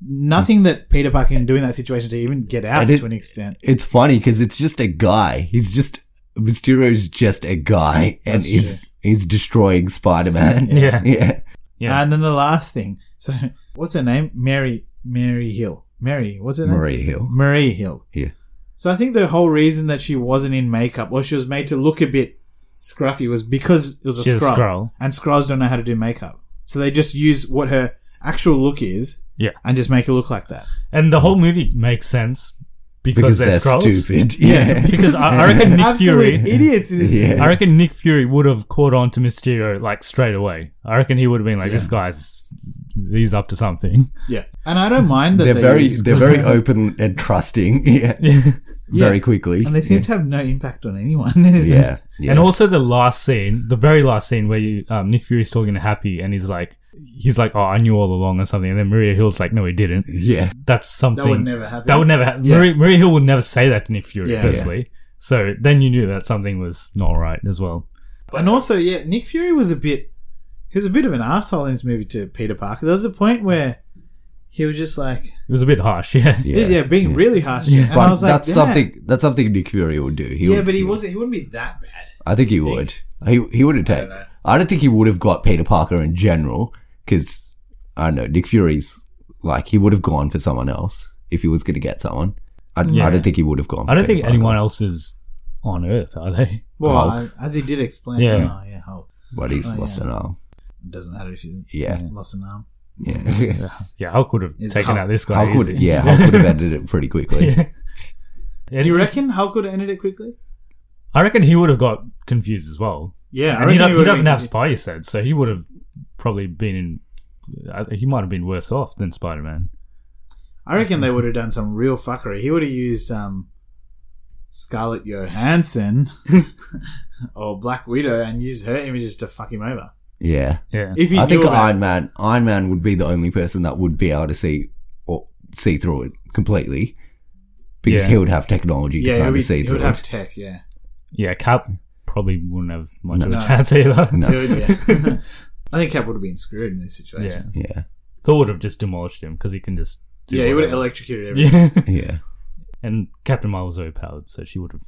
Speaker 3: nothing that Peter Parker can do in that situation to even get out
Speaker 2: And it-
Speaker 3: to an extent.
Speaker 2: it's funny because it's just a guy. He's just Mysterio's just a guy, and
Speaker 3: That's
Speaker 2: he's he's destroying Spider Man.
Speaker 1: Yeah.
Speaker 2: yeah.
Speaker 1: Yeah.
Speaker 3: And then the last thing. So what's her name? Mary Mary Hill. Mary, what's her name?
Speaker 2: Maria Hill.
Speaker 3: Marie Hill.
Speaker 2: Yeah.
Speaker 3: So I think the whole reason that she wasn't in makeup or she was made to look a bit scruffy was because it was a
Speaker 1: She's a
Speaker 3: scroll.
Speaker 1: Skrull.
Speaker 3: And scrolls don't know how to do makeup. So they just use what her actual look is
Speaker 1: Yeah.
Speaker 3: and just make her look like that.
Speaker 1: And the whole movie makes sense because,
Speaker 2: Because
Speaker 1: they're,
Speaker 2: they're
Speaker 1: Skrulls.
Speaker 2: stupid. Yeah.
Speaker 1: Because I, I reckon Nick Fury.
Speaker 3: Absolute idiots in this
Speaker 2: Yeah.
Speaker 1: I reckon Nick Fury would have caught on to Mysterio like straight away. I reckon he would have been like, "This guy's, he's up to something."
Speaker 3: Yeah, and I don't mind that
Speaker 2: They're
Speaker 3: they
Speaker 2: very
Speaker 3: use-
Speaker 2: they're very open and trusting. Yeah. Very quickly.
Speaker 3: and they seem to have no impact on anyone. It's-
Speaker 2: yeah. yeah.
Speaker 1: And also the last scene, the very last scene where you, um, Nick Fury's talking to Happy, and he's like, "He's like, oh, I knew all along," or something. And then Maria Hill's like, "No, he didn't."
Speaker 2: yeah.
Speaker 1: That's something
Speaker 3: never happen.
Speaker 1: That would never happen.
Speaker 3: Yeah.
Speaker 1: Maria, Maria Hill would never say that to Nick Fury,
Speaker 3: Yeah.
Speaker 1: firstly. So then you knew that something was not right as well.
Speaker 3: and also, yeah, Nick Fury was a bit. He was a bit of an asshole in this movie to Peter Parker. There was a point where he was just like,
Speaker 1: It was a bit harsh, yeah.
Speaker 3: yeah, being really harsh. And
Speaker 2: But
Speaker 3: I was like,
Speaker 2: that's
Speaker 3: "Yeah."
Speaker 2: something that's something Nick Fury would do. He
Speaker 3: Yeah,
Speaker 2: would-
Speaker 3: but he
Speaker 2: would-
Speaker 3: wasn't. He wouldn't be that bad.
Speaker 2: I think he would. He he wouldn't take. I don't, think he would have got Peter Parker in general because I don't know Nick Fury's like he would have gone for someone else if he was going to get someone. I, I don't think he would have gone. For
Speaker 1: I don't
Speaker 2: Peter
Speaker 1: think
Speaker 2: Parker.
Speaker 1: anyone else is on Earth, are they?
Speaker 3: Well,
Speaker 2: Hulk.
Speaker 3: I- as he did explain,
Speaker 1: Yeah.
Speaker 3: yeah, oh, yeah, Hulk.
Speaker 2: But he's lost an arm.
Speaker 3: It doesn't matter if you
Speaker 2: Yeah.
Speaker 3: lost an arm.
Speaker 2: Yeah,
Speaker 1: Yeah, Hulk would have
Speaker 3: Is
Speaker 1: taken
Speaker 3: Hulk-
Speaker 1: out this guy.
Speaker 2: Hulk would.
Speaker 1: easy.
Speaker 2: Yeah, Hulk would have ended it pretty quickly.
Speaker 1: And
Speaker 3: You reckon Hulk would have ended it quickly?
Speaker 1: I reckon he would have got confused as well.
Speaker 3: Yeah,
Speaker 1: and he, don't- he
Speaker 3: would've
Speaker 1: doesn't
Speaker 3: been-
Speaker 1: have Spidey sense, so he would have probably been in. I- He might have been worse off than Spider Man.
Speaker 3: I reckon they would have done some real fuckery. He would have used um, Scarlett Johansson or Black Widow and used her images to fuck him over.
Speaker 2: Yeah,
Speaker 1: Yeah.
Speaker 3: If he
Speaker 2: I
Speaker 3: knew
Speaker 2: think
Speaker 3: about
Speaker 2: Iron Man. Iron Man would be the only person that would be able to see or see through it completely because
Speaker 1: Yeah.
Speaker 2: he would have technology to
Speaker 3: yeah, he
Speaker 2: kind
Speaker 3: would,
Speaker 2: of see
Speaker 3: he
Speaker 2: through
Speaker 3: would
Speaker 2: it.
Speaker 3: have tech. Yeah,
Speaker 1: Yeah, Cap probably wouldn't have much of a
Speaker 3: No.
Speaker 1: chance either.
Speaker 2: No.
Speaker 3: He would, yeah. I think Cap would have been screwed in this
Speaker 1: Yeah.
Speaker 3: situation.
Speaker 2: yeah,
Speaker 1: Thor would have just demolished him because he can just. do
Speaker 3: Yeah, he would have
Speaker 1: whatever.
Speaker 3: electrocuted everything.
Speaker 1: Yeah.
Speaker 2: yeah.
Speaker 1: and Captain Marvel's overpowered, so she would have.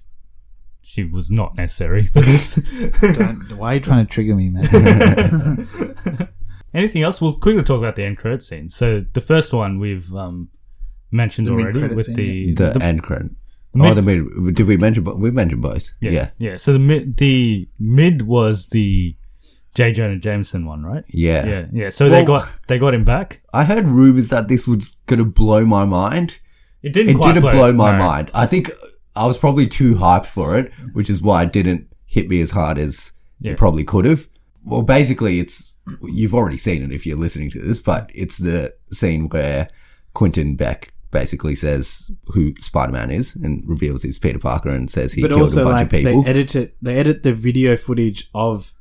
Speaker 1: she was not necessary for this.
Speaker 3: Don't- why are you trying to trigger me, man?
Speaker 1: Anything else? We'll quickly talk about the end credit scene. So the first one we've um, mentioned
Speaker 3: The
Speaker 1: already
Speaker 3: mid-credit
Speaker 1: with the,
Speaker 3: scene,
Speaker 2: The,
Speaker 1: the-
Speaker 2: end credit.
Speaker 1: The
Speaker 2: oh,
Speaker 1: mid-
Speaker 2: the mid, did we mention both? We mentioned both. Yeah.
Speaker 1: yeah
Speaker 2: Yeah.
Speaker 1: yeah. So the mid the mid was the J Jonah Jameson one, right? yeah yeah. So they
Speaker 2: Well-
Speaker 1: got they got him back.
Speaker 2: I heard rumors that this was going to blow my mind.
Speaker 1: It didn't.
Speaker 2: it
Speaker 1: quite
Speaker 2: didn't blow, my
Speaker 1: no.
Speaker 2: mind. I think I was probably too hyped for it, which is why it didn't hit me as hard as
Speaker 1: Yeah.
Speaker 2: it probably could have. Well, basically, it's you've already seen it if you're listening to this, but it's the scene where Quentin Beck basically says who Spider Man is and reveals he's Peter Parker and says he
Speaker 3: but
Speaker 2: killed
Speaker 3: also,
Speaker 2: a bunch
Speaker 3: like
Speaker 2: of people.
Speaker 3: they edit it, they edit the video footage of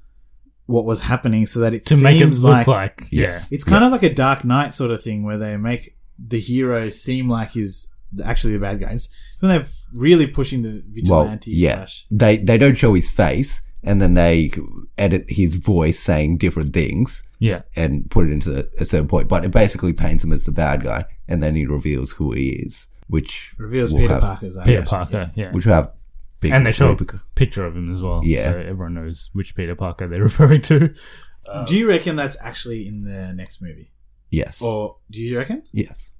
Speaker 3: what was happening so that it
Speaker 1: to
Speaker 3: seems
Speaker 1: make it look like,
Speaker 3: like,
Speaker 2: Yes.
Speaker 3: it's kind of like a Dark Knight sort of thing where they make the hero seem like he's actually the bad guy. It's when they're really pushing the vigilante slash
Speaker 2: they they don't show his face, and then they edit his voice saying different things
Speaker 1: yeah yeah
Speaker 2: and put it into a certain point. But it basically paints him as the bad guy, and then he reveals who he is, which
Speaker 3: reveals
Speaker 2: will
Speaker 3: Peter
Speaker 2: have-
Speaker 3: Parker's
Speaker 1: Peter
Speaker 3: identity.
Speaker 1: Parker yeah.
Speaker 2: which will have big
Speaker 1: and they show a
Speaker 2: repercu-
Speaker 1: picture of him as well,
Speaker 2: Yeah.
Speaker 1: so everyone knows which Peter Parker they're referring to.
Speaker 3: Do you reckon that's actually in the next movie,
Speaker 2: Yes.
Speaker 3: or do you reckon?
Speaker 2: yes.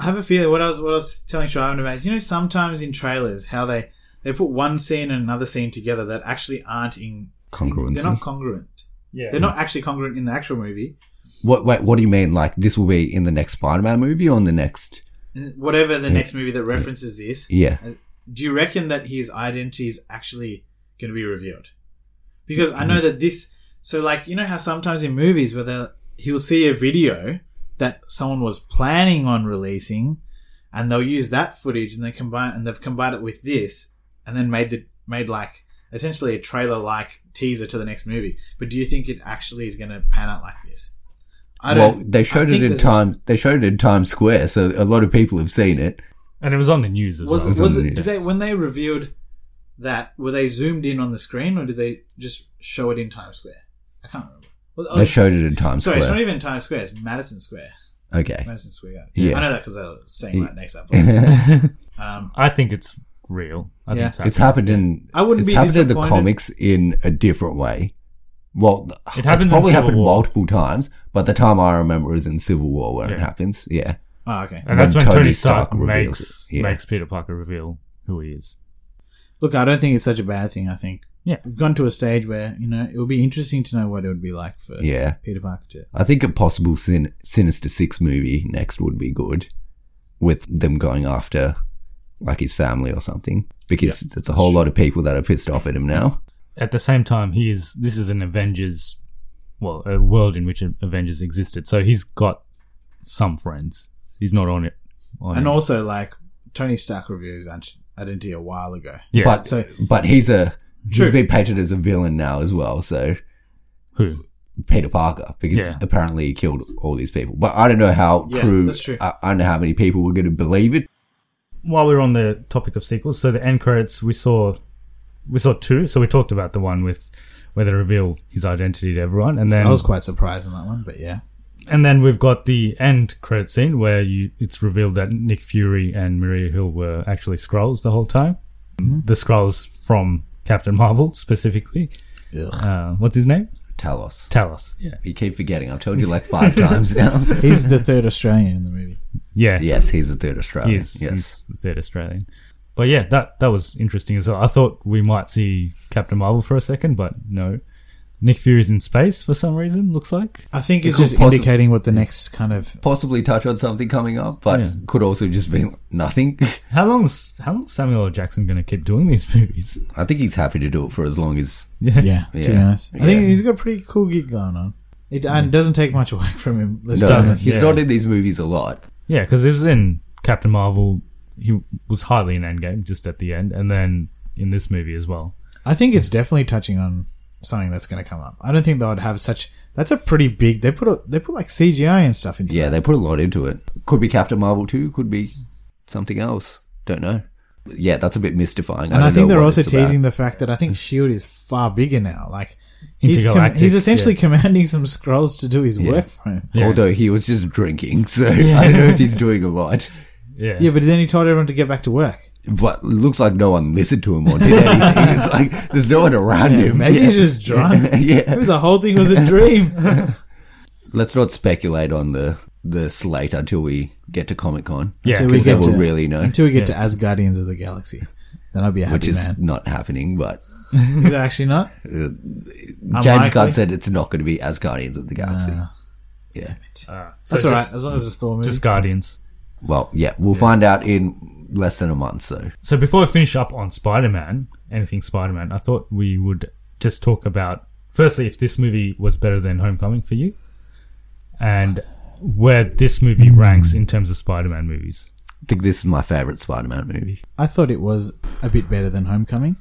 Speaker 3: I have a feeling what I was what I was telling Shriven about is you know sometimes in trailers how they they put one scene and another scene together that actually aren't in
Speaker 2: Congruency.
Speaker 3: They're not congruent.
Speaker 1: Yeah,
Speaker 3: They're not actually congruent in the actual movie.
Speaker 2: What wait, what do you mean? Like this will be in the next Spider-Man movie or in the next?
Speaker 3: Whatever the next movie that references this,
Speaker 2: Yeah.
Speaker 3: do you reckon that his identity is actually going to be revealed? Because I
Speaker 2: Mm-hmm.
Speaker 3: know that this. So, like, you know how sometimes in movies where they'll- he'll see a video that someone was planning on releasing, and they'll use that footage and they combine and they've combined it with this, and then made the made like essentially a trailer like teaser to the next movie. But do you think it actually is going to pan out like this? I
Speaker 2: Well, they showed
Speaker 3: I
Speaker 2: it
Speaker 3: think
Speaker 2: in
Speaker 3: there's
Speaker 2: time. they showed it in Times Square, so a lot of people have seen it.
Speaker 1: and it was on the news as
Speaker 3: was
Speaker 1: well.
Speaker 3: it,
Speaker 2: It's
Speaker 3: was
Speaker 2: on the
Speaker 3: it did
Speaker 2: news.
Speaker 3: they when they revealed that were they zoomed in on the screen or did they just show it in Times Square? I can't remember. Well, oh,
Speaker 2: They showed it in Times
Speaker 3: sorry, it's not
Speaker 2: Square.
Speaker 3: even Times Square. It's Madison Square.
Speaker 2: Okay.
Speaker 3: Madison Square. Garden.
Speaker 2: Yeah.
Speaker 3: I know that because I was saying right next to that place. um,
Speaker 1: I think it's real. I
Speaker 3: Yeah.
Speaker 1: think so.
Speaker 2: It's happened in.
Speaker 3: I wouldn't
Speaker 2: it's
Speaker 3: be
Speaker 2: happened in the
Speaker 3: disappointed.
Speaker 2: comics in a different way. Well,
Speaker 1: It happens in
Speaker 2: it's
Speaker 1: Civil
Speaker 2: probably happened
Speaker 1: War.
Speaker 2: multiple times, but the time I remember is in Civil War when it
Speaker 1: Yeah.
Speaker 2: happens. Yeah,
Speaker 3: oh, okay.
Speaker 1: and that's when
Speaker 2: when
Speaker 1: Tony,
Speaker 2: Tony
Speaker 1: Stark,
Speaker 2: Stark reveals
Speaker 1: makes
Speaker 2: it, yeah.
Speaker 1: makes Peter Parker reveal who he is.
Speaker 3: Look, I don't think it's such a bad thing. I think
Speaker 1: Yeah.
Speaker 3: we've gone to a stage where you know it would be interesting to know what it would be like for
Speaker 2: yeah.
Speaker 3: Peter Parker to.
Speaker 2: I think a possible Sin- Sinister Six movie next would be good, with them going after like his family or something, because there's a whole lot of people that are pissed off at him now.
Speaker 1: At the same time, he is. This is an Avengers, well, a world in which Avengers existed. So he's got some friends. He's not on it. On
Speaker 3: And
Speaker 1: it.
Speaker 3: also, like Tony Stark revealed his identity a while ago.
Speaker 1: yeah,
Speaker 2: But
Speaker 3: So-
Speaker 2: but he's a
Speaker 3: True.
Speaker 2: he's been painted as a villain now as well. So
Speaker 1: who?
Speaker 2: Peter Parker because
Speaker 1: Yeah.
Speaker 2: apparently he killed all these people. But I don't know how
Speaker 3: Yeah,
Speaker 2: true.
Speaker 3: that's true.
Speaker 2: I, I don't know how many people were going to believe it.
Speaker 1: while we're on the topic of sequels, so the end credits we saw, we saw two. So we talked about the one with where they reveal his identity to everyone, and then
Speaker 3: I was quite surprised on that one, but yeah.
Speaker 1: and then we've got the end credit scene where you it's revealed that Nick Fury and Maria Hill were actually Skrulls the whole time,
Speaker 3: Mm-hmm.
Speaker 1: the Skrulls from Captain Marvel specifically.
Speaker 3: Ugh.
Speaker 1: Uh, what's his name?
Speaker 2: Talos.
Speaker 1: Talos. Yeah.
Speaker 2: You keep forgetting. I've told you like five times now.
Speaker 3: He's the third Australian in the movie.
Speaker 1: Yeah.
Speaker 2: yes, he's the third Australian.
Speaker 1: He is,
Speaker 2: yes.
Speaker 1: he's the third Australian. But yeah, that that was interesting as well. I thought we might see Captain Marvel for a second, but no. Nick Fury's in space for some reason, looks like.
Speaker 3: I think it's
Speaker 2: could
Speaker 3: just
Speaker 2: possi-
Speaker 3: indicating what the next kind of.
Speaker 2: Possibly touch on something coming up, but could also just be nothing.
Speaker 1: How long's how long's Samuel L. Jackson gonna keep doing these movies?
Speaker 2: I think he's happy to do it for as long as
Speaker 3: Yeah, to be
Speaker 2: Yeah.
Speaker 3: honest. I think
Speaker 2: Yeah.
Speaker 3: he's got a pretty cool gig going on. It and it doesn't take much away from him. Let's
Speaker 2: no,
Speaker 3: be
Speaker 1: doesn't,
Speaker 3: honest.
Speaker 2: he's
Speaker 1: yeah.
Speaker 2: not in these movies a lot.
Speaker 1: Yeah, because he was in Captain Marvel. He was hardly in Endgame, just at the end, and then in this movie as well.
Speaker 3: I think it's definitely touching on something that's going to come up. I don't think they would have such. That's a pretty big. They put a, they put like CGI and stuff into.
Speaker 2: Yeah,
Speaker 3: Yeah,
Speaker 2: they put a lot into it. Could be Captain Marvel too. Could be something else. Don't know. Yeah, that's a bit mystifying.
Speaker 3: and I,
Speaker 2: don't
Speaker 3: think
Speaker 2: know
Speaker 3: they're
Speaker 2: what
Speaker 3: also
Speaker 2: it's about.
Speaker 3: teasing the fact that I think Shield is far bigger now. Like he's com-
Speaker 1: Intergalactic,
Speaker 3: he's essentially
Speaker 1: yeah.
Speaker 3: commanding some scrolls to do his work for him.
Speaker 2: Although he was just drinking, so I don't know if he's doing a lot.
Speaker 1: Yeah,
Speaker 3: Yeah, but then he told everyone to get back to work.
Speaker 2: But it looks like no one listened to him or did anything. it's like there's no one around
Speaker 3: Yeah,
Speaker 2: him.
Speaker 3: maybe he's just drunk.
Speaker 2: yeah.
Speaker 3: Maybe the whole thing was a dream.
Speaker 2: Let's not speculate on the the slate until we get to Comic Con.
Speaker 3: until we
Speaker 2: because
Speaker 3: get
Speaker 2: then we'll
Speaker 3: to
Speaker 2: really know.
Speaker 3: until we get to As Guardians of the Galaxy, then I'll be a happy
Speaker 2: which is
Speaker 3: man.
Speaker 2: not happening. But
Speaker 3: Is it actually not?
Speaker 2: uh, James
Speaker 3: Unlikely.
Speaker 2: Gunn said it's not going to be as Guardians of the Galaxy. Yeah.
Speaker 1: So
Speaker 3: That's all
Speaker 1: just-
Speaker 3: right, as long as it's Thor movie.
Speaker 1: Just Guardians.
Speaker 2: Well, yeah, we'll find out in less than a month. So
Speaker 1: So before I finish up on Spider Man, anything Spider Man, I thought we would just talk about firstly if this movie was better than Homecoming for you, and where this movie ranks in terms of Spider Man movies.
Speaker 2: I think this is my favorite Spider-Man movie.
Speaker 3: I thought it was a bit better than Homecoming.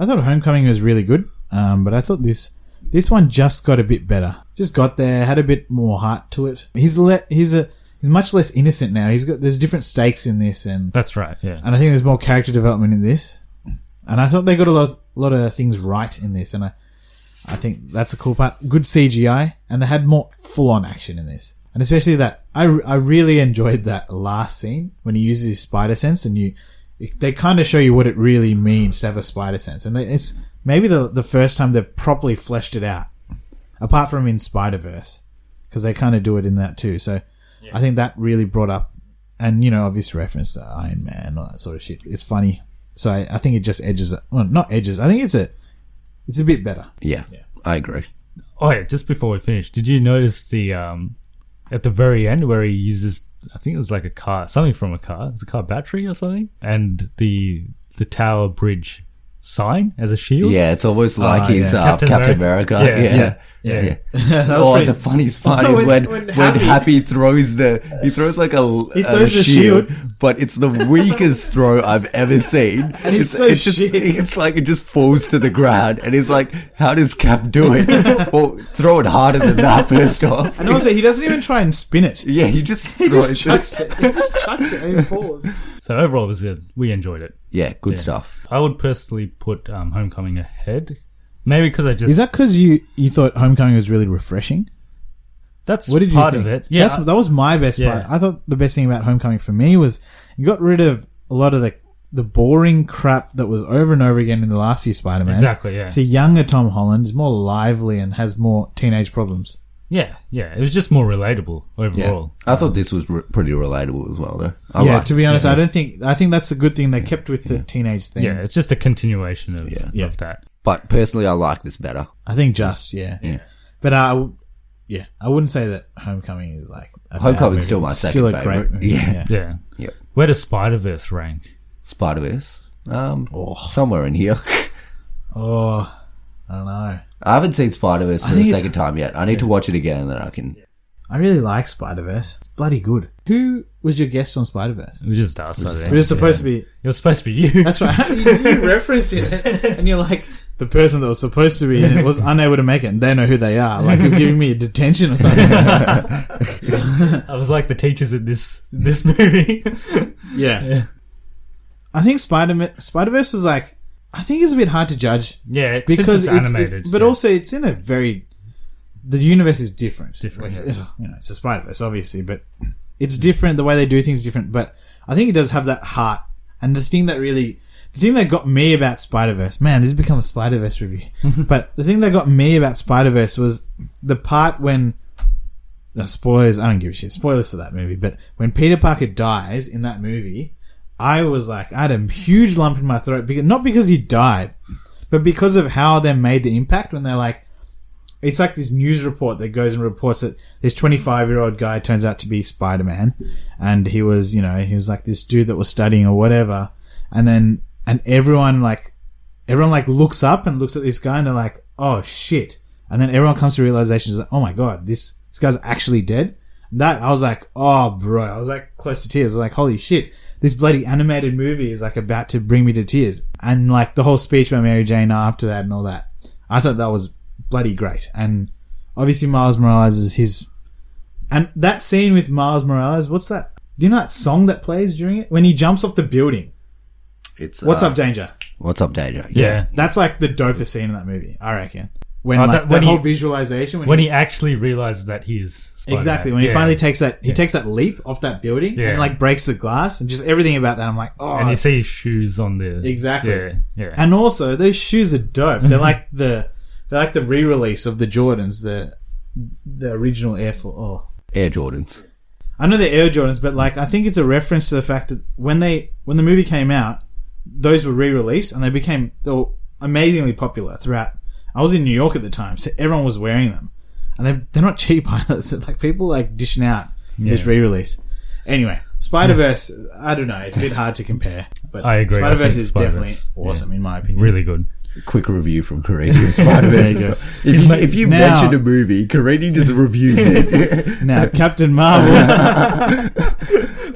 Speaker 3: I thought Homecoming was really good, um, but I thought this this one just got a bit better. Just got there, had a bit more heart to it. He's let he's a he's much less innocent now. He's got there's different stakes in this, and
Speaker 1: That's right. Yeah.
Speaker 3: and I think there's more character development in this. And I thought they got a lot of, lot of things right in this, and I I think that's a cool part. Good CGI, and they had more full on action in this, and especially that I, I really enjoyed that last scene when he uses his spider sense, and you they kind of show you what it really means to have a spider sense, and they, it's maybe the the first time they've properly fleshed it out, apart from in Spider Verse, because they kind of do it in that too. So I think that really brought up, and you know, obvious reference to Iron Man, all that sort of shit. It's funny. So I, I think it just edges, it- well, not edges. I think it's a, it's a bit better.
Speaker 2: Yeah, I agree.
Speaker 1: Oh yeah. Just before we finish, did you notice the um at the very end where he uses I think it was like a car something from a car. It was a car battery or something, and the the tower bridge sign as a shield.
Speaker 2: Yeah, it's almost like
Speaker 3: Ah,
Speaker 2: he's
Speaker 3: yeah.
Speaker 2: uh, Captain,
Speaker 1: Captain
Speaker 2: America.
Speaker 1: America.
Speaker 2: Yeah.
Speaker 1: Yeah,
Speaker 2: yeah.
Speaker 1: yeah,
Speaker 2: yeah.
Speaker 3: That was
Speaker 2: oh,
Speaker 3: pretty-
Speaker 2: the funniest part
Speaker 3: Oh,
Speaker 2: is
Speaker 3: when-
Speaker 2: when when,
Speaker 3: when Happy-
Speaker 2: Happy throws the he throws like a
Speaker 3: He
Speaker 2: a
Speaker 3: throws the
Speaker 2: shield, but it's the weakest throw I've ever seen. And
Speaker 3: he's so
Speaker 2: it's just,
Speaker 3: shit.
Speaker 2: It's like it just falls to the ground, and it's like, how does Cap do it? well, throw it harder than that first off.
Speaker 3: And also, he doesn't even try and spin it. He
Speaker 2: yeah, he just throws
Speaker 3: just chucks it. He just chucks it and he falls.
Speaker 1: So overall, it was good. We enjoyed it.
Speaker 2: Yeah, good stuff.
Speaker 1: I would personally put um, Homecoming ahead, maybe because I just
Speaker 3: Is that because you you thought Homecoming was really refreshing?
Speaker 1: that's
Speaker 3: What did you
Speaker 1: part
Speaker 3: think?
Speaker 1: of it. Yeah, uh,
Speaker 3: That's, that was my best
Speaker 1: Yeah.
Speaker 3: part. I thought the best thing about Homecoming for me was it got rid of a lot of the the boring crap that was over and over again in the last few Spider Mans.
Speaker 1: Exactly, yeah.
Speaker 3: It's a younger Tom Holland, is more lively and has more teenage problems.
Speaker 1: yeah, yeah. It was just more relatable
Speaker 2: Yeah,
Speaker 1: overall.
Speaker 2: I thought this was re- pretty relatable as well, though. I
Speaker 3: yeah,
Speaker 2: liked
Speaker 3: to be honest, I don't think I think that's a good thing they kept with the teenage thing.
Speaker 1: Yeah, it's just a continuation of,
Speaker 3: Yeah.
Speaker 1: of that.
Speaker 2: But personally, I like this better.
Speaker 3: I think just yeah.
Speaker 2: Yeah.
Speaker 3: But I, w- yeah, I wouldn't say that Homecoming is like a bad
Speaker 2: Homecoming's
Speaker 3: movie.
Speaker 2: still my
Speaker 3: It's
Speaker 2: second
Speaker 3: still a
Speaker 2: favorite.
Speaker 3: Great movie.
Speaker 2: Yeah.
Speaker 3: yeah.
Speaker 1: Yeah.
Speaker 2: Yep.
Speaker 1: Where does Spider Verse rank?
Speaker 2: Spider Verse, um, somewhere in here.
Speaker 3: Oh, I don't know.
Speaker 2: I haven't seen Spider Verse for
Speaker 3: I
Speaker 2: the
Speaker 3: think it's-
Speaker 2: second time yet. I need to watch it again, and then I can.
Speaker 3: I really like Spider Verse. It's bloody good. Who was your guest on Spider Verse?
Speaker 1: It was just us. I think.
Speaker 3: It was supposed to be.
Speaker 1: It was supposed to be you.
Speaker 3: That's right. you, you reference it, and you're like the person that was supposed to be in it was unable to make it, and they know who they are. Like you're giving me a detention or something.
Speaker 1: I was like the teachers in this this movie.
Speaker 3: yeah. I think Spider Spider Verse was like. I think it's a bit hard to judge
Speaker 1: yeah, it's, because
Speaker 3: because
Speaker 1: it's,
Speaker 3: it's- it's-
Speaker 1: animated,
Speaker 3: but
Speaker 1: yeah.
Speaker 3: also it's in a very the universe is different.
Speaker 1: Different,
Speaker 3: Like,
Speaker 1: yeah.
Speaker 3: it's, you know, it's a Spider Verse, obviously, but it's different. The way they do things is different, but I think it does have that heart. And the thing that really, the thing that got me about Spider Verse, man, this has become a Spider Verse review. but the thing that got me about Spider Verse was the part when. No, spoilers. I don't give a shit. Spoilers for that movie. But when Peter Parker dies in that movie, I was like, I had a huge lump in my throat. Because, not because he died, but because of how they made the impact when they're like it's like this news report that goes and reports that this 25 year old guy turns out to be spider-man and he was you know he was like this dude that was studying or whatever and then and everyone like everyone like looks up and looks at this guy and they're like oh shit and then everyone comes to realizations like oh my god this this guy's actually dead that i was like oh bro i was like close to tears I was like holy shit this bloody animated movie is like about to bring me to tears and like the whole speech by mary jane after that and all that i thought that was bloody great and obviously miles morales is his and that scene with miles morales what's that do you know that song that plays during it when he jumps off the building
Speaker 2: It's
Speaker 3: what's
Speaker 2: uh,
Speaker 3: up danger
Speaker 2: What's up, Danger?
Speaker 1: yeah.
Speaker 3: that's like the dopest scene in that movie, I reckon. when
Speaker 1: Oh,
Speaker 3: like,
Speaker 1: that-
Speaker 3: that,
Speaker 1: when he-
Speaker 3: whole visualization
Speaker 1: when he actually realizes that he is Spider-Man.
Speaker 3: exactly when he
Speaker 1: Yeah.
Speaker 3: finally takes that he takes that leap off that building
Speaker 1: Yeah.
Speaker 3: and like breaks the glass and just everything about that. I'm like, oh,
Speaker 1: and you see his shoes on there.
Speaker 3: Exactly.
Speaker 1: Yeah. yeah.
Speaker 3: And also, those shoes are dope. They're like the they're like the re-release of the Jordans, the the original Air Force. Oh,
Speaker 2: Air Jordans.
Speaker 3: I know they're Air Jordans, but like I think it's a reference to the fact that when they when the movie came out, those were re-released and they became they were amazingly popular throughout. I was in New York at the time, so everyone was wearing them, and they they're not cheap either. So like people like dishing out this
Speaker 1: Yeah.
Speaker 3: re-release. Anyway, Spider Verse. I don't know. It's a bit hard to compare, but
Speaker 1: I agree. I
Speaker 3: Spider Verse
Speaker 1: think
Speaker 3: is
Speaker 1: Spider-Verse,
Speaker 3: definitely awesome in my opinion.
Speaker 1: really good.
Speaker 2: Quick review from Karini of Spider
Speaker 3: There you go.
Speaker 2: Verse. If
Speaker 3: He's
Speaker 2: you,
Speaker 3: like,
Speaker 2: if you
Speaker 3: now-
Speaker 2: mention a movie, Karini just reviews it.
Speaker 3: Now, Captain Marvel.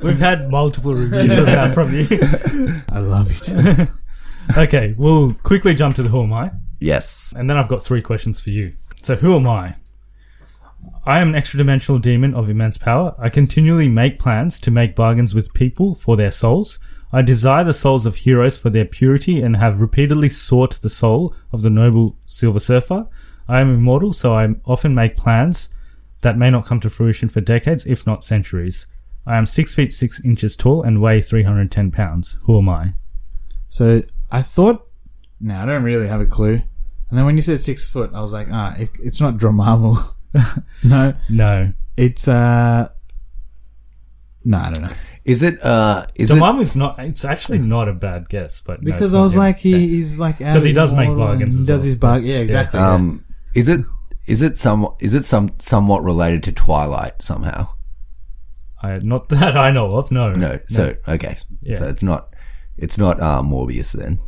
Speaker 1: We've had multiple reviews of that from you.
Speaker 3: I love it.
Speaker 1: okay, we'll quickly jump to the Who Am I?
Speaker 2: yes.
Speaker 1: And then I've got three questions for you. So, who am I? I am an extra dimensional demon of immense power. I continually make plans to make bargains with people for their souls. I desire the souls of heroes for their purity and have repeatedly sought the soul of the noble Silver Surfer. I am immortal, so I often make plans that may not come to fruition for decades, if not centuries. I am 6 feet 6 inches tall and weigh 310 pounds. Who am I?
Speaker 3: So I thought, no, I don't really have a clue. And then when you said six foot, I was like, ah, it, it's not Dromamu. no,
Speaker 1: No.
Speaker 3: it's uh, no, I don't know.
Speaker 2: Is it? Uh, is
Speaker 1: The
Speaker 2: it?
Speaker 1: mum is not, it's actually not a bad guess, but. no,
Speaker 3: Because
Speaker 1: it's
Speaker 3: I
Speaker 1: not
Speaker 3: was
Speaker 1: him.
Speaker 3: like, he,
Speaker 1: Yeah.
Speaker 3: he's like
Speaker 1: Because he does make bargains
Speaker 3: He
Speaker 1: as
Speaker 3: does
Speaker 1: well.
Speaker 3: his bargain. Yeah, exactly.
Speaker 2: Um, is it? Is it some? Is it some? Somewhat related to Twilight somehow?
Speaker 1: I, not that I know of. No.
Speaker 2: No. So okay.
Speaker 1: Yeah.
Speaker 2: So it's not. It's not uh, Morbius then.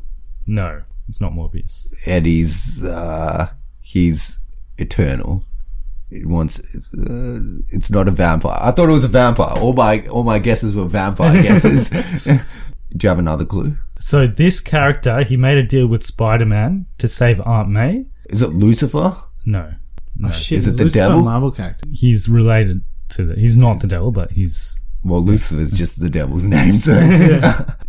Speaker 1: No, it's not Morbius.
Speaker 2: Eddie's. Uh, he's eternal. It wants. It's, uh, it's not a vampire. I thought it was a vampire. All my all my guesses were vampire guesses. Do you have another clue?
Speaker 1: So this character, he made a deal with Spider-Man to save Aunt May.
Speaker 2: Is it Lucifer?
Speaker 1: No,
Speaker 3: oh, shit,
Speaker 2: Is it the
Speaker 3: Lucifer
Speaker 2: devil?
Speaker 3: Marvel character.
Speaker 1: he's related to the. He's not the devil, but he's
Speaker 2: Well, Lucifer's just the devil's name, so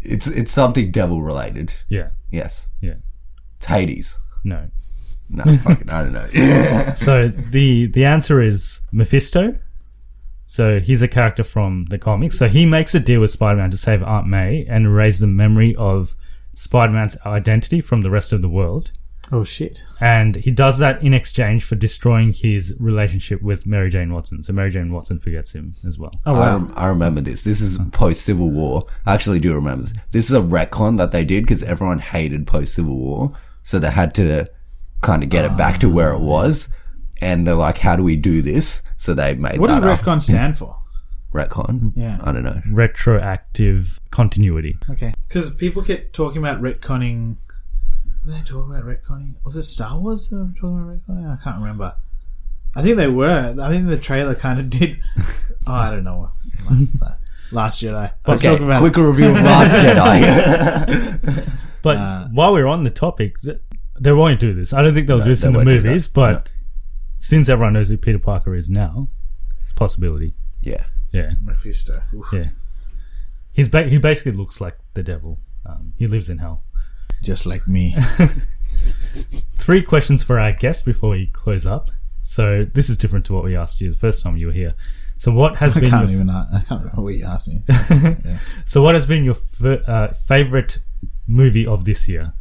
Speaker 2: it's it's something devil related.
Speaker 1: yeah,
Speaker 2: Yes,
Speaker 1: yeah.
Speaker 2: it's Hades.
Speaker 1: No.
Speaker 2: No, fucking, I don't know.
Speaker 1: So the the answer is Mephisto. So he's a character from the comics. So he makes a deal with Spider-Man to save Aunt May and erase the memory of Spider-Man's identity from the rest of the world.
Speaker 3: Oh shit!
Speaker 1: And he does that in exchange for destroying his relationship with Mary Jane Watson. So Mary Jane Watson forgets him as well.
Speaker 3: Oh
Speaker 2: I,
Speaker 3: wow!
Speaker 1: Um,
Speaker 2: rem- um, I remember this. This is post Civil War. I actually do remember this. This is a retcon that they did because everyone hated post Civil War, so they had to kind of get it back to where it was. And they're like, "How do we do this?" So they made
Speaker 3: what does
Speaker 2: that up.
Speaker 3: retcon stand for?
Speaker 2: retcon.
Speaker 3: Yeah.
Speaker 2: I don't know.
Speaker 1: Retroactive continuity.
Speaker 3: Okay, because people kept talking about retconning. Were they talking about retconning? Was it Star Wars they were talking about retconning? I can't remember. I think they were. I think the trailer kind of did. Oh, I don't know. Last Jedi. I was
Speaker 2: Okay,
Speaker 3: talking about
Speaker 2: quicker review of Last Jedi.
Speaker 1: But
Speaker 2: Uh,
Speaker 1: while we're on the topic, th- they won't do this. I don't think they'll do this
Speaker 2: they
Speaker 1: in the
Speaker 2: won't do
Speaker 1: movies,
Speaker 2: that.
Speaker 1: but since everyone knows who Peter Parker is now, it's a possibility.
Speaker 2: yeah.
Speaker 1: Yeah.
Speaker 3: Mephisto. Oof.
Speaker 1: Yeah. He's ba- he basically looks like the devil. Um, he lives in hell.
Speaker 3: Just like me.
Speaker 1: Three questions for our guest before we close up. So this is different to what we asked you the first time you were here. So what has
Speaker 3: I
Speaker 1: been your
Speaker 3: can't even. uh, I can't remember what you asked me.
Speaker 1: So, what has been your f- uh, favorite movie of this year?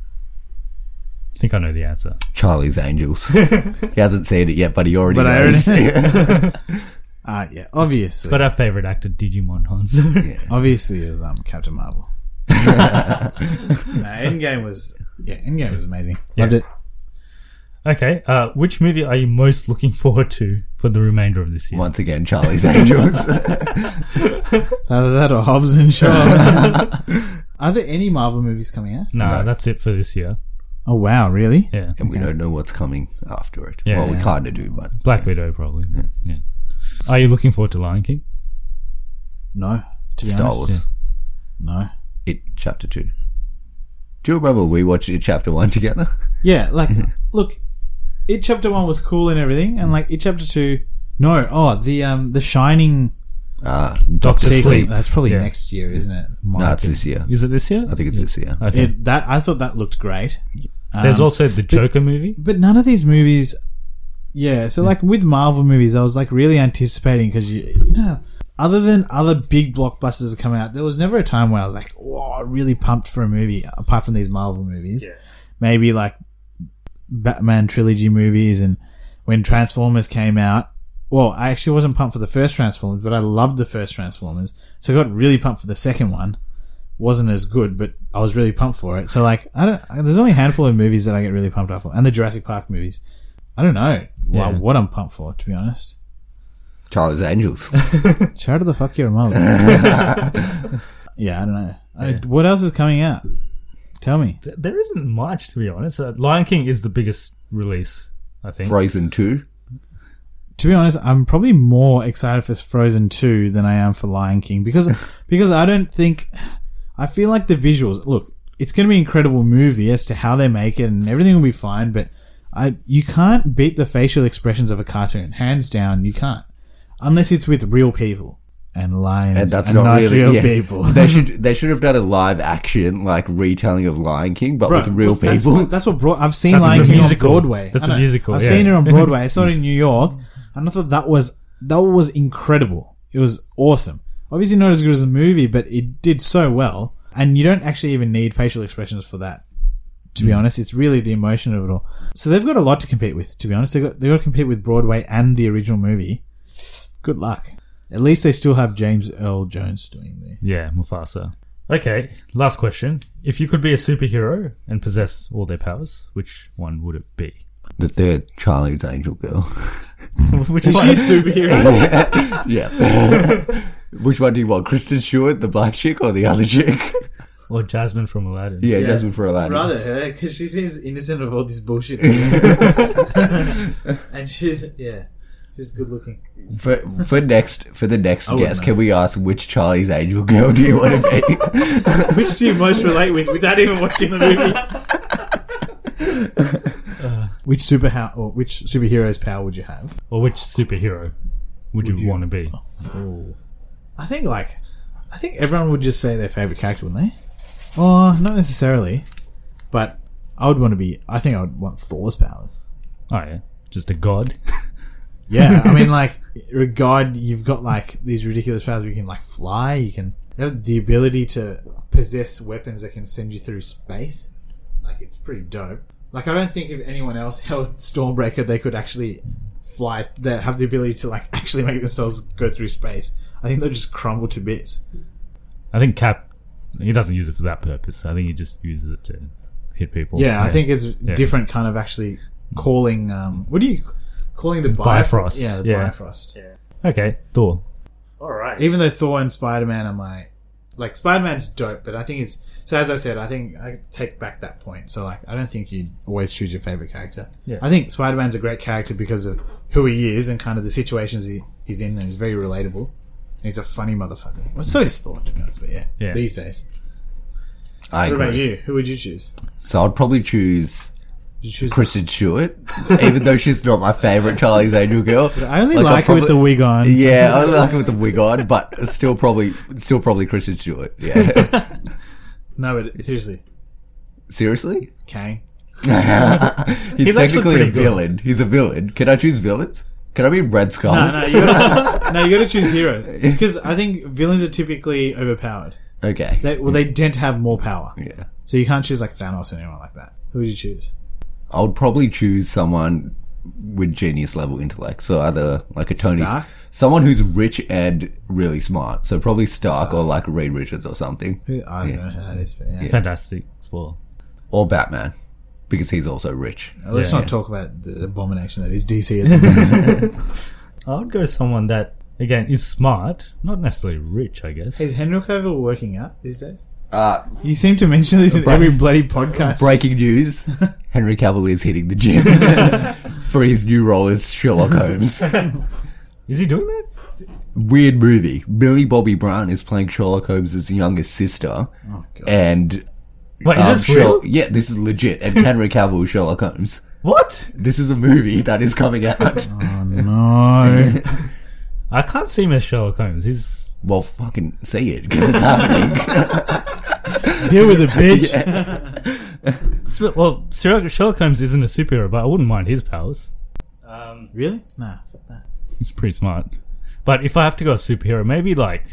Speaker 1: I think I know the answer.
Speaker 2: Charlie's Angels. he hasn't seen it yet, but he already
Speaker 3: But I
Speaker 2: knows.
Speaker 3: Ah, yeah. Obviously,
Speaker 1: But our favorite actor, Digimon Hans.
Speaker 3: obviously, it was um, Captain Marvel. no, Endgame was yeah. Endgame was amazing. Loved it.
Speaker 1: okay, uh, which movie are you most looking forward to for the remainder of this year?
Speaker 2: Once again, Charlie's Angels.
Speaker 3: It's either that or Hobbs and Shaw. Are there any Marvel movies coming out?
Speaker 1: No, that's it for this year.
Speaker 3: Oh wow, really?
Speaker 1: Yeah,
Speaker 2: and we don't know what's coming after it.
Speaker 1: Yeah.
Speaker 2: well, we kind of do, but
Speaker 1: Black Widow probably. Yeah. Are you looking forward to Lion King?
Speaker 3: No. To be
Speaker 2: Star
Speaker 3: honest,
Speaker 2: Wars.
Speaker 3: no.
Speaker 2: It Chapter Two. Do you remember we watched it Chapter One together?
Speaker 3: Yeah, like
Speaker 1: Mm-hmm.
Speaker 3: look, it chapter one was cool and everything, and like it chapter two. No, oh the um the Shining
Speaker 2: Uh,
Speaker 1: Doctor
Speaker 3: sequel.
Speaker 1: Sleep.
Speaker 3: That's probably
Speaker 1: Yeah.
Speaker 3: next year, isn't it?
Speaker 2: no, it's this year.
Speaker 1: Is it this year?
Speaker 2: I think it's this year.
Speaker 1: Okay.
Speaker 3: It- that I thought that looked great.
Speaker 1: There's also the Joker movie.
Speaker 3: But none of these movies, yeah. So like with Marvel movies, I was like really anticipating because you, you know, other than other big blockbusters that come out, there was never a time where I was like, "Whoa, really pumped for a movie." Apart from these Marvel movies, maybe like Batman trilogy movies, and when Transformers came out. Well, I actually wasn't pumped for the first Transformers, but I loved the first Transformers, so I got really pumped for the second one wasn't as good, but I was really pumped for it. So like, I don't. There's only a handful of movies that I get really pumped up for, and the Jurassic Park movies. I don't know wha-
Speaker 2: Yeah.
Speaker 3: what I'm pumped for, to be honest.
Speaker 2: Charlie's Angels.
Speaker 3: Shout out to the fuck your mum. yeah, I don't know. I- what else is coming out? Tell me.
Speaker 1: Th- There isn't much, to be honest. Uh, Lion King is the biggest release, I think.
Speaker 2: Frozen two.
Speaker 3: To be honest, I'm probably more excited for Frozen Two than I am for Lion King because because I don't think I feel like the visuals. Look, it's going to be an incredible movie as to how they make it, and everything will be fine. But I, you can't beat the facial expressions of a cartoon, hands down. You can't, unless it's with real people and lions
Speaker 2: And that's
Speaker 3: and
Speaker 2: not,
Speaker 3: not,
Speaker 2: really
Speaker 3: real
Speaker 2: yeah.
Speaker 3: people.
Speaker 2: they should they should have done a live action like retelling of Lion King, but
Speaker 3: Bro,
Speaker 2: with real people.
Speaker 3: That's what, that's what bro- I've seen
Speaker 1: That's
Speaker 3: Lion
Speaker 1: the
Speaker 3: King
Speaker 1: musical.
Speaker 3: on Broadway.
Speaker 1: That's a
Speaker 3: I know.
Speaker 1: musical,
Speaker 3: I've
Speaker 1: yeah.
Speaker 3: seen it on Broadway. I saw it in New York, and I thought that was that was incredible. It was awesome. Obviously, not as good as the movie, but it did so well. And you don't actually even need facial expressions for that. To
Speaker 2: Mm.
Speaker 3: be honest, it's really the emotion of it all. So they've got a lot to compete with. To be honest, they got they got to compete with Broadway and the original movie. Good luck. At least they still have James Earl Jones doing the
Speaker 1: Yeah, Mufasa. Okay, last question. If you could be a superhero and possess all their powers, which one would it be?
Speaker 2: the third Charlie's Angel girl.
Speaker 1: which
Speaker 3: Is she a superhero?
Speaker 2: yeah. Which one do you want? Kristen Stewart, the black chick, or the other chick?
Speaker 1: Or Jasmine from Aladdin?
Speaker 2: Yeah, Jasmine for Aladdin.
Speaker 3: rather her because she seems innocent of all this bullshit. and she's yeah, she's good looking.
Speaker 2: For, for next for the next
Speaker 3: wouldn't
Speaker 2: guest,
Speaker 3: know.
Speaker 2: can we ask which Charlie's Angel girl do you want to be?
Speaker 3: Which do you most relate with without even watching the movie? which super how, or which superhero's power would you have?
Speaker 1: Or which superhero would, you, want to be?
Speaker 3: I think like I think everyone would just say their favorite character, wouldn't they? Or not necessarily, but I would want to be. I think I would want Thor's powers.
Speaker 1: Oh, yeah. Just a god?
Speaker 3: Yeah, I mean, like, regard you've got like these ridiculous powers. where You can like fly. You can you have the ability to possess weapons that can send you through space. Like, it's pretty dope. Like, I don't think if anyone else held Stormbreaker, they could actually fly. That have the ability to like actually make themselves go through space. I think they'll just crumble to bits.
Speaker 1: I think Cap, he doesn't use it for that purpose. I think he just uses it to hit people.
Speaker 3: Yeah, I think it's
Speaker 1: Yeah.
Speaker 3: different kind of actually calling. Um, what do you calling the
Speaker 1: Bifrost.
Speaker 3: Yeah, the
Speaker 1: Yeah.
Speaker 3: Bifrost.
Speaker 1: Okay, Thor.
Speaker 3: Even though Thor and Spider Man are my like Spider Man's dope, but I think it's so as I said, I think I take back that point. So like I don't think you always choose your favourite character.
Speaker 1: Yeah.
Speaker 3: I think Spider Man's a great character because of who he is and kind of the situations he, he's in and he's very relatable. And he's a funny motherfucker. Well so is Thor to be honest, but yeah.
Speaker 1: Yeah.
Speaker 3: These days.
Speaker 2: I
Speaker 3: What about
Speaker 2: agree.
Speaker 3: you? Who would you choose?
Speaker 2: So I'd probably choose
Speaker 3: Would you choose
Speaker 2: Kristen Stewart, even though she's not my favorite Charlie's Angel girl.
Speaker 3: I only
Speaker 2: I'll
Speaker 3: like, her with the
Speaker 2: probably-
Speaker 3: wig on.
Speaker 2: Yeah, I only like her with the wig on, but still probably still probably Kristen Stewart. Yeah,
Speaker 3: No, but seriously.
Speaker 2: seriously,
Speaker 3: Kang.
Speaker 2: he's
Speaker 1: He looks
Speaker 2: technically a
Speaker 1: pretty good.
Speaker 2: villain. He's a villain. Can I choose villains? Can I be Red Skull?
Speaker 3: No, no, you gotta choose, no, you gotta choose heroes. Because I think villains are typically overpowered.
Speaker 2: Okay.
Speaker 3: They, well, they tend to have more power.
Speaker 2: yeah,
Speaker 3: So you can't choose like Thanos or anyone like that. Who would you choose?
Speaker 2: I would probably choose someone with genius level intellect. So either like a Tony,
Speaker 3: Stark?
Speaker 2: someone who's rich and really smart. So probably Stark, or like Reed Richards or something,
Speaker 3: Who, I don't know who that is, but yeah.
Speaker 1: Fantastic Four.
Speaker 2: or Batman, because he's also rich.
Speaker 3: Let's
Speaker 1: Yeah.
Speaker 3: not talk about the abomination that is DC at the moment.
Speaker 1: I would go someone that, again, is smart, not necessarily rich, I guess.
Speaker 3: is Henry Cavill working out these days?
Speaker 2: Uh,
Speaker 3: You seem to mention this in every bloody podcast.
Speaker 2: Breaking news: Henry Cavill is hitting the gym for his new role as Sherlock Holmes.
Speaker 1: Is he doing that?
Speaker 2: Weird movie. Billy Bobby Brown is playing Sherlock Holmes' younger sister, and
Speaker 1: Wait,
Speaker 2: um,
Speaker 1: is this real?
Speaker 2: Sherlock- yeah, this is legit. And Henry Cavill is Sherlock Holmes.
Speaker 1: What?
Speaker 2: This is a movie that is coming out.
Speaker 3: No.
Speaker 1: I can't see him as Sherlock Holmes. He's
Speaker 2: well, fucking see it because it's happening.
Speaker 3: Deal with it, bitch.
Speaker 1: Sp- well, Sherlock, Sherlock Holmes isn't a superhero, but I wouldn't mind his powers.
Speaker 3: Um, really? Nah, fuck that.
Speaker 1: He's pretty smart. But if I have to go superhero, maybe like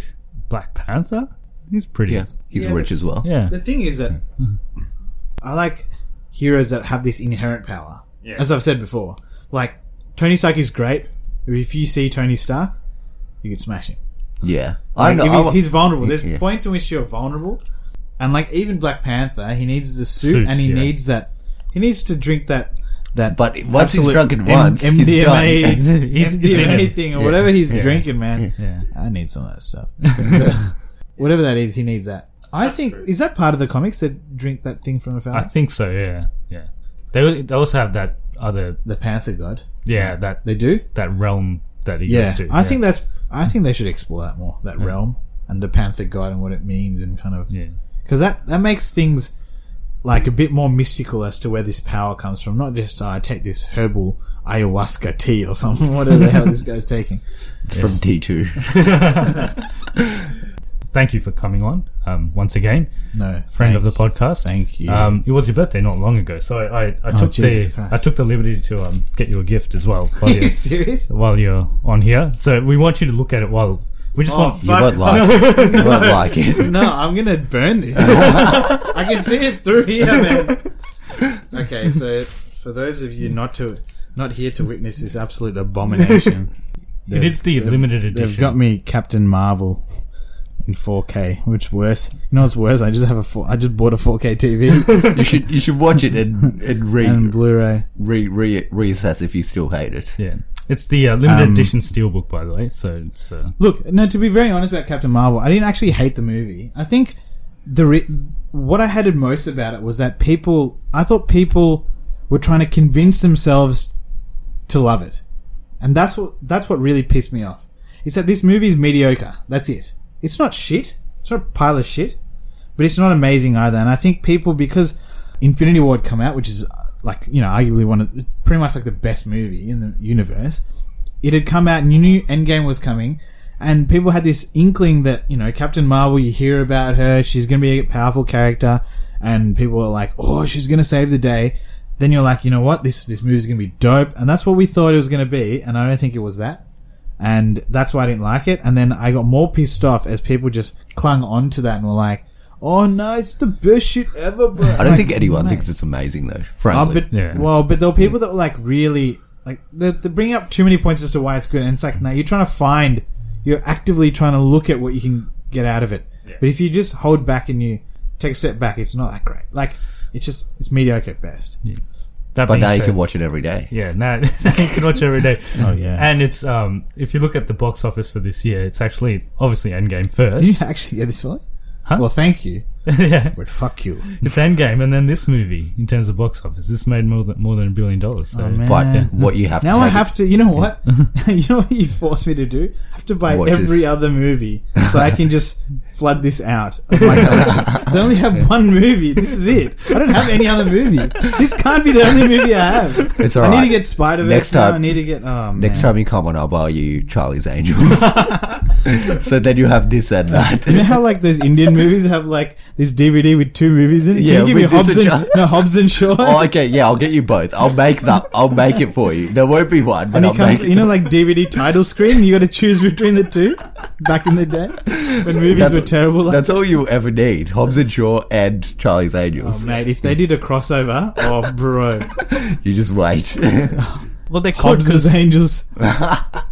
Speaker 1: Black Panther. He's pretty.
Speaker 2: Yeah, he's Yeah, rich but- as well.
Speaker 1: Yeah.
Speaker 3: The thing is that I like heroes that have this inherent power.
Speaker 1: Yeah.
Speaker 3: As I've said before, like Tony Stark is great. If you see Tony Stark, you could smash him.
Speaker 2: Yeah,
Speaker 3: Like,
Speaker 2: know-
Speaker 3: if he's,
Speaker 2: wa-
Speaker 3: he's vulnerable. There's
Speaker 2: Yeah.
Speaker 3: points in which you're vulnerable, and like even Black Panther, he needs the suit,
Speaker 2: Suit,
Speaker 3: and he
Speaker 2: yeah.
Speaker 3: needs that. He needs to drink that. That
Speaker 2: But once he's
Speaker 3: absolute
Speaker 2: drunk it
Speaker 3: M-
Speaker 2: once, he's
Speaker 3: MDMA,
Speaker 2: done. He's-
Speaker 3: MDMA
Speaker 2: it's in him.
Speaker 3: thing or
Speaker 2: Yeah.
Speaker 3: whatever he's
Speaker 2: Yeah.
Speaker 3: drinking, man.
Speaker 2: Yeah.
Speaker 3: I need some of that stuff. whatever that is, he needs that. I think is that part of the comics that drink that thing from a fountain.
Speaker 1: I think so. Yeah, yeah. They, al- they also have that other
Speaker 3: the Panther God.
Speaker 1: Yeah, that
Speaker 3: they do
Speaker 1: that realm that he
Speaker 3: yeah,
Speaker 1: goes to.
Speaker 3: I think that's. I think they should explore that more. That realm and the Panther God and what it means and kind of.
Speaker 1: Yeah.
Speaker 3: Because that that makes things like a bit more mystical as to where this power comes from. Not just oh, I take this herbal ayahuasca tea or something. Whatever the hell this guy's taking.
Speaker 2: It's from
Speaker 1: T2. Thank you for coming on um, once again.
Speaker 3: No,
Speaker 1: friend of the podcast.
Speaker 3: Thank you.
Speaker 1: Um, it was your birthday not long ago, so I, I, I
Speaker 3: Oh,
Speaker 1: took
Speaker 3: Jesus
Speaker 1: the
Speaker 3: Christ.
Speaker 1: I took the liberty to um, get you a gift as well.
Speaker 3: Are you serious?
Speaker 1: While you're on here, so we want you to look at it while we just
Speaker 3: Oh,
Speaker 1: want
Speaker 3: fuck.
Speaker 1: No.
Speaker 3: No, I'm gonna burn this. I can see it through here, man. Okay, so for those of you not to not here to witness this absolute abomination,
Speaker 1: It is the
Speaker 3: they've-
Speaker 1: limited edition.
Speaker 3: They've got me Captain Marvel in 4K, which worse. You know what's worse? I just have a four, I just bought a 4K TV.
Speaker 2: you should you should watch it and and re
Speaker 3: And Blu-ray
Speaker 2: re, re reassess if you still hate it.
Speaker 1: Yeah, it's the uh, limited
Speaker 3: Um,
Speaker 1: edition steelbook, by the way. So it's uh,
Speaker 3: Look, no, to be very honest about Captain Marvel, I didn't actually hate the movie. I think the re- what I hated most about it was that people, I thought people were trying to convince themselves to love it, and that's what that's what really pissed me off. Is that this movie is mediocre. That's it. It's not shit. It's not a pile of shit, but it's not amazing either. And I think people because Infinity War had come out, which is uh, like you know arguably one of pretty much like the best movie in the universe. It had come out, and you knew Endgame was coming, and people had this inkling that you know Captain Marvel. You hear about her; she's going to be a powerful character, and people are like, "Oh, she's going to save the day." Then you're like, you know what? This this movie's going to be dope, and that's what we thought it was going to be, and I don't think it was that and that's why I didn't like it. And then I got more pissed off as people just clung on to that and were like, "Oh no, it's the best shit ever, bro."
Speaker 2: I don't
Speaker 3: Like,
Speaker 2: think anyone
Speaker 3: mate.
Speaker 2: thinks it's amazing though. Frankly,
Speaker 3: Oh, but, Well, but there were people that were like really like they, they bring up too many points as to why it's good, and it's like now you're trying to find, you're actively trying to look at what you can get out of it. But if you just hold back and you take a step back, it's not that great. Like it's just it's mediocre at best.
Speaker 1: That
Speaker 2: But
Speaker 1: being
Speaker 2: now you
Speaker 1: said-
Speaker 2: can watch it every day.
Speaker 1: Yeah, now you can watch it every day.
Speaker 2: Oh, yeah.
Speaker 1: and it's um if you look at the box office for this year, it's actually obviously Endgame first.
Speaker 3: You actually get this one?
Speaker 1: Huh?
Speaker 3: Well, thank you.
Speaker 1: yeah,
Speaker 3: but fuck you.
Speaker 1: It's Endgame, and then this movie in terms of box office, this made more than more than a billion dollars. So.
Speaker 3: Oh, man. now I have to. You know what? you know what you forced me to do? I have to buy
Speaker 1: Watch
Speaker 3: every
Speaker 1: this.
Speaker 3: other movie so I can just flood this out of my collection. so I only have one movie. This is it. I don't have any other movie. This can't be the only movie I have.
Speaker 2: It's
Speaker 3: I
Speaker 2: alright.
Speaker 3: need to get Spider Man.
Speaker 2: Next time,
Speaker 3: I need to get. Oh, man.
Speaker 2: next time you come on, I'll buy you Charlie's Angels. so then you have this and that.
Speaker 3: You know how like those Indian movies have like this DVD with two movies in it? Can
Speaker 2: Yeah,
Speaker 3: you give me
Speaker 2: with this
Speaker 3: Hobbs and,
Speaker 2: and-
Speaker 3: no, Hobbs and Shaw.
Speaker 2: Oh, okay, yeah, I'll get you both. I'll make that. I'll make it for you. There won't be one, but
Speaker 3: and
Speaker 2: I'll
Speaker 3: it comes,
Speaker 2: make
Speaker 3: you know, like DVD title screen. You got to choose between the two. Back in the day, when movies
Speaker 2: That's-
Speaker 3: were terrible. Like,
Speaker 2: That's all you ever need: Hobbs and Shaw and Charlie's Angels.
Speaker 3: oh, mate, if they did a crossover, oh, bro,
Speaker 2: You just wait.
Speaker 1: Well, they
Speaker 3: Hobbs
Speaker 1: could, 'cause-
Speaker 3: as Angels.
Speaker 2: Oh,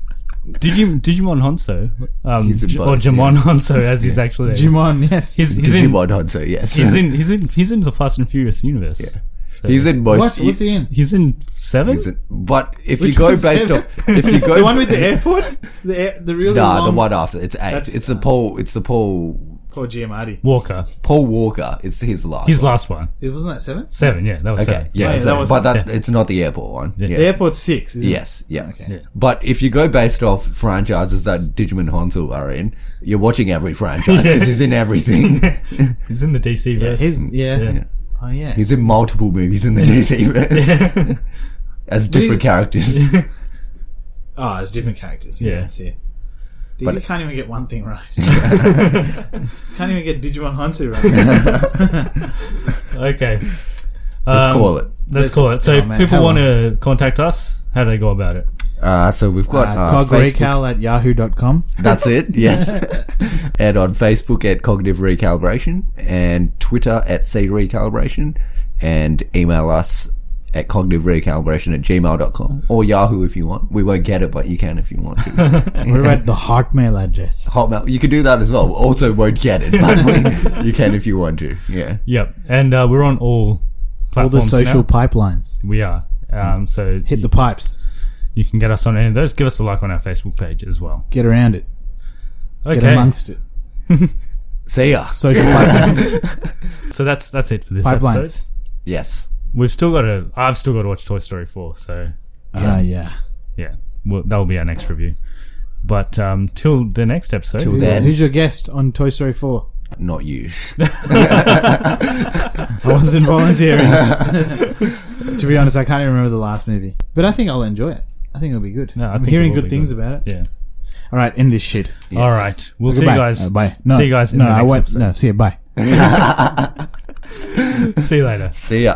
Speaker 1: Digim, Digimon Honso, um,
Speaker 2: He's in
Speaker 1: J- or
Speaker 2: both,
Speaker 1: Jimon
Speaker 2: yeah.
Speaker 1: Honso as he's actually
Speaker 3: Jimon, yes.
Speaker 1: he's, he's
Speaker 2: Digimon
Speaker 1: in,
Speaker 2: Honso, yes.
Speaker 1: he's in he's in he's in the Fast and Furious universe. Yeah,
Speaker 2: He's in most- What?
Speaker 3: What's he in?
Speaker 1: He's in seven.
Speaker 2: but if
Speaker 1: Which
Speaker 2: you go
Speaker 1: one's
Speaker 2: based
Speaker 1: seven?
Speaker 2: off, if you go
Speaker 3: the one with the airport, the air, the really
Speaker 2: nah, the
Speaker 3: long-
Speaker 2: one after it's eight.
Speaker 3: That's- uh,
Speaker 2: It's the Paul. It's the Paul
Speaker 3: Paul Giamatti.
Speaker 1: Walker.
Speaker 2: Paul Walker. It's his last.
Speaker 1: His last one.
Speaker 3: It wasn't that seven.
Speaker 1: Seven, yeah, that was
Speaker 2: okay.
Speaker 1: seven.
Speaker 2: Yeah,
Speaker 3: Oh, yeah,
Speaker 2: so-
Speaker 3: that was-
Speaker 2: but that
Speaker 3: yeah.
Speaker 2: it's not the airport one. Yeah.
Speaker 3: The airport's six. Isn't
Speaker 2: Yes, yeah.
Speaker 3: Okay.
Speaker 2: But if you go based off franchises that Digimon Hanzo are in, you're watching every franchise because he's in everything.
Speaker 1: he's in the DC verse.
Speaker 3: His, yeah.
Speaker 1: Yeah.
Speaker 3: Oh yeah.
Speaker 2: He's in multiple movies in the DC verse as
Speaker 3: But
Speaker 2: different
Speaker 3: he's-
Speaker 2: characters.
Speaker 3: Oh, it's different characters.
Speaker 2: Yeah.
Speaker 3: Yeah, that's it.
Speaker 2: But-
Speaker 3: DC can't even get one thing right. can't even get Digimon Hansu right.
Speaker 1: okay. um,
Speaker 2: Let's call it.
Speaker 1: Let's call it. So
Speaker 3: Oh,
Speaker 1: if
Speaker 3: man,
Speaker 1: people
Speaker 3: how
Speaker 1: want to contact us, how do they go about it?
Speaker 2: Uh, so we've got uh,
Speaker 3: Uh,
Speaker 2: Facebook.
Speaker 3: cogrecal at yahoo.com.
Speaker 2: That's it. Yes. and on Facebook at Cognitive Recalibration and Twitter at C Recalibration and email us at cognitive recalibration at gmail.com or Yahoo if you want. We won't get it, but you can if you want to.
Speaker 3: What about the Hotmail address?
Speaker 2: Hotmail. You can do that as well. Also won't get it, but we, you can if you want to. Yeah.
Speaker 1: Yep. And uh, we're on all
Speaker 3: All
Speaker 1: platforms.
Speaker 3: the social
Speaker 1: now.
Speaker 3: pipelines.
Speaker 1: we are. Um, so
Speaker 3: Hit the pipes.
Speaker 1: you can get us on any of those. Give us a like on our Facebook page as well.
Speaker 3: Get around it.
Speaker 1: Okay.
Speaker 3: Get amongst it.
Speaker 2: See ya.
Speaker 3: Social pipelines.
Speaker 1: so that's that's it for this episode.
Speaker 3: pipelines.
Speaker 2: Yes.
Speaker 1: We've still got to. I've still got to watch Toy Story four. So
Speaker 3: Ah, yeah.
Speaker 1: yeah, well, that will be our next review. But um, till the next episode,
Speaker 2: Till
Speaker 3: Who's,
Speaker 2: then,
Speaker 3: who's your guest on Toy Story 4?
Speaker 2: not you.
Speaker 3: I wasn't volunteering. to be honest, I can't even remember the last movie. But I think I'll enjoy it. I think it'll be good.
Speaker 1: No, I
Speaker 3: I'm
Speaker 1: think it
Speaker 3: hearing
Speaker 1: will
Speaker 3: good
Speaker 1: be
Speaker 3: things
Speaker 1: good.
Speaker 3: about it.
Speaker 1: yeah.
Speaker 3: All right, end this shit.
Speaker 1: All right. We'll see you
Speaker 3: Goodbye.
Speaker 1: guys.
Speaker 3: Uh, bye. No,
Speaker 1: see you guys in
Speaker 3: no,
Speaker 1: the next
Speaker 3: I won't.
Speaker 1: episode.
Speaker 3: No, see you. Bye.
Speaker 1: See you later.
Speaker 2: See ya.